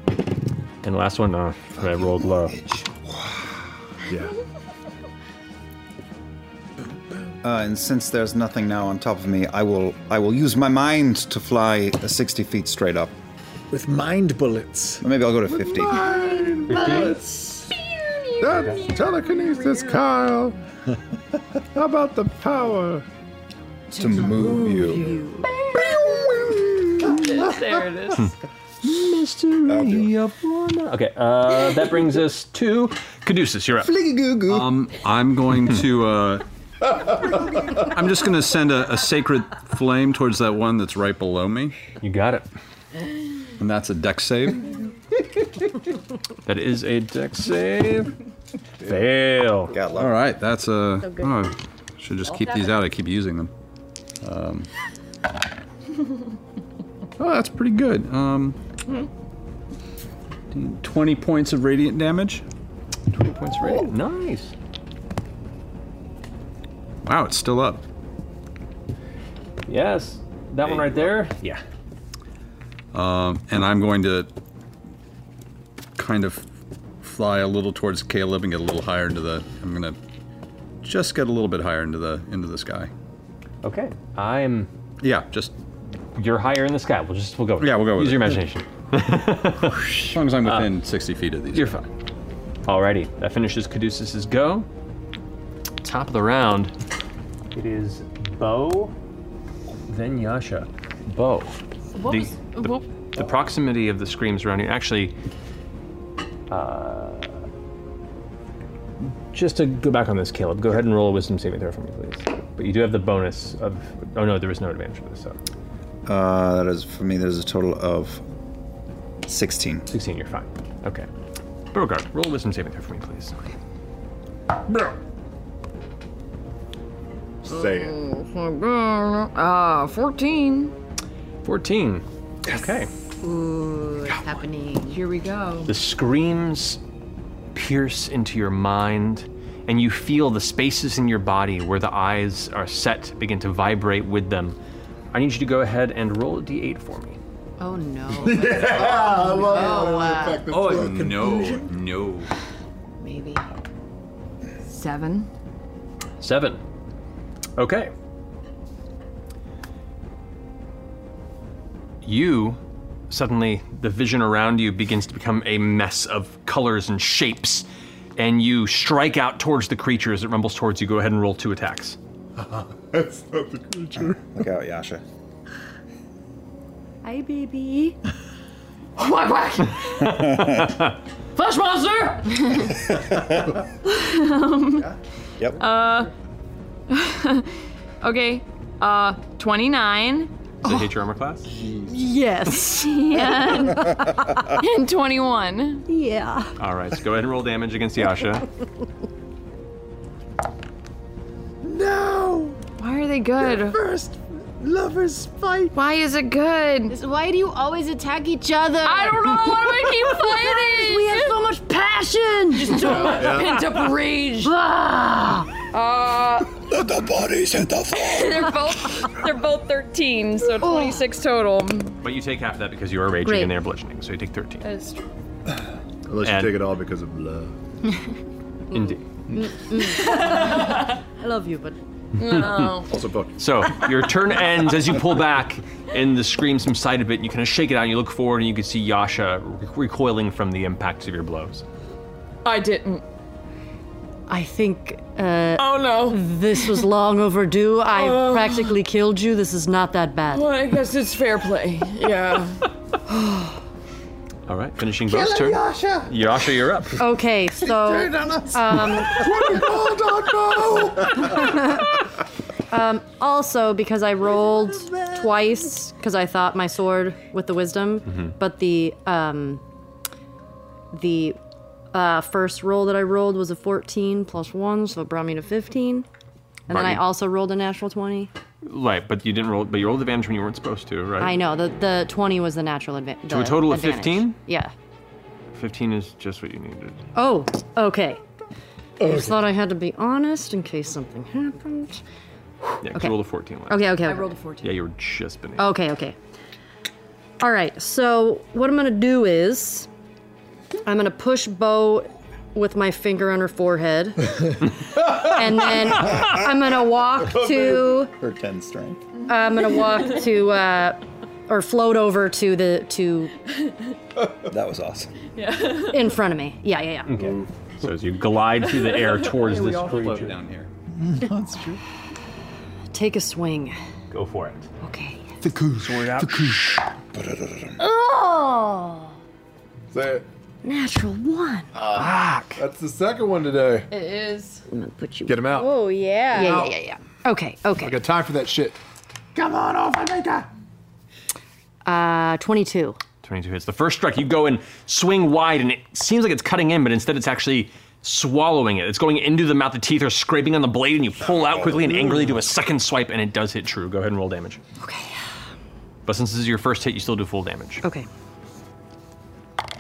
And the last one, uh, I rolled low.
Yeah. Uh, and since there's nothing now on top of me, I will I will use my mind to fly uh, 60 feet straight up.
With mind bullets.
Or maybe I'll go to 50.
That's telekinesis, Kyle. How about the power
to move
you?
there it is.
Mystery of one. Okay, uh, that brings us to Caduceus. You're up.
Um, I'm going to. Uh, I'm just going to send a, a sacred flame towards that one that's right below me.
You got it.
And that's a deck save.
That is a dex save.
Fail.
Got
All right, that's
So
a. Uh,
good.
oh, I should just keep these out. I keep using them. Um, oh, that's pretty good. Um, 20 points of radiant damage. 20 points of radiant.
Nice.
Wow, it's still up.
Yes. That one right there. Yeah.
Um, and I'm going to kind of fly a little towards Caleb and get a little higher into the. I'm gonna just get a little bit higher into the into the sky.
Okay. I'm.
Yeah, just.
You're higher in the sky. We'll just we'll go.
Yeah, we'll go. With
Use your
it.
imagination. Uh,
as long as I'm within 60 feet of these.
You're fine. Alrighty. That finishes Caduceus's go. Top of the round. It is Bo, then Yasha. Bo.
What
the,
was-
the-
what-
the proximity of the screams around you actually. Uh, just to go back on this, Caleb, go ahead and roll a wisdom saving throw for me, please. But you do have the bonus of. Oh no, there is no advantage for this. So.
Uh, that is for me. There's a total of sixteen.
Sixteen. You're fine. Okay. Beauregard, roll a wisdom saving throw for me, please.
Say it.
Oh, Uh, 14.
14. Okay.
Ooh, it's happening.
Here we go.
The screams pierce into your mind, and you feel the spaces in your body where the eyes are set begin to vibrate with them. I need you to go ahead and roll a d8 for me.
Oh no.
I love it.
Oh, wow.
Affect this
Oh,
little
no,
confusion.
no.
Maybe.
Seven.
Seven. Okay. You suddenly, the vision around you begins to become a mess of colors and shapes, and you strike out towards the creature as it rumbles towards you. Go ahead and roll two attacks.
That's not the creature.
Look out, Yasha.
Hi, baby.
Whack, whack! Flesh monster!
um,
Yep.
Uh, okay. Uh, 29.
Does it hit your armor class?
Yes. And, and 21.
Yeah.
All right, so go ahead and roll damage against Yasha.
No! Why are they good? first lover's fight. Why is it good?
Why do you always attack each other? I
don't know. Why do I keep fighting?
We have so much passion.
Just so much Yeah. pent-up rage.
Uh,
the bodies hit the floor.
they're both they're both 13, so 26 total.
But you take half of that because you are raging
Great.
and they're bludgeoning, so you take 13.
That's true.
Unless you take it all because of love. Indeed.
I love you, but no.
Also So your turn ends as you pull back, and the screams subside a bit. And you kind of shake it out. And you look forward, and you can see Yasha re- recoiling from the impacts of your blows.
I didn't.
I think. Uh, oh no! This was long overdue. I
Oh.
practically killed you. This is not that bad.
Well, I guess it's fair play. Yeah.
All right, finishing
Kill
Bo's
him,
turn.
Yasha! Oh.
Yasha, you're up.
Okay, so
turned on us.
um,
Hold on,
um, also because I rolled twice because I thought my sword with the wisdom,
Mm-hmm.
Mhm.
but the um, the uh, first roll that I rolled was a 14 plus one, so it brought me to 15, and
Brought
then I
you-
also rolled a natural 20.
Right, but you didn't roll. But you rolled advantage when you weren't supposed to, right?
I know the the 20 was the natural advantage.
To a total of 15?
Yeah.
Fifteen is just what you needed.
Oh, okay. I
Okay.
just thought I had to be honest in case something happened.
Yeah, 'cause
Okay.
you rolled a fourteen. last
Okay,
time.
okay, I okay. rolled a 14.
Yeah, you were just beneath.
Okay, okay. All right, so what I'm gonna do is I'm gonna push Bo with my finger on her forehead, and then I'm gonna walk to uh,
her ten strength.
I'm gonna walk to uh, or float over to the to
That was awesome.
yeah. in front of me. Yeah, yeah, yeah.
Okay. So as you glide through the air towards
Yeah, we
this
all float
creature
down
here,
Mm-hmm. That's true. Take a swing.
go for it.
Okay.
The Sword out.
Oh.
Say it.
Natural one.
That's the second one today.
It is.
I'm gonna put you.
Get him out.
Oh
Yeah,
yeah.
yeah, yeah, yeah. Okay, okay.
I got time for that shit. Come on over, Mika.
Uh, 22.
22 hits. The first strike, you go and swing wide, and it seems like it's cutting in, but instead it's actually swallowing it. It's going into the mouth. The teeth are scraping on the blade, and you pull out quickly and angrily do a second swipe, and it does hit true. Go ahead and roll damage. Okay. But since this is your first hit, you still do full damage.
Okay. Uh,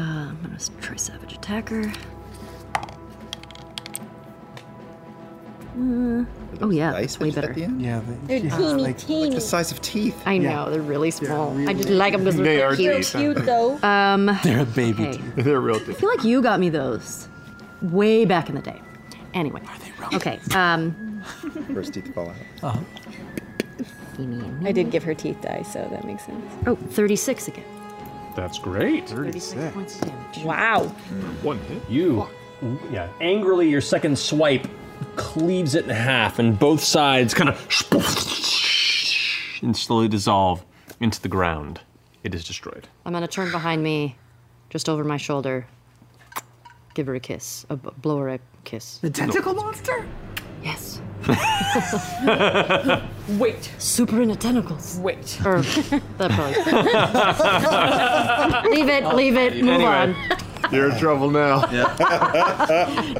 I'm gonna s- try Savage Attacker. Uh, oh yeah, that's way better.
Yeah,
They're teeny,
the
teeny.
size of teeth.
I know they're really small. I just
really
like them because
They
they're
are
so cute.
teeth. So cute,
though. Um,
They're baby
okay.
teeth. They're real
I feel like you got me those way back in the day. Anyway, are they wrong? Okay. Um,
First teeth fall out.
Uh-huh. I did give her teeth dye, so that makes sense.
oh, 36 again.
That's great.
36 points of damage.
Wow. One hit. You, yeah, angrily, your second swipe cleaves it in half, and both sides kind of and slowly dissolve into the ground. It is destroyed.
I'm gonna turn behind me, just over my shoulder. Give her a kiss, a b- blow her a kiss.
The tentacle
monster. Yes.
Wait.
Super Er. into tentacles.
Wait.
Or that probably. leave it. Leave it. Move on.
You're in trouble now.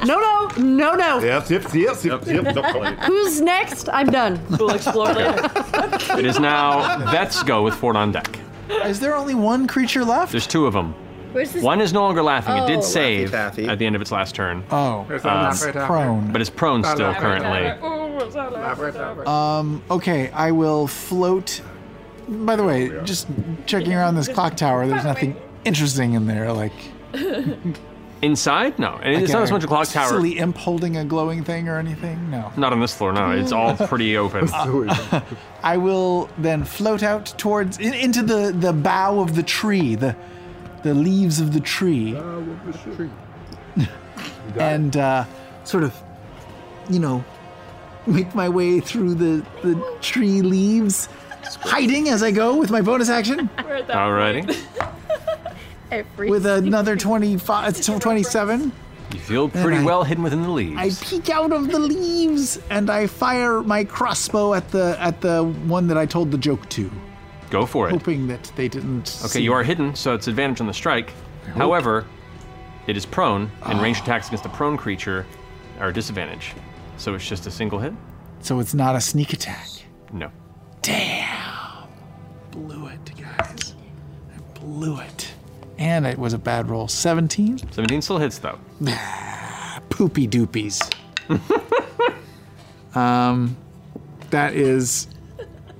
No, no, no, no.
Yep, yep, yep, yep, yep. Nope.
Who's next? I'm done.
We'll explore later.
It is now Vets go with Fort on deck.
Is there only one creature left?
There's two of them.
Where's this-
One is no longer laughing. it
Oh.
did save at the end of its last turn.
Oh,
Um,
that's prone.
But it's prone still currently.
Um, okay, I will float. By the way, just checking around this clock tower, there's nothing interesting in there. Like,
Inside? No. And
like
it's not
a
as much a clock tower.
Silly imp holding a glowing thing or anything? No.
Not on this floor, no. It's all pretty open.
I will then float out towards in, into the the bough of the tree, the the leaves of the tree, and uh, sort of, you know, make my way through the the tree leaves, hiding as I go with my bonus action
Alrighty.
Every
with another 25 to 27.
You feel pretty well hidden within the leaves.
I peek out of the leaves and I fire my crossbow at the at the one that I told the joke to,
Go for it.
hoping that they didn't.
Okay,
Oh, see
you are hidden, so it's advantage on the strike. However, it is prone, and ranged attacks against a prone creature are a disadvantage. So it's just a single hit?
So it's not a sneak attack.
No.
Blew it, guys. I blew it. And it was a bad roll. 17?
17 still hits, though.
Poopy doopies. um, that is.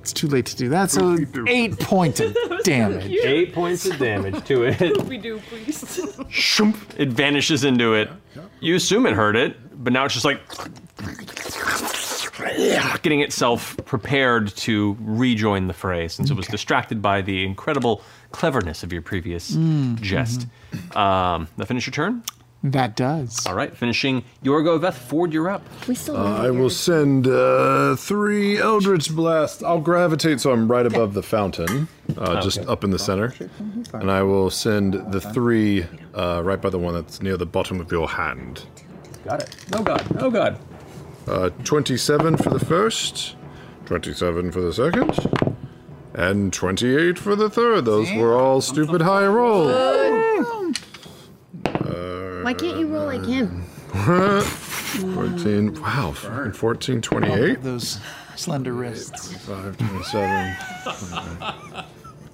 It's too late to do that. So eight points of damage.
Eight points of damage to it.
we do, please.
It vanishes into it. You assume it hurt it, but now it's just like getting itself prepared to rejoin the fray since it was distracted by the incredible cleverness of your previous
Mm-hmm.
Mm,
jest. Um, that finish your turn?
That does.
All right, finishing your go, Veth. Ford, you're up.
We still
Uh, I will send uh, three Eldritch Blasts. I'll gravitate so I'm right above the fountain, uh, just
Okay.
up in the center. And I will send the three uh, right by the one that's near the bottom of your hand.
Got it. Oh god, oh god.
Uh, 27 for the first, 27 for the second, and 28 for the third. Those were all stupid high rolls. Uh,
Why can't you roll like him?
14, wow, fucking 14, 28.
Those slender wrists.
5, 27.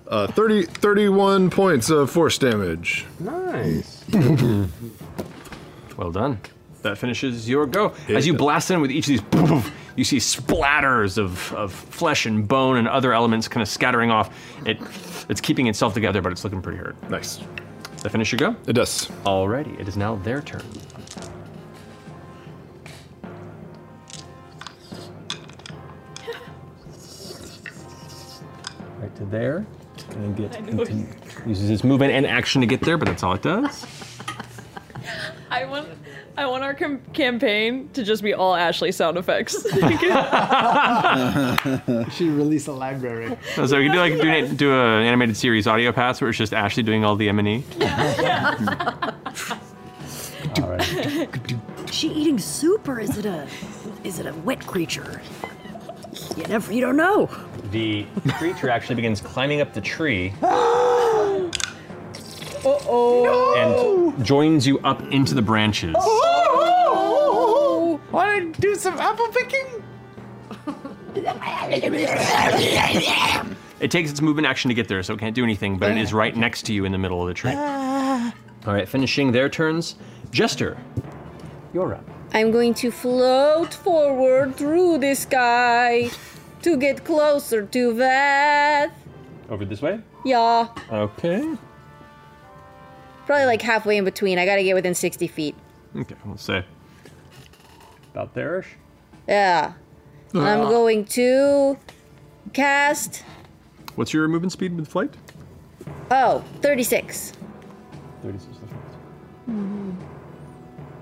Uh, 30, 31 points of force damage.
Nice. Well done. That finishes your go. As you blast in with each of these, poof, you see splatters of, of flesh and bone and other elements kind of scattering off. It It's keeping itself together, but it's looking pretty hurt.
Nice.
That finish your go?
It does.
Alrighty, it is now their turn. Right to there. And get continue. uses its movement and action to get there, but that's all it does.
I want, I want our com- campaign to just be all Ashley sound effects.
she released a library.
Oh, so we can do like do, an, do an animated series audio pass where it's just Ashley doing all the M and E.
She eating soup or is it a is it a wet creature? You never you don't know.
the creature actually begins climbing up the tree
oh.
and joins you up into the branches.
Want to do some apple picking?
It takes its movement action to get there, so it can't do anything, but it is right next to you in the middle of the tree. All right, finishing their turns. Jester, you're up.
I'm going to float forward through the sky to get closer to Veth.
Over this way.
Yeah,
Okay.
probably like halfway in between. I gotta get within 60 feet.
Okay, we'll say about there-ish.
Yeah. I'm
Ah.
going to cast.
What's your movement speed with flight?
Oh, 36.
36.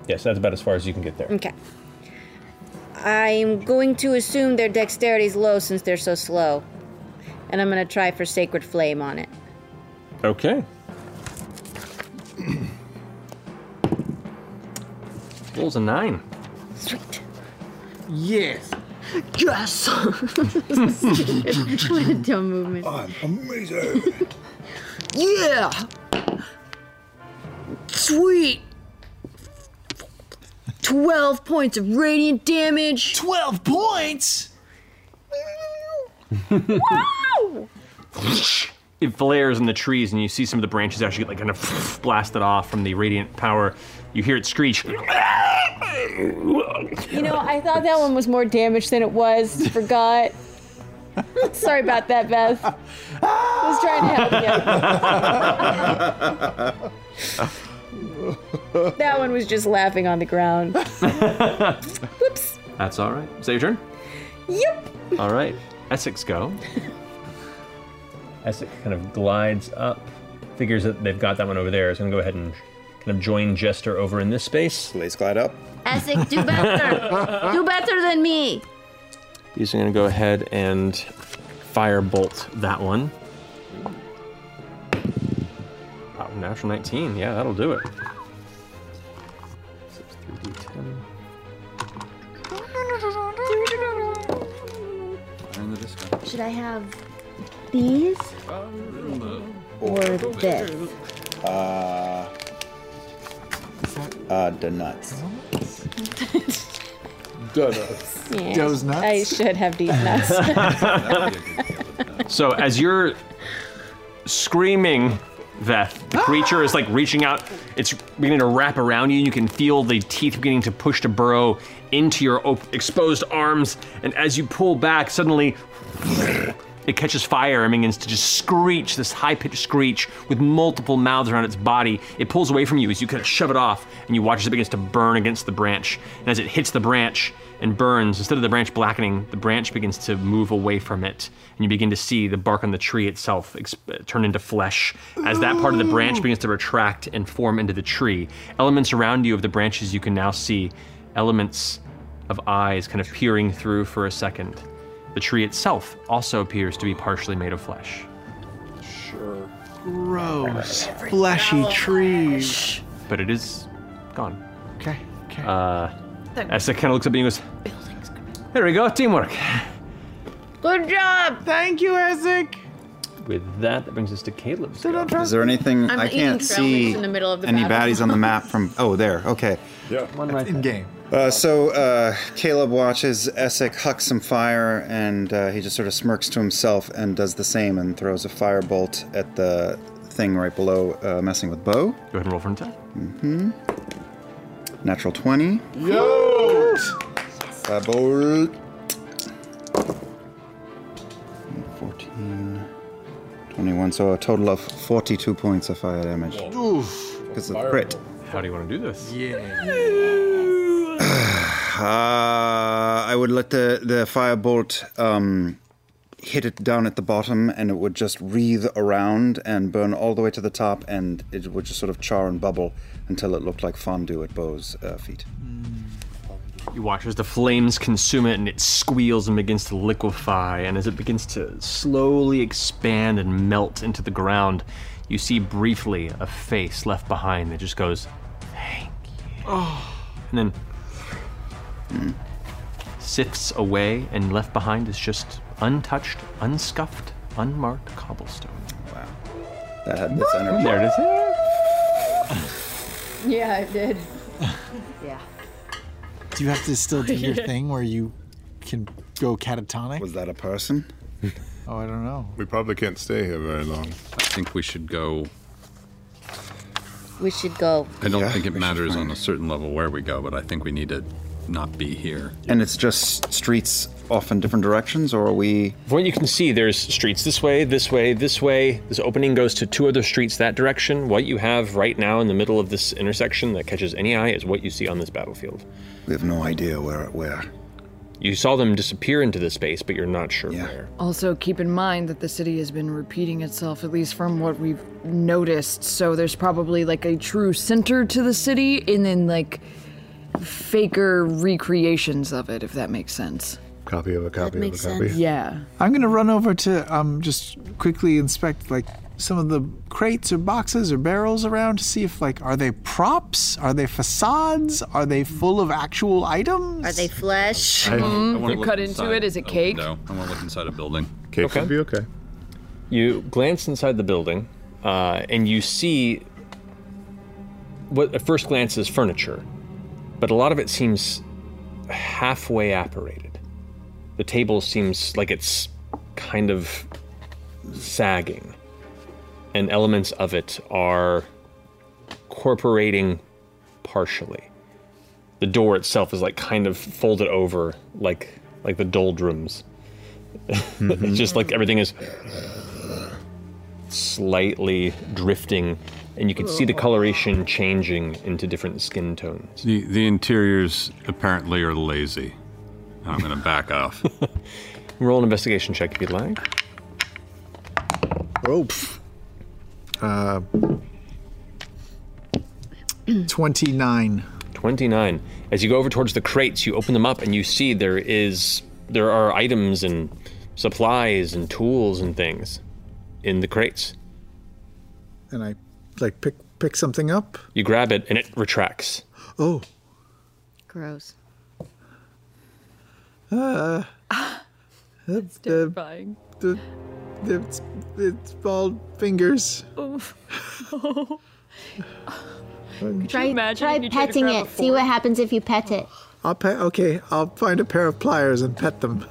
Yes, that's about as far as you can get there.
Okay. I'm going to assume their dexterity is low since they're so slow. And I'm gonna try for Sacred Flame on it.
Okay. Rolls a nine.
Sweet.
Yes.
Yes.
what a dumb movement.
I'm
amazing.
Yeah.
Sweet. 12 points of radiant damage.
12 points?
wow!
It flares in the trees, and you see some of the branches actually get like kind of blasted off from the radiant power. You hear it screech.
You know, I thought that one was more damage than it was. Forgot. Sorry about that, Beth. I was trying to help you.
That one was just laughing on the ground.
Whoops. That's all right. Is that your turn?
Yep.
All right. Essex go. Essex kind of glides up, figures that they've got that one over there. Is going to go ahead and kind of join Jester over in this space. Blaze glide up.
Essex, do better. do better than me.
He's going to go ahead and firebolt that one. Wow, natural 19. Yeah, that'll do it. Six, three, D, 10.
Should I have these or this?
Uh, uh, the nuts.
Donuts.
Yeah, I should have these nuts.
So as you're screaming, Veth, the creature is like reaching out. It's beginning to wrap around you. You can feel the teeth beginning to push to burrow into your op- exposed arms. And as you pull back, suddenly it catches fire and begins to just screech this high-pitched screech with multiple mouths around its body. It pulls away from you as you kind of shove it off, and you watch as it begins to burn against the branch. And as it hits the branch and burns, instead of the branch blackening, the branch begins to move away from it, and you begin to see the bark on the tree itself exp- turn into flesh as that part of the branch
Ooh.
begins to retract and form into the tree. Elements around you of the branches you can now see, elements of eyes kind of peering through for a second. The tree itself also appears to be partially made of flesh.
Sure. Gross, fleshy trees.
but it is gone.
Okay. Okay.
Uh,
Thank-
Essa kind of looks at me and goes, "There we go, teamwork."
Good job. Thank you, Isaac.
With that, that brings us to Caleb.
Is there anything
I'm
I
eating
can't see
brownies in the middle of the
any
battle.
baddies on the map from? Oh, there. Okay.
Yeah, one right
in
game.
Uh, so uh, Caleb watches Essek huck some fire, and uh, he just sort of smirks to himself and does the same and throws a firebolt at the thing right below, uh, messing with Bo. Go
ahead and roll for an attack.
hmm Natural twenty.
Yo!
Firebolt. Fourteen. Twenty-one. So a total of forty-two points of fire damage. Because of the crit.
How do you want to do this?
Yeah.
Uh, I would let the the firebolt um, hit it down at the bottom, and it would just wreathe around and burn all the way to the top, and it would just sort of char and bubble until it looked like fondue at Bo's uh, feet.
You watch as the flames consume it and it squeals and begins to liquefy. And as it begins to slowly expand and melt into the ground, you see briefly a face left behind that just goes,
Oh.
and then sifts away, and left behind is just
untouched, unscuffed, unmarked cobblestone. Wow.
That had this energy.
There it is.
Yeah, I did.
yeah.
Do you have to still do your thing where you can go catatonic?
Was that a person?
oh, I don't know.
We probably can't stay here very long. I
think we should go.
We should go.
I don't think it matters on a certain level where we go, but I think we need to not be here.
And it's just streets off in different directions, or are we?
From what you can see, there's streets this way, this way, this way. This opening goes to two other streets that direction. What you have right now in the middle of this intersection that catches any eye is what you see on this battlefield.
We have no idea where where.
You saw them disappear into the space, but you're not sure where.
Also, keep in mind that the city has been repeating itself, at least from what we've noticed. So there's probably like a true center to the city, and then like faker recreations of it, if that makes sense.
Copy of a copy
makes
of a copy.
sense. Yeah.
I'm gonna run over to um just quickly inspect like some of the crates or boxes or barrels around to see if like are they props? Are they facades? Are they full of actual items?
Are they flesh?
Mm-hmm.
I wanna look inside.
it
Oh, No, I want to look inside a building.
Cake should be okay.
You glance inside the building, uh, and you see what at first glance is furniture, but a lot of it seems halfway apparated. The table seems like it's kind of sagging, and elements of it are corporating partially. The door itself is like kind of folded over, like like the doldrums. it's just like everything is slightly drifting, and you can see the coloration changing into different skin tones.
The the interiors apparently are lazy. I'm gonna back off.
Roll an investigation check if you'd like.
Oh. pff. Uh, 29.
29. As you go over towards the crates, you open them up and you see there is there are items and supplies and tools and things in the crates.
And I like pick pick something up.
You grab it and it retracts.
Oh.
Gross.
Uh, That's
terrifying.
The, the, it's, it's bald fingers.
Oh.
Try,
imagine
try
if you tried to
petting
grab
it.
a
See what happens if you pet it.
I'll pet. Okay, I'll find a pair of pliers and pet them.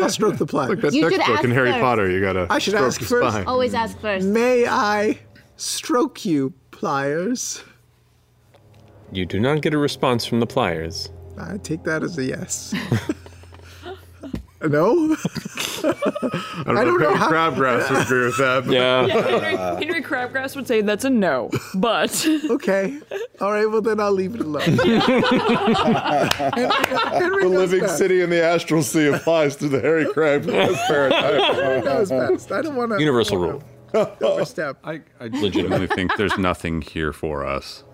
I'll stroke the pliers.
Like that textbook in Harry Potter, you gotta.
I should
stroke
ask
the
first.
spine.
ask first.
May I stroke you, pliers?
You do not get a response from the pliers.
I take that as a yes. no.
I
I don't know how-
Crabgrass would agree with that. but-
Yeah, Henry,
Uh,
Henry Crabgrass would say that's a no, but
okay, all right. Well, then I'll leave it alone.
the living
best.
city in the astral sea applies to the Harry Crabgrass
Henry knows
paradigm.
best. I don't want to.
Universal rule.
Overstep.
I, I legitimately think there's nothing here for us.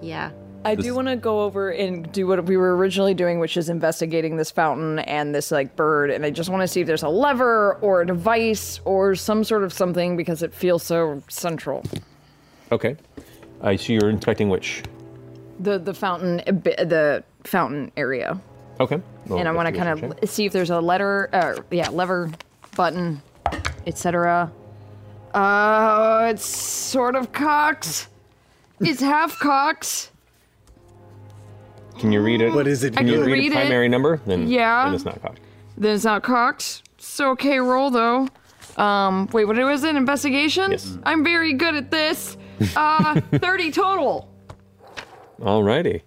Yeah.
I
This-
do want to go over and do what we were originally doing, which is investigating this fountain and this like bird. And I just want to see if there's a lever or a device or some sort of something because it feels so central.
Okay. I see you're inspecting which.
The the fountain a bit- the fountain area.
Okay.
and I want to kind of see if there's a letter, uh, yeah, lever, button, etc. Uh, it's sort of cocked. It's half cocked.
Can you read it? What
is
it
Can you
good?
read,
Read
a
it.
primary number? Then,
Yeah.
Then it's not cocked.
Then it's not cocked. It's an okay roll though. Um, wait, what was it? Investigation? Mm-hmm.
Yes.
I'm very good at this. Uh, 30 total.
Alrighty.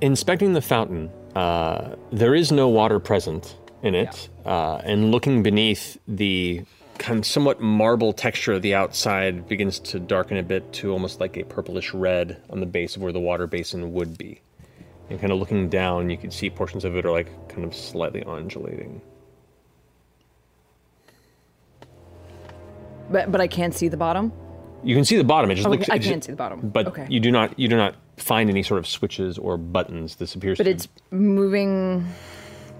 Inspecting the fountain, uh, there is no water present in it, uh, and looking beneath the kind of somewhat marble texture of the outside begins to darken a bit to almost like a purplish red on the base of where the water basin would be. And kind of looking down, you can see portions of it are like kind of slightly undulating.
But but I can't see the bottom.
You can see the bottom. It just
Oh,
looks.
I
it just-
can't see the bottom.
But
Okay.
you do not. You do not find any sort of switches or buttons. This appears.
But
to
it's moving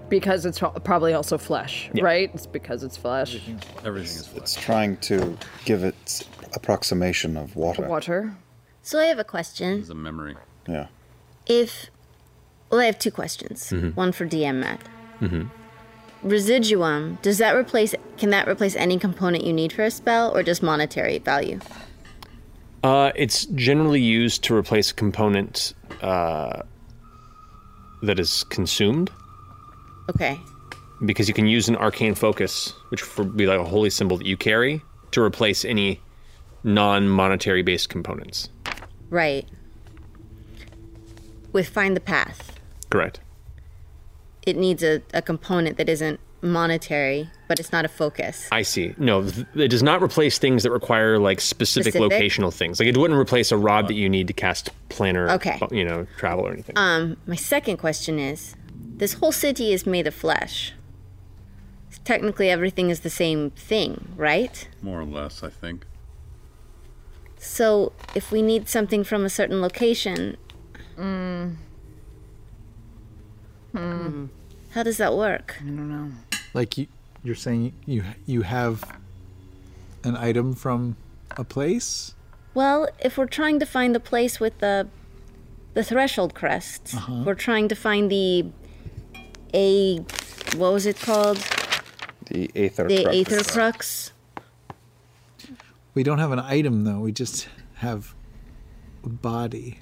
because it's pro- probably also flesh, right? It's because it's flesh.
Everything is
It's trying to give its approximation of water.
Water.
So I have a question.
It's a memory.
Yeah.
If Well, I have two questions.
Mhm.
One for DM Matt.
Mm-hmm.
Residuum, does that replace can that replace any component you need for a spell or just monetary value?
Uh, it's generally used to replace a component uh, that is consumed
Okay.
because you can use an arcane focus, which would be like a holy symbol that you carry, to replace any non-monetary based components.
Right. With find the path.
Correct.
It needs a, a component that isn't monetary, but it's not a focus.
I see. No, th- it does not replace things that require like specific,
Specific?
locational things. Like it wouldn't replace a rod that you need to cast planar,
Okay.
you know, travel or anything.
Um, my second question is this whole city is made of flesh. Technically, everything is the same thing, right?
More or less, I think.
So, if we need something from a certain location,
Mm. Hmm.
how does that work?
I don't know.
Like you, you're saying you you have an item from a place.
Well, if we're trying to find the place with the the threshold crest,
Uh-huh.
we're trying to find the a what was it called?
The Aether
the
Crux.
aether crux.
We don't have an item though. We just have a body.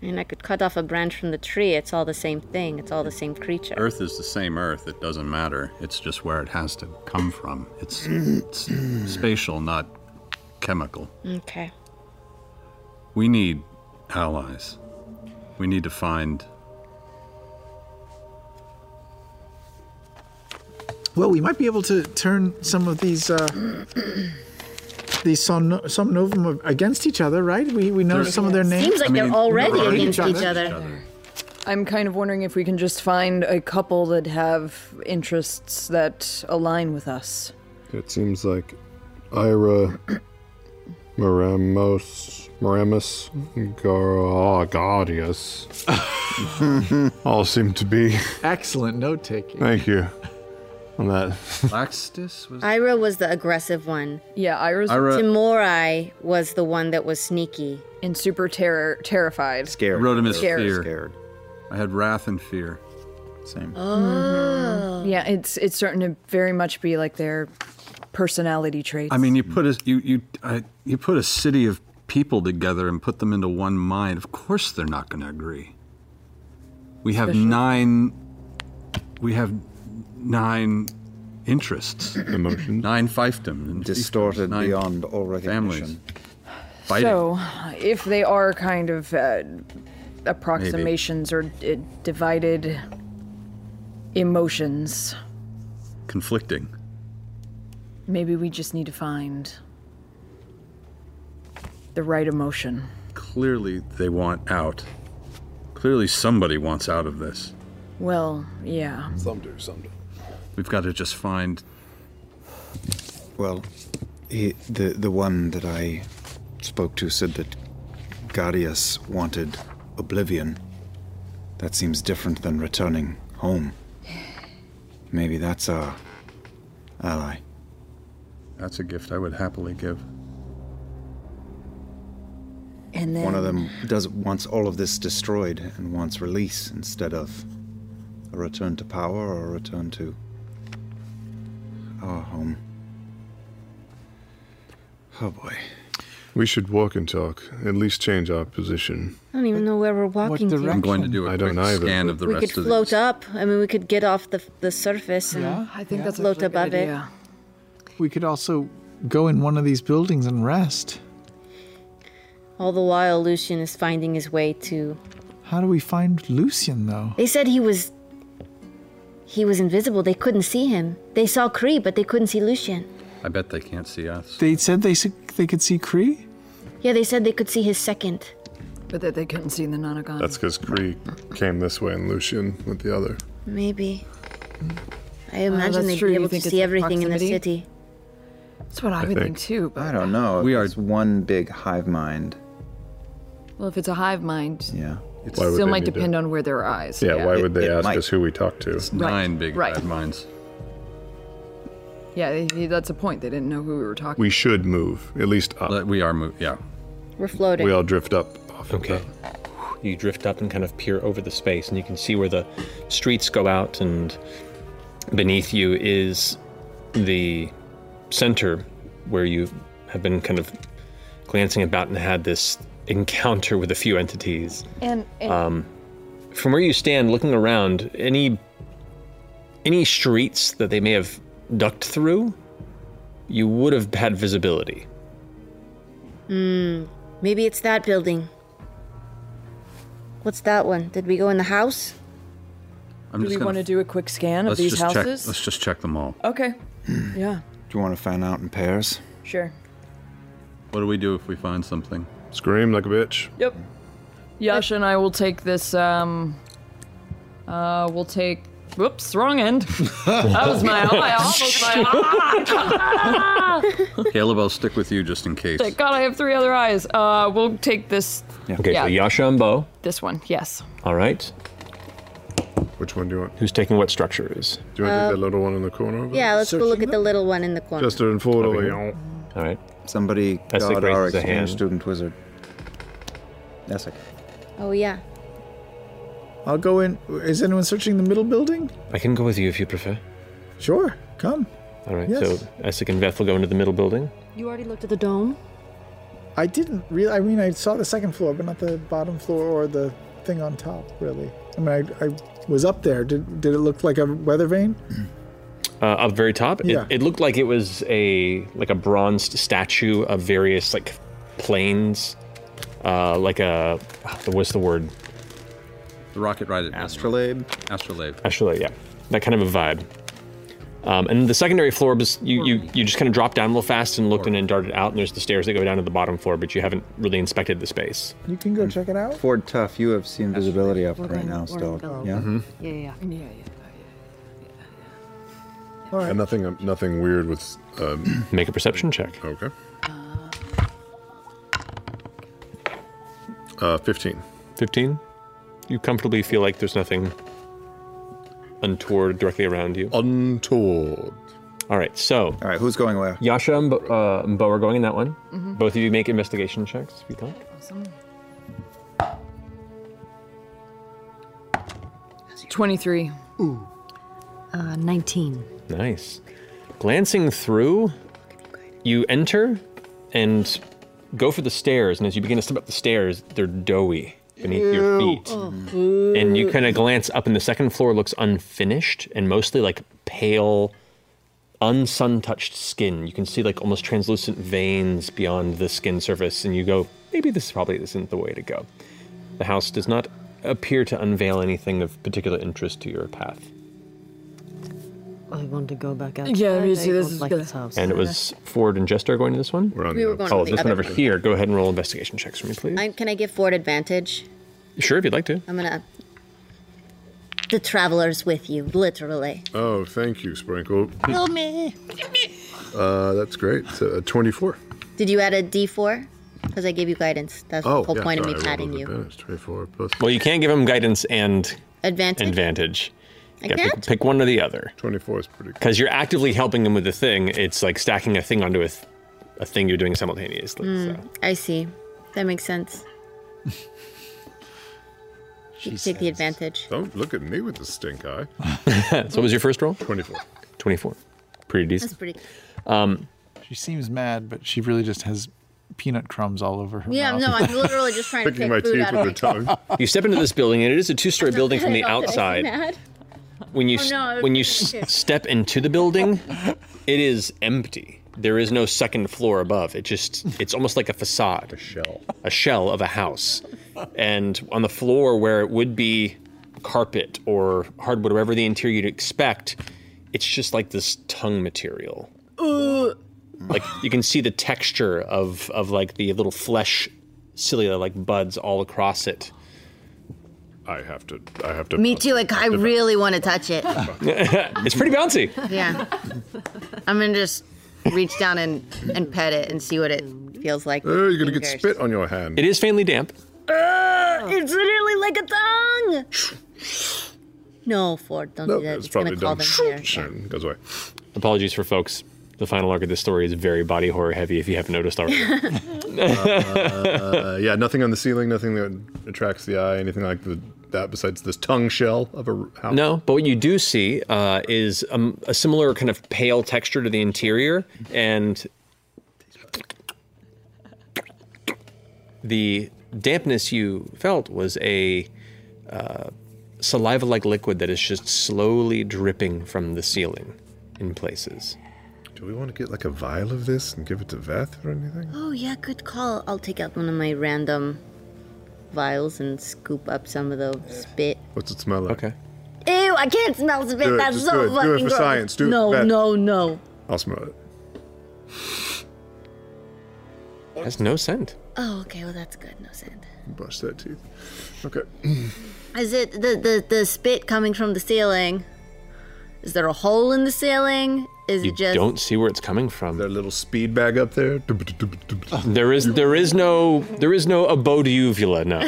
And I could cut off a branch from the tree. It's all the same thing. It's all the same creature.
Earth is the same Earth. It doesn't matter. It's just where it has to come from. It's, it's spatial, not chemical.
Okay.
We need allies. We need to find.
Well, we might be able to turn some of these uh, these somno- somnovum against each other, right? We we know
They're-
some of their names.
Seems like I they're mean, already
They're
against each I'm kind of wondering if we can just find a couple that have interests that align with us.
It seems like Ira Maramos Maramus Gargadius all seem to be.
Excellent note taking.
Thank you. On that.
Laxtus was
Ira was the aggressive one.
Yeah, Ira's
Ira-
Timori was the one that was sneaky
and super terror terrified.
I wrote him as
Scared.
fear. I had wrath and fear. Same.
Mhm. Yeah, it's it's starting to very much be like their personality traits.
I mean, you put a you you I, you put a city of people together and put them into one mind. Of course, they're not going to agree. We have
Especially-
nine. We have nine interests,
emotions,
nine fiefdom, and distorted beyond all recognition. Families. Fighting.
so if they are kind of uh, approximations or uh, divided emotions,
conflicting.
maybe we just need to find the right emotion.
Clearly, they want out. Clearly, somebody wants out of this.
Well, yeah.
Some do, some do. We've got to just find.
Well, he, the the one that I spoke to said that Gadius wanted oblivion. That seems different than returning home. Maybe that's our ally.
That's a gift I would happily give.
And then
One of them does wants all of this destroyed and wants release instead of a return to power or a return to our home. Oh boy.
We should walk and talk, at least change our position.
I don't even know where we're walking to.
I'm going to
do
a I don't
quick
either,
scan
but-
of the
we could float up. I mean, we could get off the the surface and
Yeah,
I think that's
float
actually a good
above it.
idea.
We could also go in one of these buildings and rest.
All the while, Lucian is finding his way to.
How do we find Lucian though?
They said he was. He was invisible. They couldn't see him. They saw Kree, but they couldn't see Lucian.
I bet they can't see us.
They said they s- they could see Cree.
Yeah, they said they could see his second.
But that they couldn't see the Nonagon.
That's because Kree came this way and Lucian went the other.
Maybe. I
Uh,
imagine
that's
they'd
true.
be
You
able to
think it's
see
the
everything in the
proximity?
city.
That's what I,
I
would think,
think.
too. But
I don't know. We are one big hive mind.
well, if it's a hive mind,
Yeah.
it still might depend on where their eyes.
who we talk to?
It's
Right,
nine big
right.
bad minds.
Yeah, they- that's a point. They didn't know who we were talking.
We should move, at least up.
we are moving, yeah.
We're floating.
We all drift up. Off okay.
you drift up and kind of peer over the space, and you can see where the streets go out, and beneath you is the center where you have been kind of glancing about and had this encounter with a few entities.
And, and
Um, from where you stand, looking around, any any streets that they may have ducked through, you would have had visibility.
Hmm. Maybe it's that building. What's that one? Did we go in the house?
I'm
do we
just gonna
want to do a quick scan of
let's
these
just
houses?
check. Let's just check them all.
Okay. yeah,
Do you want to find out in pairs?
sure.
What do we do if we find something?
Scream like a bitch.
Yep. Yasha and I will take this. Um, uh, we'll take. Whoops, wrong end. that was my. Oh, I almost my.
Caleb, I'll stick with you just in case.
Thank God I have three other eyes. Uh, we'll take this.
Okay,
yeah,
so Yasha and Bo.
This one, yes.
All right.
Which one do you want?
Who's taking what structure is?
Do you want to
Uh,
take that little one in the corner? over
Yeah,
there?
let's go look at the little one in the corner.
in photo.
All right.
Somebody
That's like
got our
raises a
exchange
hand.
student wizard. That's like
Oh yeah.
I'll go in. Is anyone searching the middle building?
I can go with you if you prefer.
Sure, come.
All right,
Yes.
so Essek and Veth will go into the middle building.
You already looked at the dome?
I didn't really. I mean, I saw the second floor, but not the bottom floor or the thing on top, really. I mean, I, I was up there. Did, did it look like a weather vane?
Uh, up very top,
Yeah.
it, it looked like it was a like a bronzed statue of various like planes, uh, like a what's the word?
The rocket ride. Astrolabe. Astrolabe.
Actually, yeah, that kind of a vibe. Um, and the secondary floor was you, you you just kind of dropped down real fast and looked in and darted out, and there's the stairs that go down to the bottom floor, but you haven't really inspected the space.
You can go check it out.
Ford Tough. You have seen visibility Mm. up right now, still. Yeah.
Oh.
Yeah, yeah, yeah. yeah,
And nothing, um, nothing weird with. Um,
Make a perception check.
Okay. Uh, fifteen.
Fifteen. You comfortably feel like there's nothing untoward directly around you.
Untoward.
All right, so. All
right, who's going where?
Yasha and Bo, uh, and Bo are going in that one.
Mhm.
Both of you make investigation checks if you like.
Awesome. 23.
Ooh.
Uh, 19.
Nice. Glancing through, you enter and go for the stairs. And as you begin to step up the stairs, they're doughy beneath your feet. And you kind of glance up, and the second floor looks unfinished and mostly like pale, unsun touched skin. You can see like almost translucent veins beyond the skin surface, and you go, maybe this probably isn't the way to go. The house does not appear to unveil anything of particular interest to your path.
I want to go back out.
Yeah, me too, this is
like
good.
this house.
And it was Ford and Jester going to this one?
We're
on Oh, We the were other going
Oh,
to the
this one
other
over
one.
here. Go ahead and roll investigation checks for me, please.
I, can I give Ford advantage?
Sure, if you'd like to.
I'm gonna. The traveler's with you, literally.
Oh, thank you, Sprinkle.
Kill me.
Uh, that's great. So, uh, Twenty-four.
Did you add a D4? Because I gave you guidance. That's
Oh,
the whole
yeah,
point of
sorry,
me
I rolled
patting you.
advantage, Twenty-four plus.
Well, you can't give him guidance and
Advantage?
advantage.
I
Yeah, pick,
can't?
pick one or the other.
24 is pretty good.
Because you're actively helping him with the thing. It's like stacking a thing onto a, th- a thing you're doing simultaneously.
Mm, I see. That makes sense. You Take the advantage.
Don't look at me with the stink eye.
so what was your first roll?
24.
24. Pretty decent.
Mm-hmm. That's pretty.
Um,
she seems mad, but she really just has peanut crumbs all over her.
Yeah,
mouth.
no, I'm literally just trying to pick food out of my
You step into this building, and it is a two-story building from the outside. When you
Oh,
s-
no,
when you
it's-
s- step into the building, it is empty. There is no second floor above. It just it's almost like a facade, a shell, a shell of a house. And on the floor where it would be carpet or hardwood, whatever the interior you'd expect, it's just like this tongue material.
Uh,
like you can see the texture of of like the little flesh cilia like buds all across it
i have to i have
Me too. Like, I really want to touch it.
it's pretty bouncy
Yeah. I'm gonna just reach down and, and pet it and see what it feels like.
Oh, you're going to get spit on your hand. It
is faintly damp.
Ah, it's literally like a tongue. No, Ford, don't
No,
do that.
it's
It's, gonna
probably
call
done.
them here.
goes away
apologies for folks The final arc of this story is very body horror heavy, if you haven't noticed already.
Uh, yeah, nothing on the ceiling, nothing that attracts the eye, anything like the, that besides this tongue shell of a house.
No, but what you do see uh, is um, a similar kind of pale texture to the interior, and the dampness you felt was a uh, saliva-like liquid that is just slowly dripping from the ceiling in places.
Do we want to get like a vial of this and give it to Veth or anything?
Oh, yeah, good call. I'll take out one of my random vials and scoop up some of the spit.
What's it smell like? Okay.
Ew, I can't smell spit.
Do it,
That's
just
so
do it. Do it
fucking
for
gross.
science. Do it,
no,
Beth.
no, no.
I'll smell it.
Has no scent.
Oh, okay. Well, that's good. No scent.
Brush that teeth. Okay.
Is it the, the, the spit coming from the ceiling? Is there a hole in the ceiling? Is
You
it just.
don't see where it's coming from. Is
there a little speed bag up there?
there is there is no there is no abode uvula, no.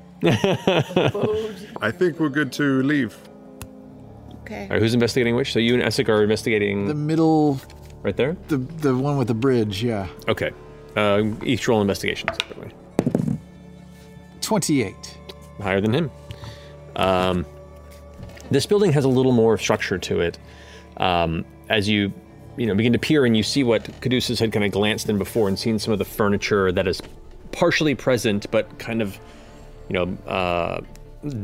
I think we're good to leave.
Okay.
All right, who's investigating which? So you and Essek are investigating
The middle,
right there?
the the one with the bridge, yeah.
Okay. Uh, each roll investigation separately.
28.
Higher than him. Um, this building has a little more structure to it. Um, as you you know begin to peer and you see what Caduceus had kind of glanced in before and seen some of the furniture that is partially present but kind of you know uh,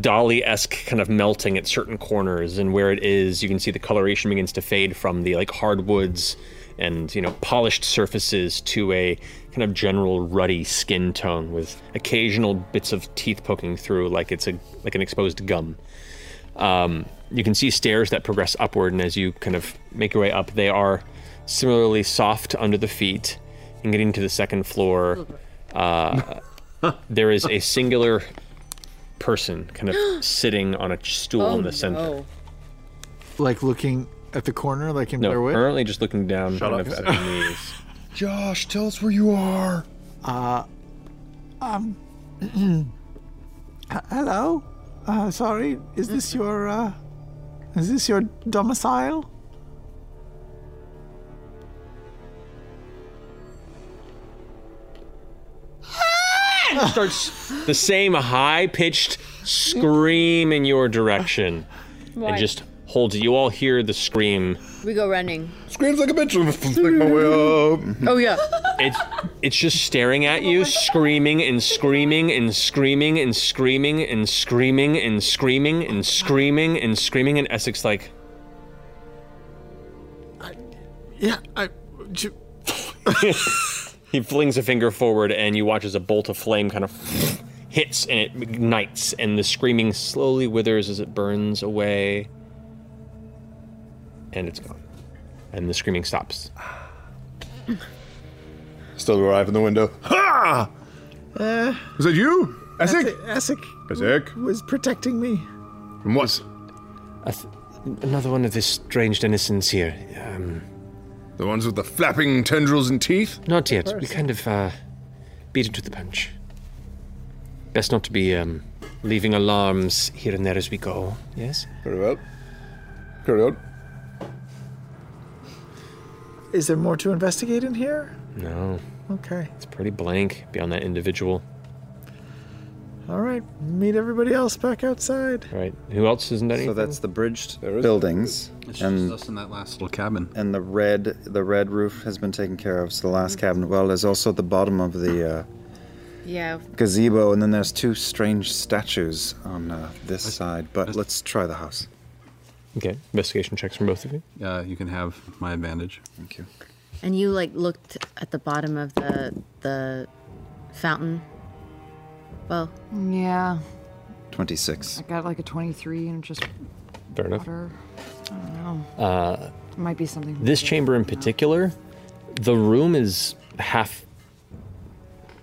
Dolly-esque kind of melting at certain corners and where it is you can see the coloration begins to fade from the like hardwoods and you know polished surfaces to a kind of general ruddy skin tone with occasional bits of teeth poking through like it's a like an exposed gum um, you can see stairs that progress upward, and as you kind of make your way up, they are similarly soft under the feet. And getting to the second floor, uh, there is a singular person kind of sitting on a ch- stool in the center.
Like looking at the corner, like in
No,
Blair Witch?
currently just looking down
Shut
kind
up,
of at
Zach.
the knees.
Josh, tell us where you are. Uh, um, h- hello. Uh, sorry, is this your uh, is this your domicile?
Starts the same high pitched scream in your direction and
Right.
just holds it. You all hear the scream.
We go running.
Screams like a bitch. Make my way
Oh, yeah.
It's it's just staring at you, screaming and screaming and screaming and screaming and screaming and screaming and screaming and screaming. And Essex like,
Yeah, I.
he flings a finger forward, and you watch as a bolt of flame kind of hits and it ignites, and the screaming slowly withers as it burns away, and it's gone, and the screaming stops.
Still arrive in the window. Ha!
Uh,
Is that you? Essek?
Essek
Essek?
was protecting me.
From what?
Another one of this strange denizens here. Um,
the ones with the flapping tendrils and teeth?
Not yet. We kind of uh, beat it to the punch. Best not to be um, leaving alarms here and there as we go. Yes.
Very well. Carry on.
Is there more to investigate in here?
No,
Okay.
it's pretty blank beyond that individual.
All right. Meet everybody else back outside.
Right. Who else isn't
So that's the bridged buildings.
It's
and
just us in that last little cabin.
And the red, the red roof has been taken care of. So the last cabin. Well, there's also the bottom of the uh,
Yeah.
gazebo, and then there's two strange statues on uh, this side. But let's try the house.
Okay. Investigation checks from both of you.
Uh, you can have my advantage.
Thank you.
And you, like, looked at the bottom of the the fountain. Well,
Yeah,
Twenty-six.
I got like a 23 and just
Fair enough.
water. I don't know.
Uh,
It might be something.
this chamber in particular, the room is half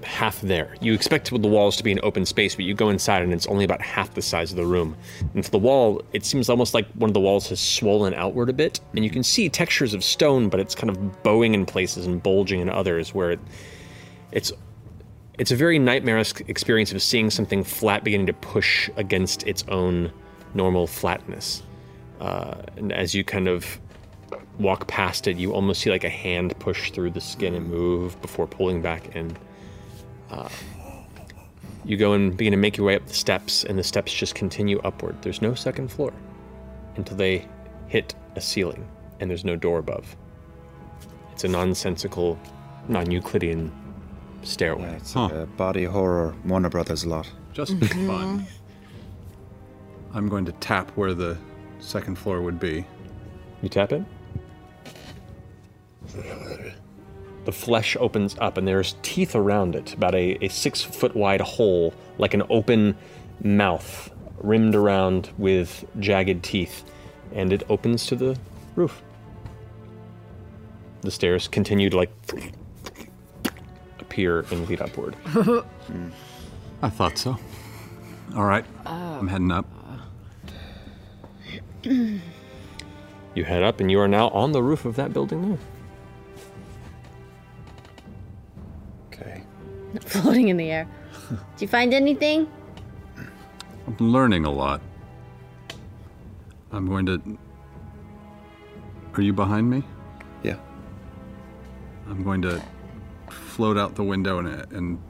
half there. You expect the walls to be an open space, but you go inside and it's only about half the size of the room. And to the wall, it seems almost like one of the walls has swollen outward a bit, and you can see textures of stone, but it's kind of bowing in places and bulging in others where it, it's it's a very nightmarish experience of seeing something flat beginning to push against its own normal flatness. Uh, and as you kind of walk past it, you almost see like a hand push through the skin and move before pulling back. And uh, you go and begin to make your way up the steps, and the steps just continue upward. There's no second floor until they hit a ceiling, and there's no door above. It's a nonsensical, non Euclidean stairway.
It's like a body horror Warner Brothers lot.
Just
Mm-hmm.
fun. I'm going to tap where the second floor would be.
You tap it? The flesh opens up, and there's teeth around it, about a, a six foot wide hole, like an open mouth, rimmed around with jagged teeth, and it opens to the roof. The stairs continue to like appear and lead upward.
I thought so. All right, I'm heading up.
You head up, and you are now on the roof of that building there.
Floating in the air. Did you find anything?
I'm learning a lot. I'm going to. Are you behind me?
Yeah.
I'm going to float out the window and, and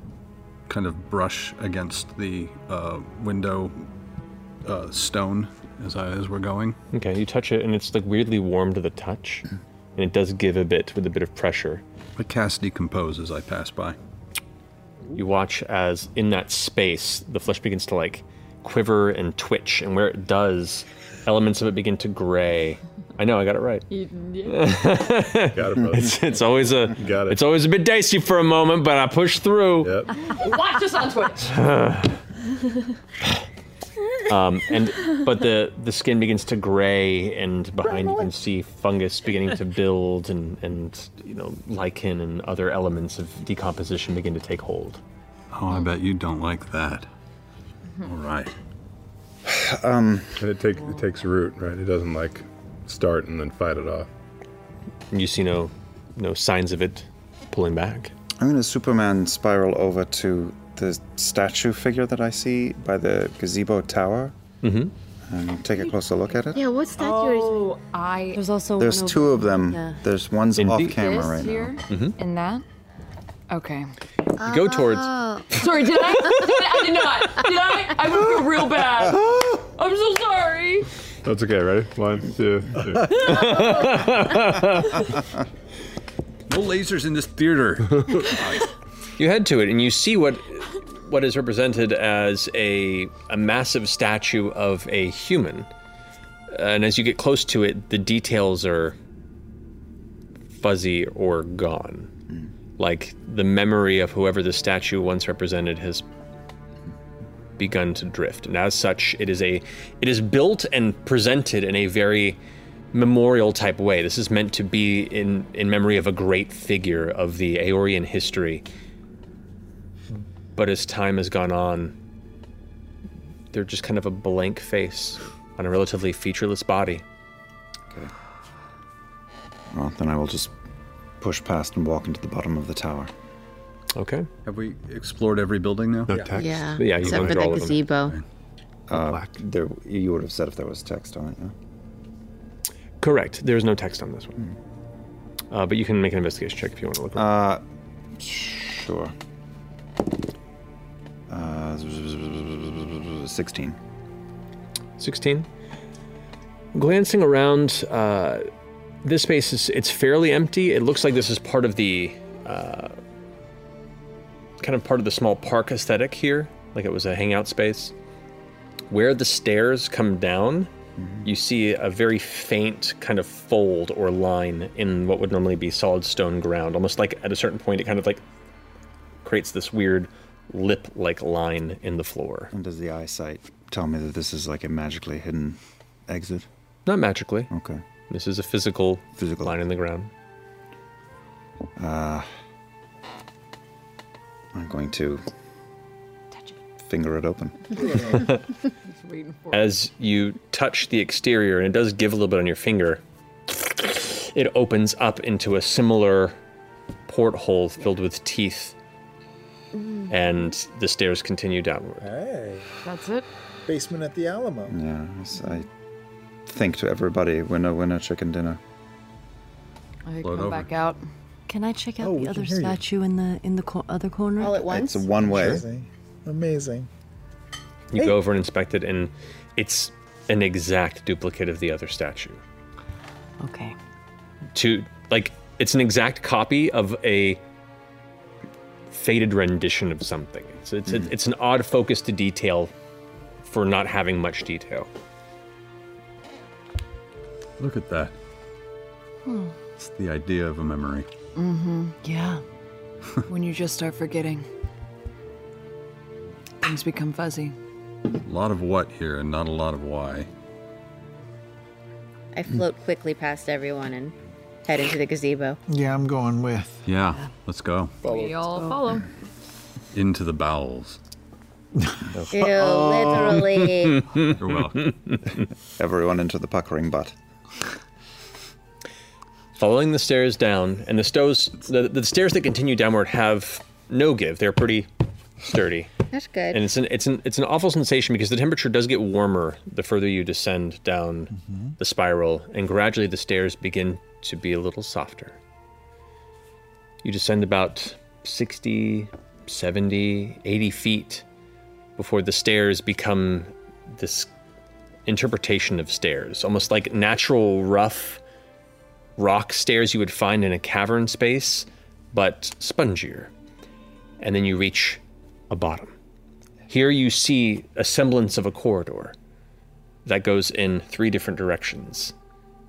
kind of brush against the uh, window uh, stone as, I, as we're going.
Okay, you touch it, and it's like weirdly warm to the touch, and it does give a bit with a bit of pressure.
The cast decomposes as I pass by.
You watch as in that space, the flesh begins to like quiver and twitch, and where it does, elements of it begin to gray. I know, I got it right.
Got it, bud.
it's, it's always a it's always a bit dicey for a moment, but I push through.
Watch us on Twitch.
um, and but the the skin begins to gray, and behind you can see fungus beginning to build, and and you know lichen and other elements of decomposition begin to take hold.
Oh, I bet you don't like that. All right.
Um, and it, take, it takes root, right? It doesn't like start and then fight it off.
And you see no no signs of it pulling back.
I'm gonna Superman spiral over to the statue figure that I see by the gazebo tower
Mm-hmm.
and take a closer look at it.
Yeah, what's that? Oh, I. There's also
There's two of them.
uh,
There's one's
In
off
the-
camera
This
right
here?
now.
Mm-hmm.
And that. Okay. Oh.
You go towards.
Sorry, did I? Did I, I did not. Did I? I would feel real bad. I'm so sorry.
That's okay. Ready? One, two, three.
No lasers in this theater.
You head to it and you see what what is represented as a a massive statue of a human. And as you get close to it, the details are fuzzy or gone. Like the memory of whoever the statue once represented has begun to drift. And as such, it is a it is built and presented in a very memorial type way. This is meant to be in in memory of a great figure of the Aorian history. But as time has gone on, they're just kind of a blank face on a relatively featureless body.
Well, then I will just push past and walk into the bottom of the tower.
Okay.
Have we explored every building now?
No text.
Yeah. Except for the gazebo.
Uh, there, you would have said if there was text on it. Yeah?
Correct. There's no text on this one. Uh, but you can make an investigation check if you want to look.
Uh, sure. Uh, 16.
16 glancing around uh, this space is it's fairly empty it looks like this is part of the uh, kind of part of the small park aesthetic here like it was a hangout space where the stairs come down
Mm-hmm.
you see a very faint kind of fold or line in what would normally be solid stone ground almost like at a certain point it kind of like creates this weird lip like line in the floor
And does the eyesight tell me that this is like a magically hidden exit?
Not magically.
Okay.
This is a physical, physical line in the ground.
Uh, I'm going to finger it open.
As you touch the exterior, and it does give a little bit on your finger, it opens up into a similar porthole filled with teeth, and the stairs continue downward.
Hey.
That's it.
Basement at the Alamo.
Yeah, I s- I think to everybody, winner, winner, chicken dinner.
I
Float
come
over.
back out.
Can I check out
Oh, we
the
can
other
hear you.
statue in the in the co- other corner?
All at
It's a one way.
Amazing. Amazing.
You go over and inspect it, and it's an exact duplicate of the other statue.
Okay.
To like, it's an exact copy of a faded rendition of something. It's it's,
Hmm.
it's an odd focus to detail for not having much detail.
Look at that.
Hmm.
It's the idea of a memory.
Mm-hmm. Yeah. when you just start forgetting, things become fuzzy.
A lot of what here and not a lot of why.
I float quickly past everyone and head into the gazebo.
Yeah, I'm going with.
Yeah, let's go.
We all follow.
Into the bowels.
Ew, literally.
You're welcome.
Everyone into the puckering butt.
Following the stairs down, and the stows, the, the stairs that continue downward have no give. They're pretty sturdy.
That's good.
And it's an it's an it's an awful sensation because the temperature does get warmer the further you descend down the spiral, and gradually the stairs begin to be a little softer. You descend about 60, 70, 80 feet before the stairs become this interpretation of stairs, almost like natural rough rock stairs you would find in a cavern space, but spongier. And then you reach a bottom. Here you see a semblance of a corridor that goes in three different directions.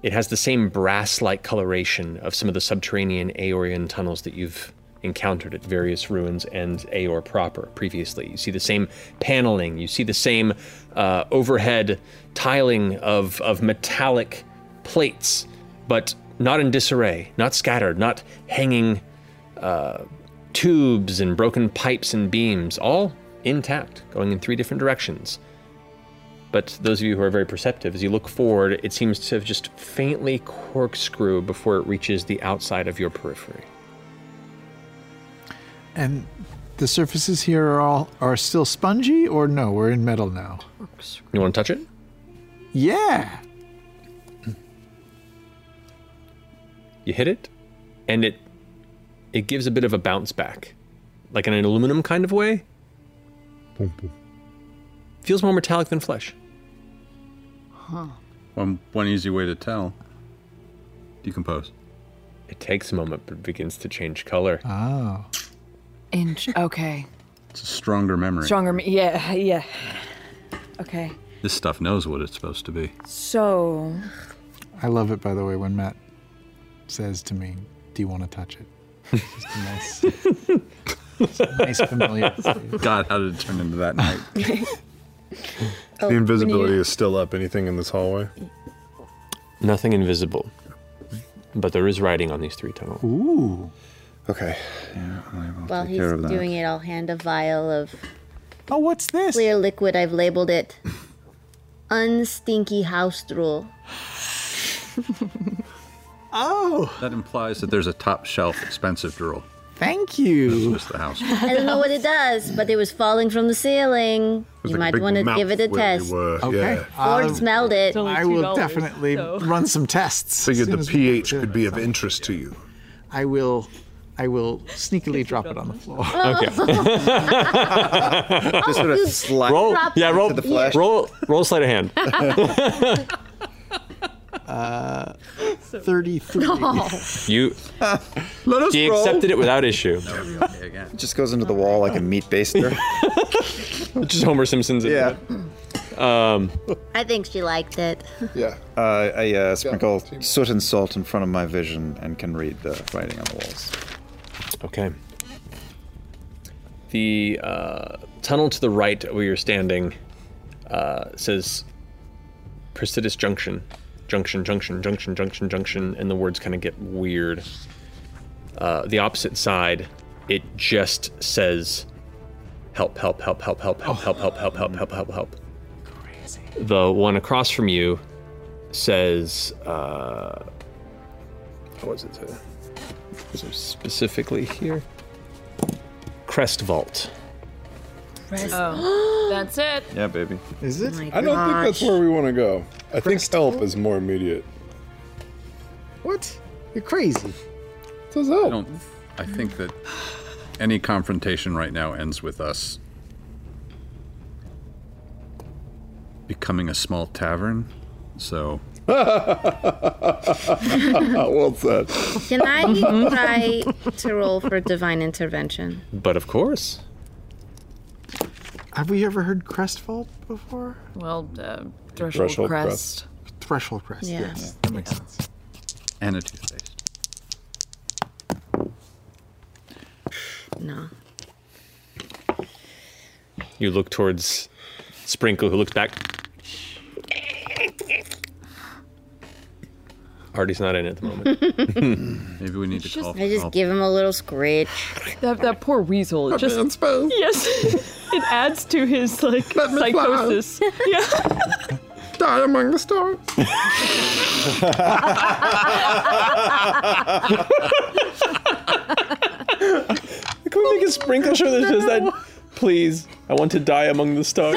It has the same brass like coloration of some of the subterranean Aeorian tunnels that you've encountered at various ruins and Aeor proper previously. You see the same paneling, you see the same uh, overhead tiling of, of metallic plates, but not in disarray, not scattered, not hanging uh, tubes and broken pipes and beams, all intact, going in three different directions. But those of you who are very perceptive, as you look forward, it seems to have just faintly corkscrew before it reaches the outside of your periphery.
And the surfaces here are all are still spongy, or no? We're in metal now.
You want to touch it?
Yeah.
You hit it, and it it gives a bit of a bounce back, like in an aluminum kind of way. Feels more metallic than flesh.
Huh.
One, one easy way to tell. Decompose.
It takes a moment, but begins to change color.
Oh.
Inch. Okay.
It's a stronger memory.
Stronger. Me- yeah. Yeah. Okay.
This stuff knows what it's supposed to be.
So.
I love it, by the way, when Matt says to me, "Do you want to touch it?" It's just a nice, it's a nice familiar.
God, how did it turn into that night?
Oh,
the invisibility is still up. Anything in this hallway?
Nothing invisible, but there is writing on these three tunnels.
Ooh.
Okay.
While he's doing it, I'll hand a vial of.
Oh, what's this?
Clear liquid. I've labeled it unstinky house drool.
Oh.
That implies that there's a top shelf expensive drool.
Thank you.
Just the house.
I don't know what it does, but it was falling from the ceiling. You might want to give it a test.
Okay.
Ford smelled it.
I will definitely run some tests.
Figured
as soon
the
as we
pH
get
could
it.
be of interest to you.
I will, I will sneakily drop it on the floor.
Oh.
Okay.
Just sort of slide
roll,
drop
yeah,
it
roll,
into the flesh.
roll, roll, sleight of hand.
Uh, thirty-three.
you,
Let us
he
roll.
accepted it without issue.
It just goes into the wall like a meat baster.
Just Homer Simpson's.
Yeah.
Um,
I think she liked it.
yeah. Uh, I uh, sprinkle soot and salt in front of my vision and can read the writing on the walls.
Okay. The uh, tunnel to the right where you're standing uh, says Presidus Junction. Junction, junction, junction, junction, junction, and the words kind of get weird. Uh, the opposite side, it just says help, help, help, help, help, help, help, help, help, help, help, help, help. The one across from you says, uh, what was it? say? Was it specifically here? Crest Vault.
Oh, that's it.
Yeah, baby.
Is
it? My
I don't think that's
gosh.
where we want to go. I think help is more immediate.
What? You're crazy.
Says
I don't. I think that any confrontation right now ends with us becoming a small tavern. So.
well said.
Can I try to roll for divine intervention?
But of course.
Have we ever heard Crestfall before?
Well, uh, threshold,
Threshold
crest.
Threshold crest.
Yeah.
Yes,
Yeah.
that makes sense.
And a toothpaste.
No.
You look towards Sprinkle, who looks back. Artie's not in at the moment.
Maybe we need
Just- I just give him a little scratch.
That, that poor weasel. It just yes, it adds to his like
me fly.
psychosis. Yeah.
Die among the stars.
Can we make a Sprinkle show that says that? Please, I want to die among the stars.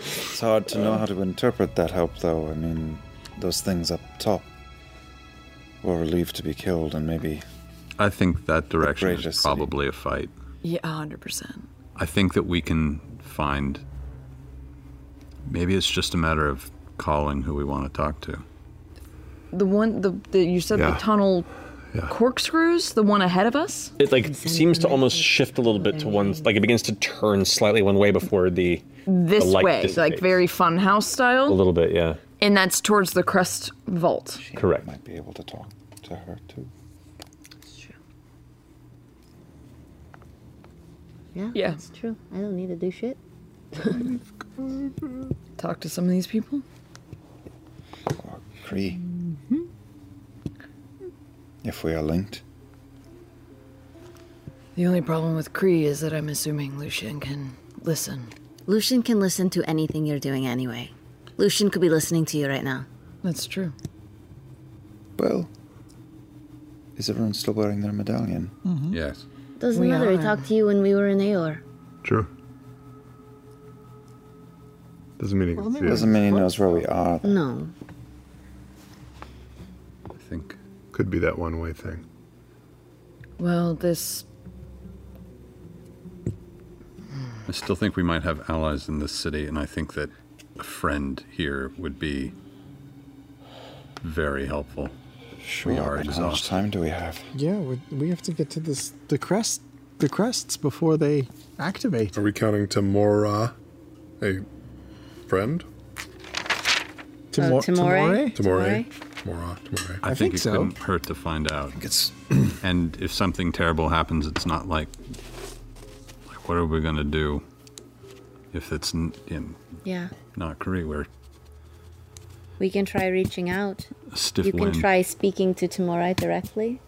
It's hard to know how to interpret that help, though. I mean, those things up top were relieved to be killed, and maybe.
I think that direction is probably a fight.
Yeah, hundred percent.
I think that we can find. Maybe it's just a matter of calling who we want to talk to.
The one the, the you said
Yeah.
the tunnel corkscrews, the one ahead of us.
It like seems to almost shift a little bit to one, like it begins to turn slightly one way before the
This
the light
way, like
dissipates.
very fun house
a
style,
little bit, yeah,
and that's towards the crest vault.
correct.
Might be able to talk to her, too.
Yeah,
Yeah.
that's true. I don't need to do shit.
Talk to some of these people.
Cree. If we are linked,
The only problem with Cree is that I'm assuming Lucian can listen.
Lucian can listen to anything you're doing anyway. Lucian could be listening to you right now.
That's true.
well. Is everyone still wearing their medallion?
Hmm?
Yes.
Doesn't
We
matter. He
are.
talked to you when we were in Aor.
True.
Doesn't mean he
Well, maybe-
doesn't mean he knows where we
Oh.
are.
No.
I think.
Could be that one way thing.
Well, this
I still think we might have allies in this city, and I think that a friend here would be very helpful.
Sure.
We are
but how much
exhausted.
time do we have?
Yeah, we, we have to get to this the crest the crests before they activate.
Are we counting Tamora a friend?
Timo-
Tamora. Tamora.
Tamore? Tamore?
Tamora. Tamora.
I, think, it couldn't hurt to find out.
it's
and if something terrible happens, it's not like like what are we gonna do if it's n- in
Yeah.
not Korea? We're
We can try reaching out.
a stiff
you can
wind.
try speaking to Tamorai directly.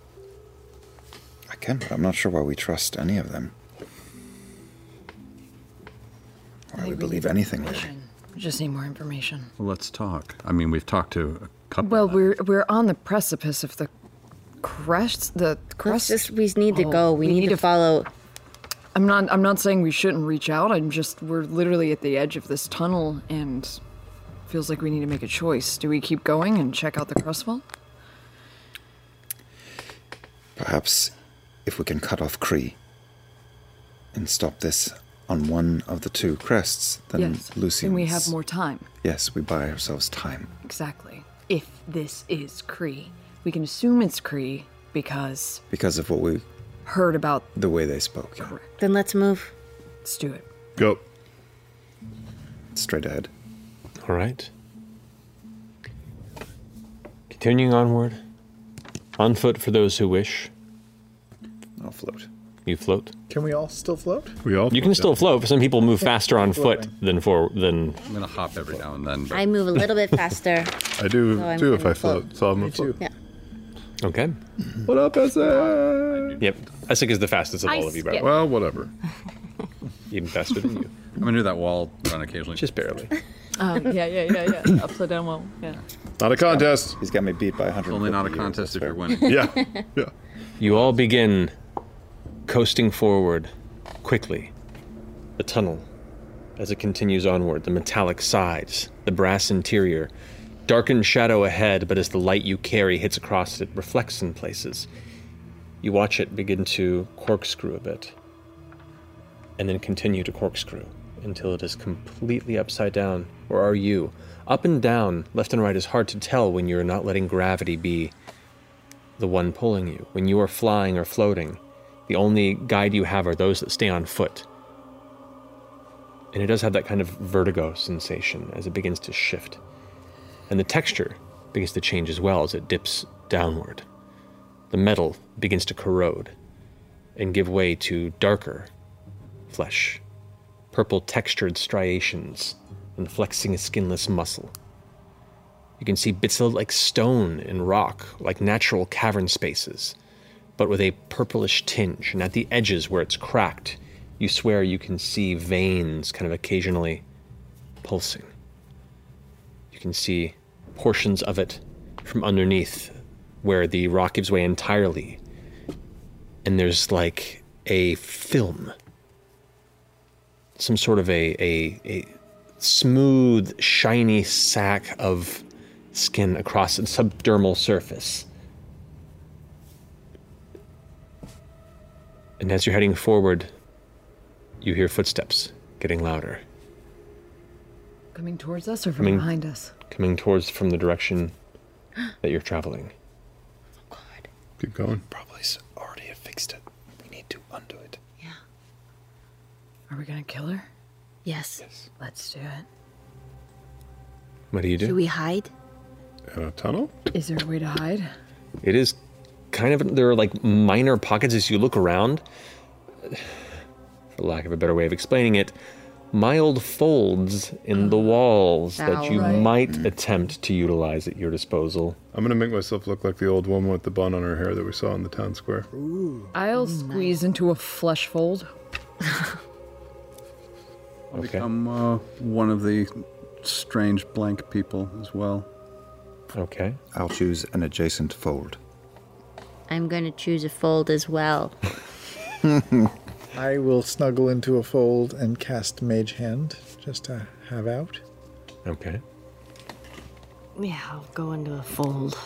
I can, but I'm not sure why we trust any of them. Why we believe anything, really.
we just need more information.
Well, let's talk. I mean, we've talked to a couple.
Well, we're we're on the precipice of the crest. The Oh, crest.
just- we need to go. We need to follow.
I'm not. I'm not saying we shouldn't reach out. I'm just. We're literally at the edge of this tunnel, and feels like we need to make a choice. Do we keep going and check out the crest vault?
Perhaps if we can cut off Cree and stop this on one of the two crests, then
Yes.
Lucian.
Then we have more time.
Yes, we buy ourselves time.
Exactly. If this is Cree, we can assume it's Cree because
Because of what we
heard about.
the way they spoke. yeah.
Then let's move.
Let's do it.
Go. Straight ahead.
All right. Continuing onward, on foot for those who wish.
I'll float.
You float.
Can we all still float?
We all.
You can still float. but Some people move faster on foot
Floating.
than for than.
I'm gonna hop every now and then.
I move a little bit Oh, faster.
I do
So I'm
too if
gonna
I float, so I'm a float.
Yeah.
Okay.
What up, Essex?
Yep. Essek is the fastest of
I
all of you, by the
skip.
way.
Well, whatever.
Even faster than you.
I'm gonna do that wall run occasionally.
Just barely.
Um, yeah, yeah, yeah, yeah. Upside down wall. Yeah.
Not a contest.
He's got me beat by 100.
Only not a contest if you're winning.
yeah.
You all begin coasting forward quickly. The tunnel, as it continues onward, the metallic sides, the brass interior, darkened shadow ahead, but as the light you carry hits across it, it reflects in places. You watch it begin to corkscrew a bit, and then continue to corkscrew until it is completely upside down. Or are you? Up and down, left and right is hard to tell when you're not letting gravity be the one pulling you. When you are flying or floating, the only guide you have are those that stay on foot. And it does have that kind of vertigo sensation as it begins to shift. And the texture begins to change as well as it dips downward. The metal begins to corrode and give way to darker flesh, purple textured striations, and flexing a skinless muscle. You can see bits of like stone and rock, like natural cavern spaces, but with a purplish tinge. And at the edges where it's cracked, you swear you can see veins kind of occasionally pulsing. You can see portions of it from underneath where the rock gives way entirely. And there's like a film, some sort of a, a, a smooth, shiny sack of skin across its subdermal surface. And as you're heading forward, you hear footsteps getting louder,
Coming towards us or from
Coming-
behind us?
coming towards from the direction that you're traveling.
Oh,
Keep going.
Probably s- already have fixed it. We need to undo it.
Are we gonna kill her?
Yes.
Let's do it.
What do you do?
Do we hide?
In a tunnel?
Is there a way to hide?
It is kind of there are like minor pockets as you look around. For lack of a better way of explaining it, mild folds in the walls that you
Alright.
might attempt to utilize at your disposal.
I'm gonna make myself look like the old woman with the bun on her hair that we saw in the town square.
I'll squeeze into a flesh fold.
I'll become uh, one of the strange blank people as well.
Okay.
I'll choose an adjacent fold.
I'm going to choose a fold as well.
I will snuggle into a fold and cast Mage Hand just to have out.
Okay.
Yeah, I'll go into a fold.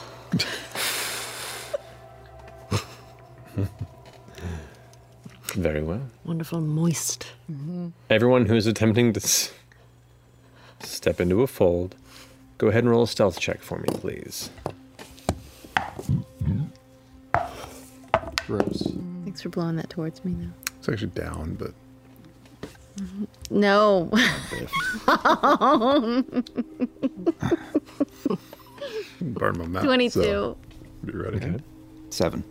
Very well.
Wonderful, moist.
Mm-hmm.
Everyone who is attempting to s- step into a fold, go ahead and roll a stealth check for me, please.
Gross.
Thanks for blowing that towards me, though.
It's actually down, but
No.
burn my mouth.
22.
so be ready.
Seven.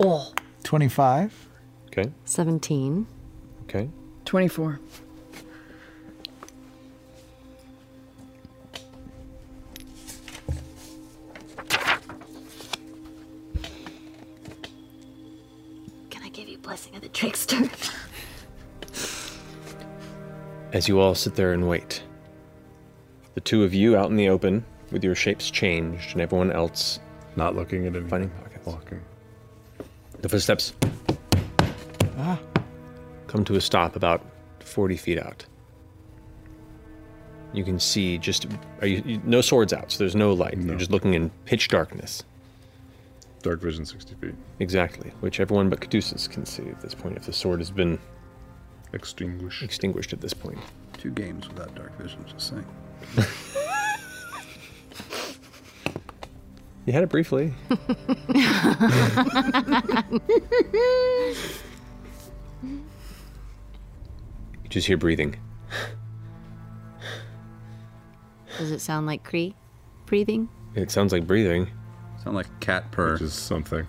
Oh.
25.
Okay.
17.
Okay.
24.
Can I give you blessing of the trickster?
As you all sit there and wait, the two of you out in the open with your shapes changed and everyone else
not looking at anything,
finding pockets.
Walking.
The footsteps
Ah.
come to a stop about 40 feet out. You can see just are you, you- no swords out, so there's no light. You're just looking in pitch darkness.
Dark vision 60 feet.
Exactly, which everyone but Caduceus can see at this point if the sword has been extinguished. Extinguished at this point.
Two games without dark vision, just saying.
You had it briefly. You just hear breathing.
Does it sound like Cree breathing?
It sounds like breathing.
Sound like cat purr.
Which is something.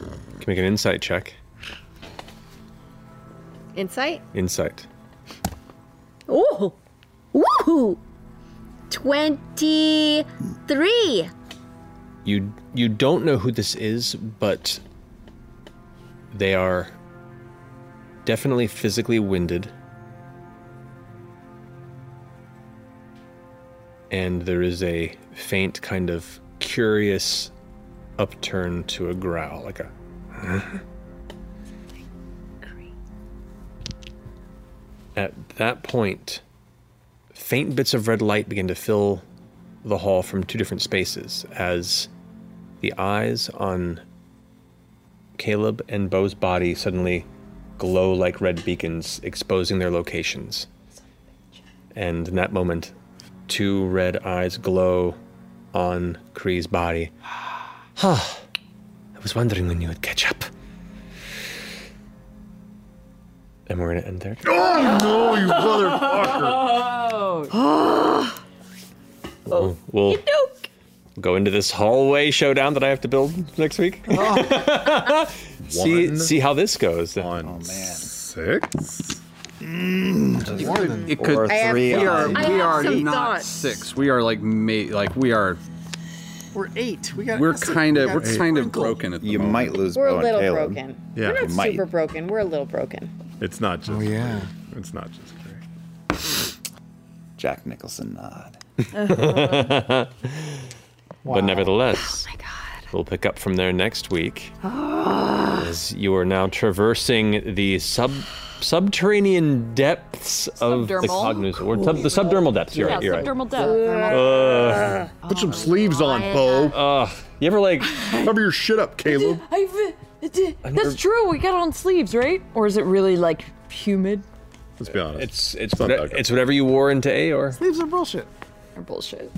Can make an insight check.
Insight?
Insight.
Ooh. Woohoo! 23.
You you don't know who this is, but they are definitely physically winded. And there is a faint kind of curious upturn to a growl, like a At that point, faint bits of red light begin to fill the hall from two different spaces as the eyes on Caleb and Bo's body suddenly glow like red beacons, exposing their locations. And in that moment, two red eyes glow on Kree's body. Ah, I was wondering when you would catch up. And we're going to end there.
Oh no, you
motherfucker!
We'll, we'll go into this hallway showdown that I have to build next week. see,
One.
see how this goes.
Oh,
One.
man.
Six?
It could.
I have
we
some-
are,
I
we
have
are
some
not
thoughts.
six. We are like ma- like we are.
We're eight. We got.
We're kind of we're kind of broken at the You might lose.
We're a little broken.
Yeah,
We're
you
not
might.
super broken. We're a little broken.
It's not just.
Oh, yeah.
It's not just Gray.
Jack Nicholson nod.
But nevertheless, we'll pick up from there next week. as you are now traversing the sub subterranean depths of the
Subdermal?
Cognus, or sub, the subdermal depths. You're
Yeah,
right. Uh, You're right.
subdermal
Ugh.
depth.
Uh, Put some sleeves on,
Bo. Uh, you ever like cover your shit up, Caleb?
I've-
never-
that's true. We got on sleeves, right? Or is it really like humid?
Let's be honest.
It's it's what- it's whatever you wore into Aor.
Sleeves are bullshit.
Or bullshit.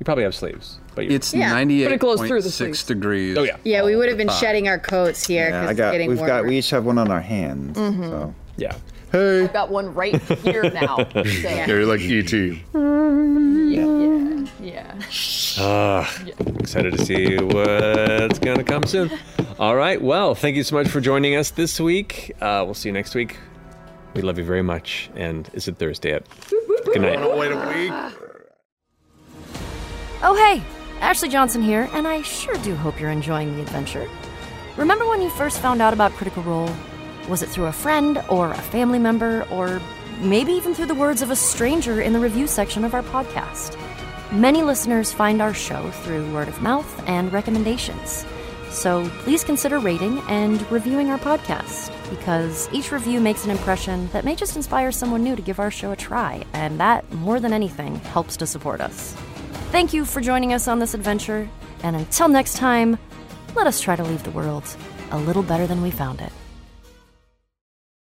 You probably have sleeves, but you
It's
Yeah.
ninety
But
eight
it goes through
point
the
six degrees.
Oh yeah.
Yeah, we would have been
Fine.
shedding our coats here
Yeah,
because
I
it's
got.
getting
We've
warmer.
got. We each have one on our hands.
Mhm.
So
yeah.
Hey.
I've got one right here now. so-
Yeah, you're like E.T.
Yeah, yeah.
Ah, excited to see what's gonna come soon. All right, well, thank you so much for joining us this week. Uh, we'll see you next week. We love you very much, and is it Thursday yet? Good night.
Wanna wait a week?
Oh, hey! Ashley Johnson here, and I sure do hope you're enjoying the adventure. Remember when you first found out about Critical Role? Was it through a friend, or a family member, or maybe even through the words of a stranger in the review section of our podcast? Many listeners find our show through word of mouth and recommendations. So please consider rating and reviewing our podcast, because each review makes an impression that may just inspire someone new to give our show a try, and that, more than anything, helps to support us. Thank you for joining us on this adventure, and until next time, let us try to leave the world a little better than we found it.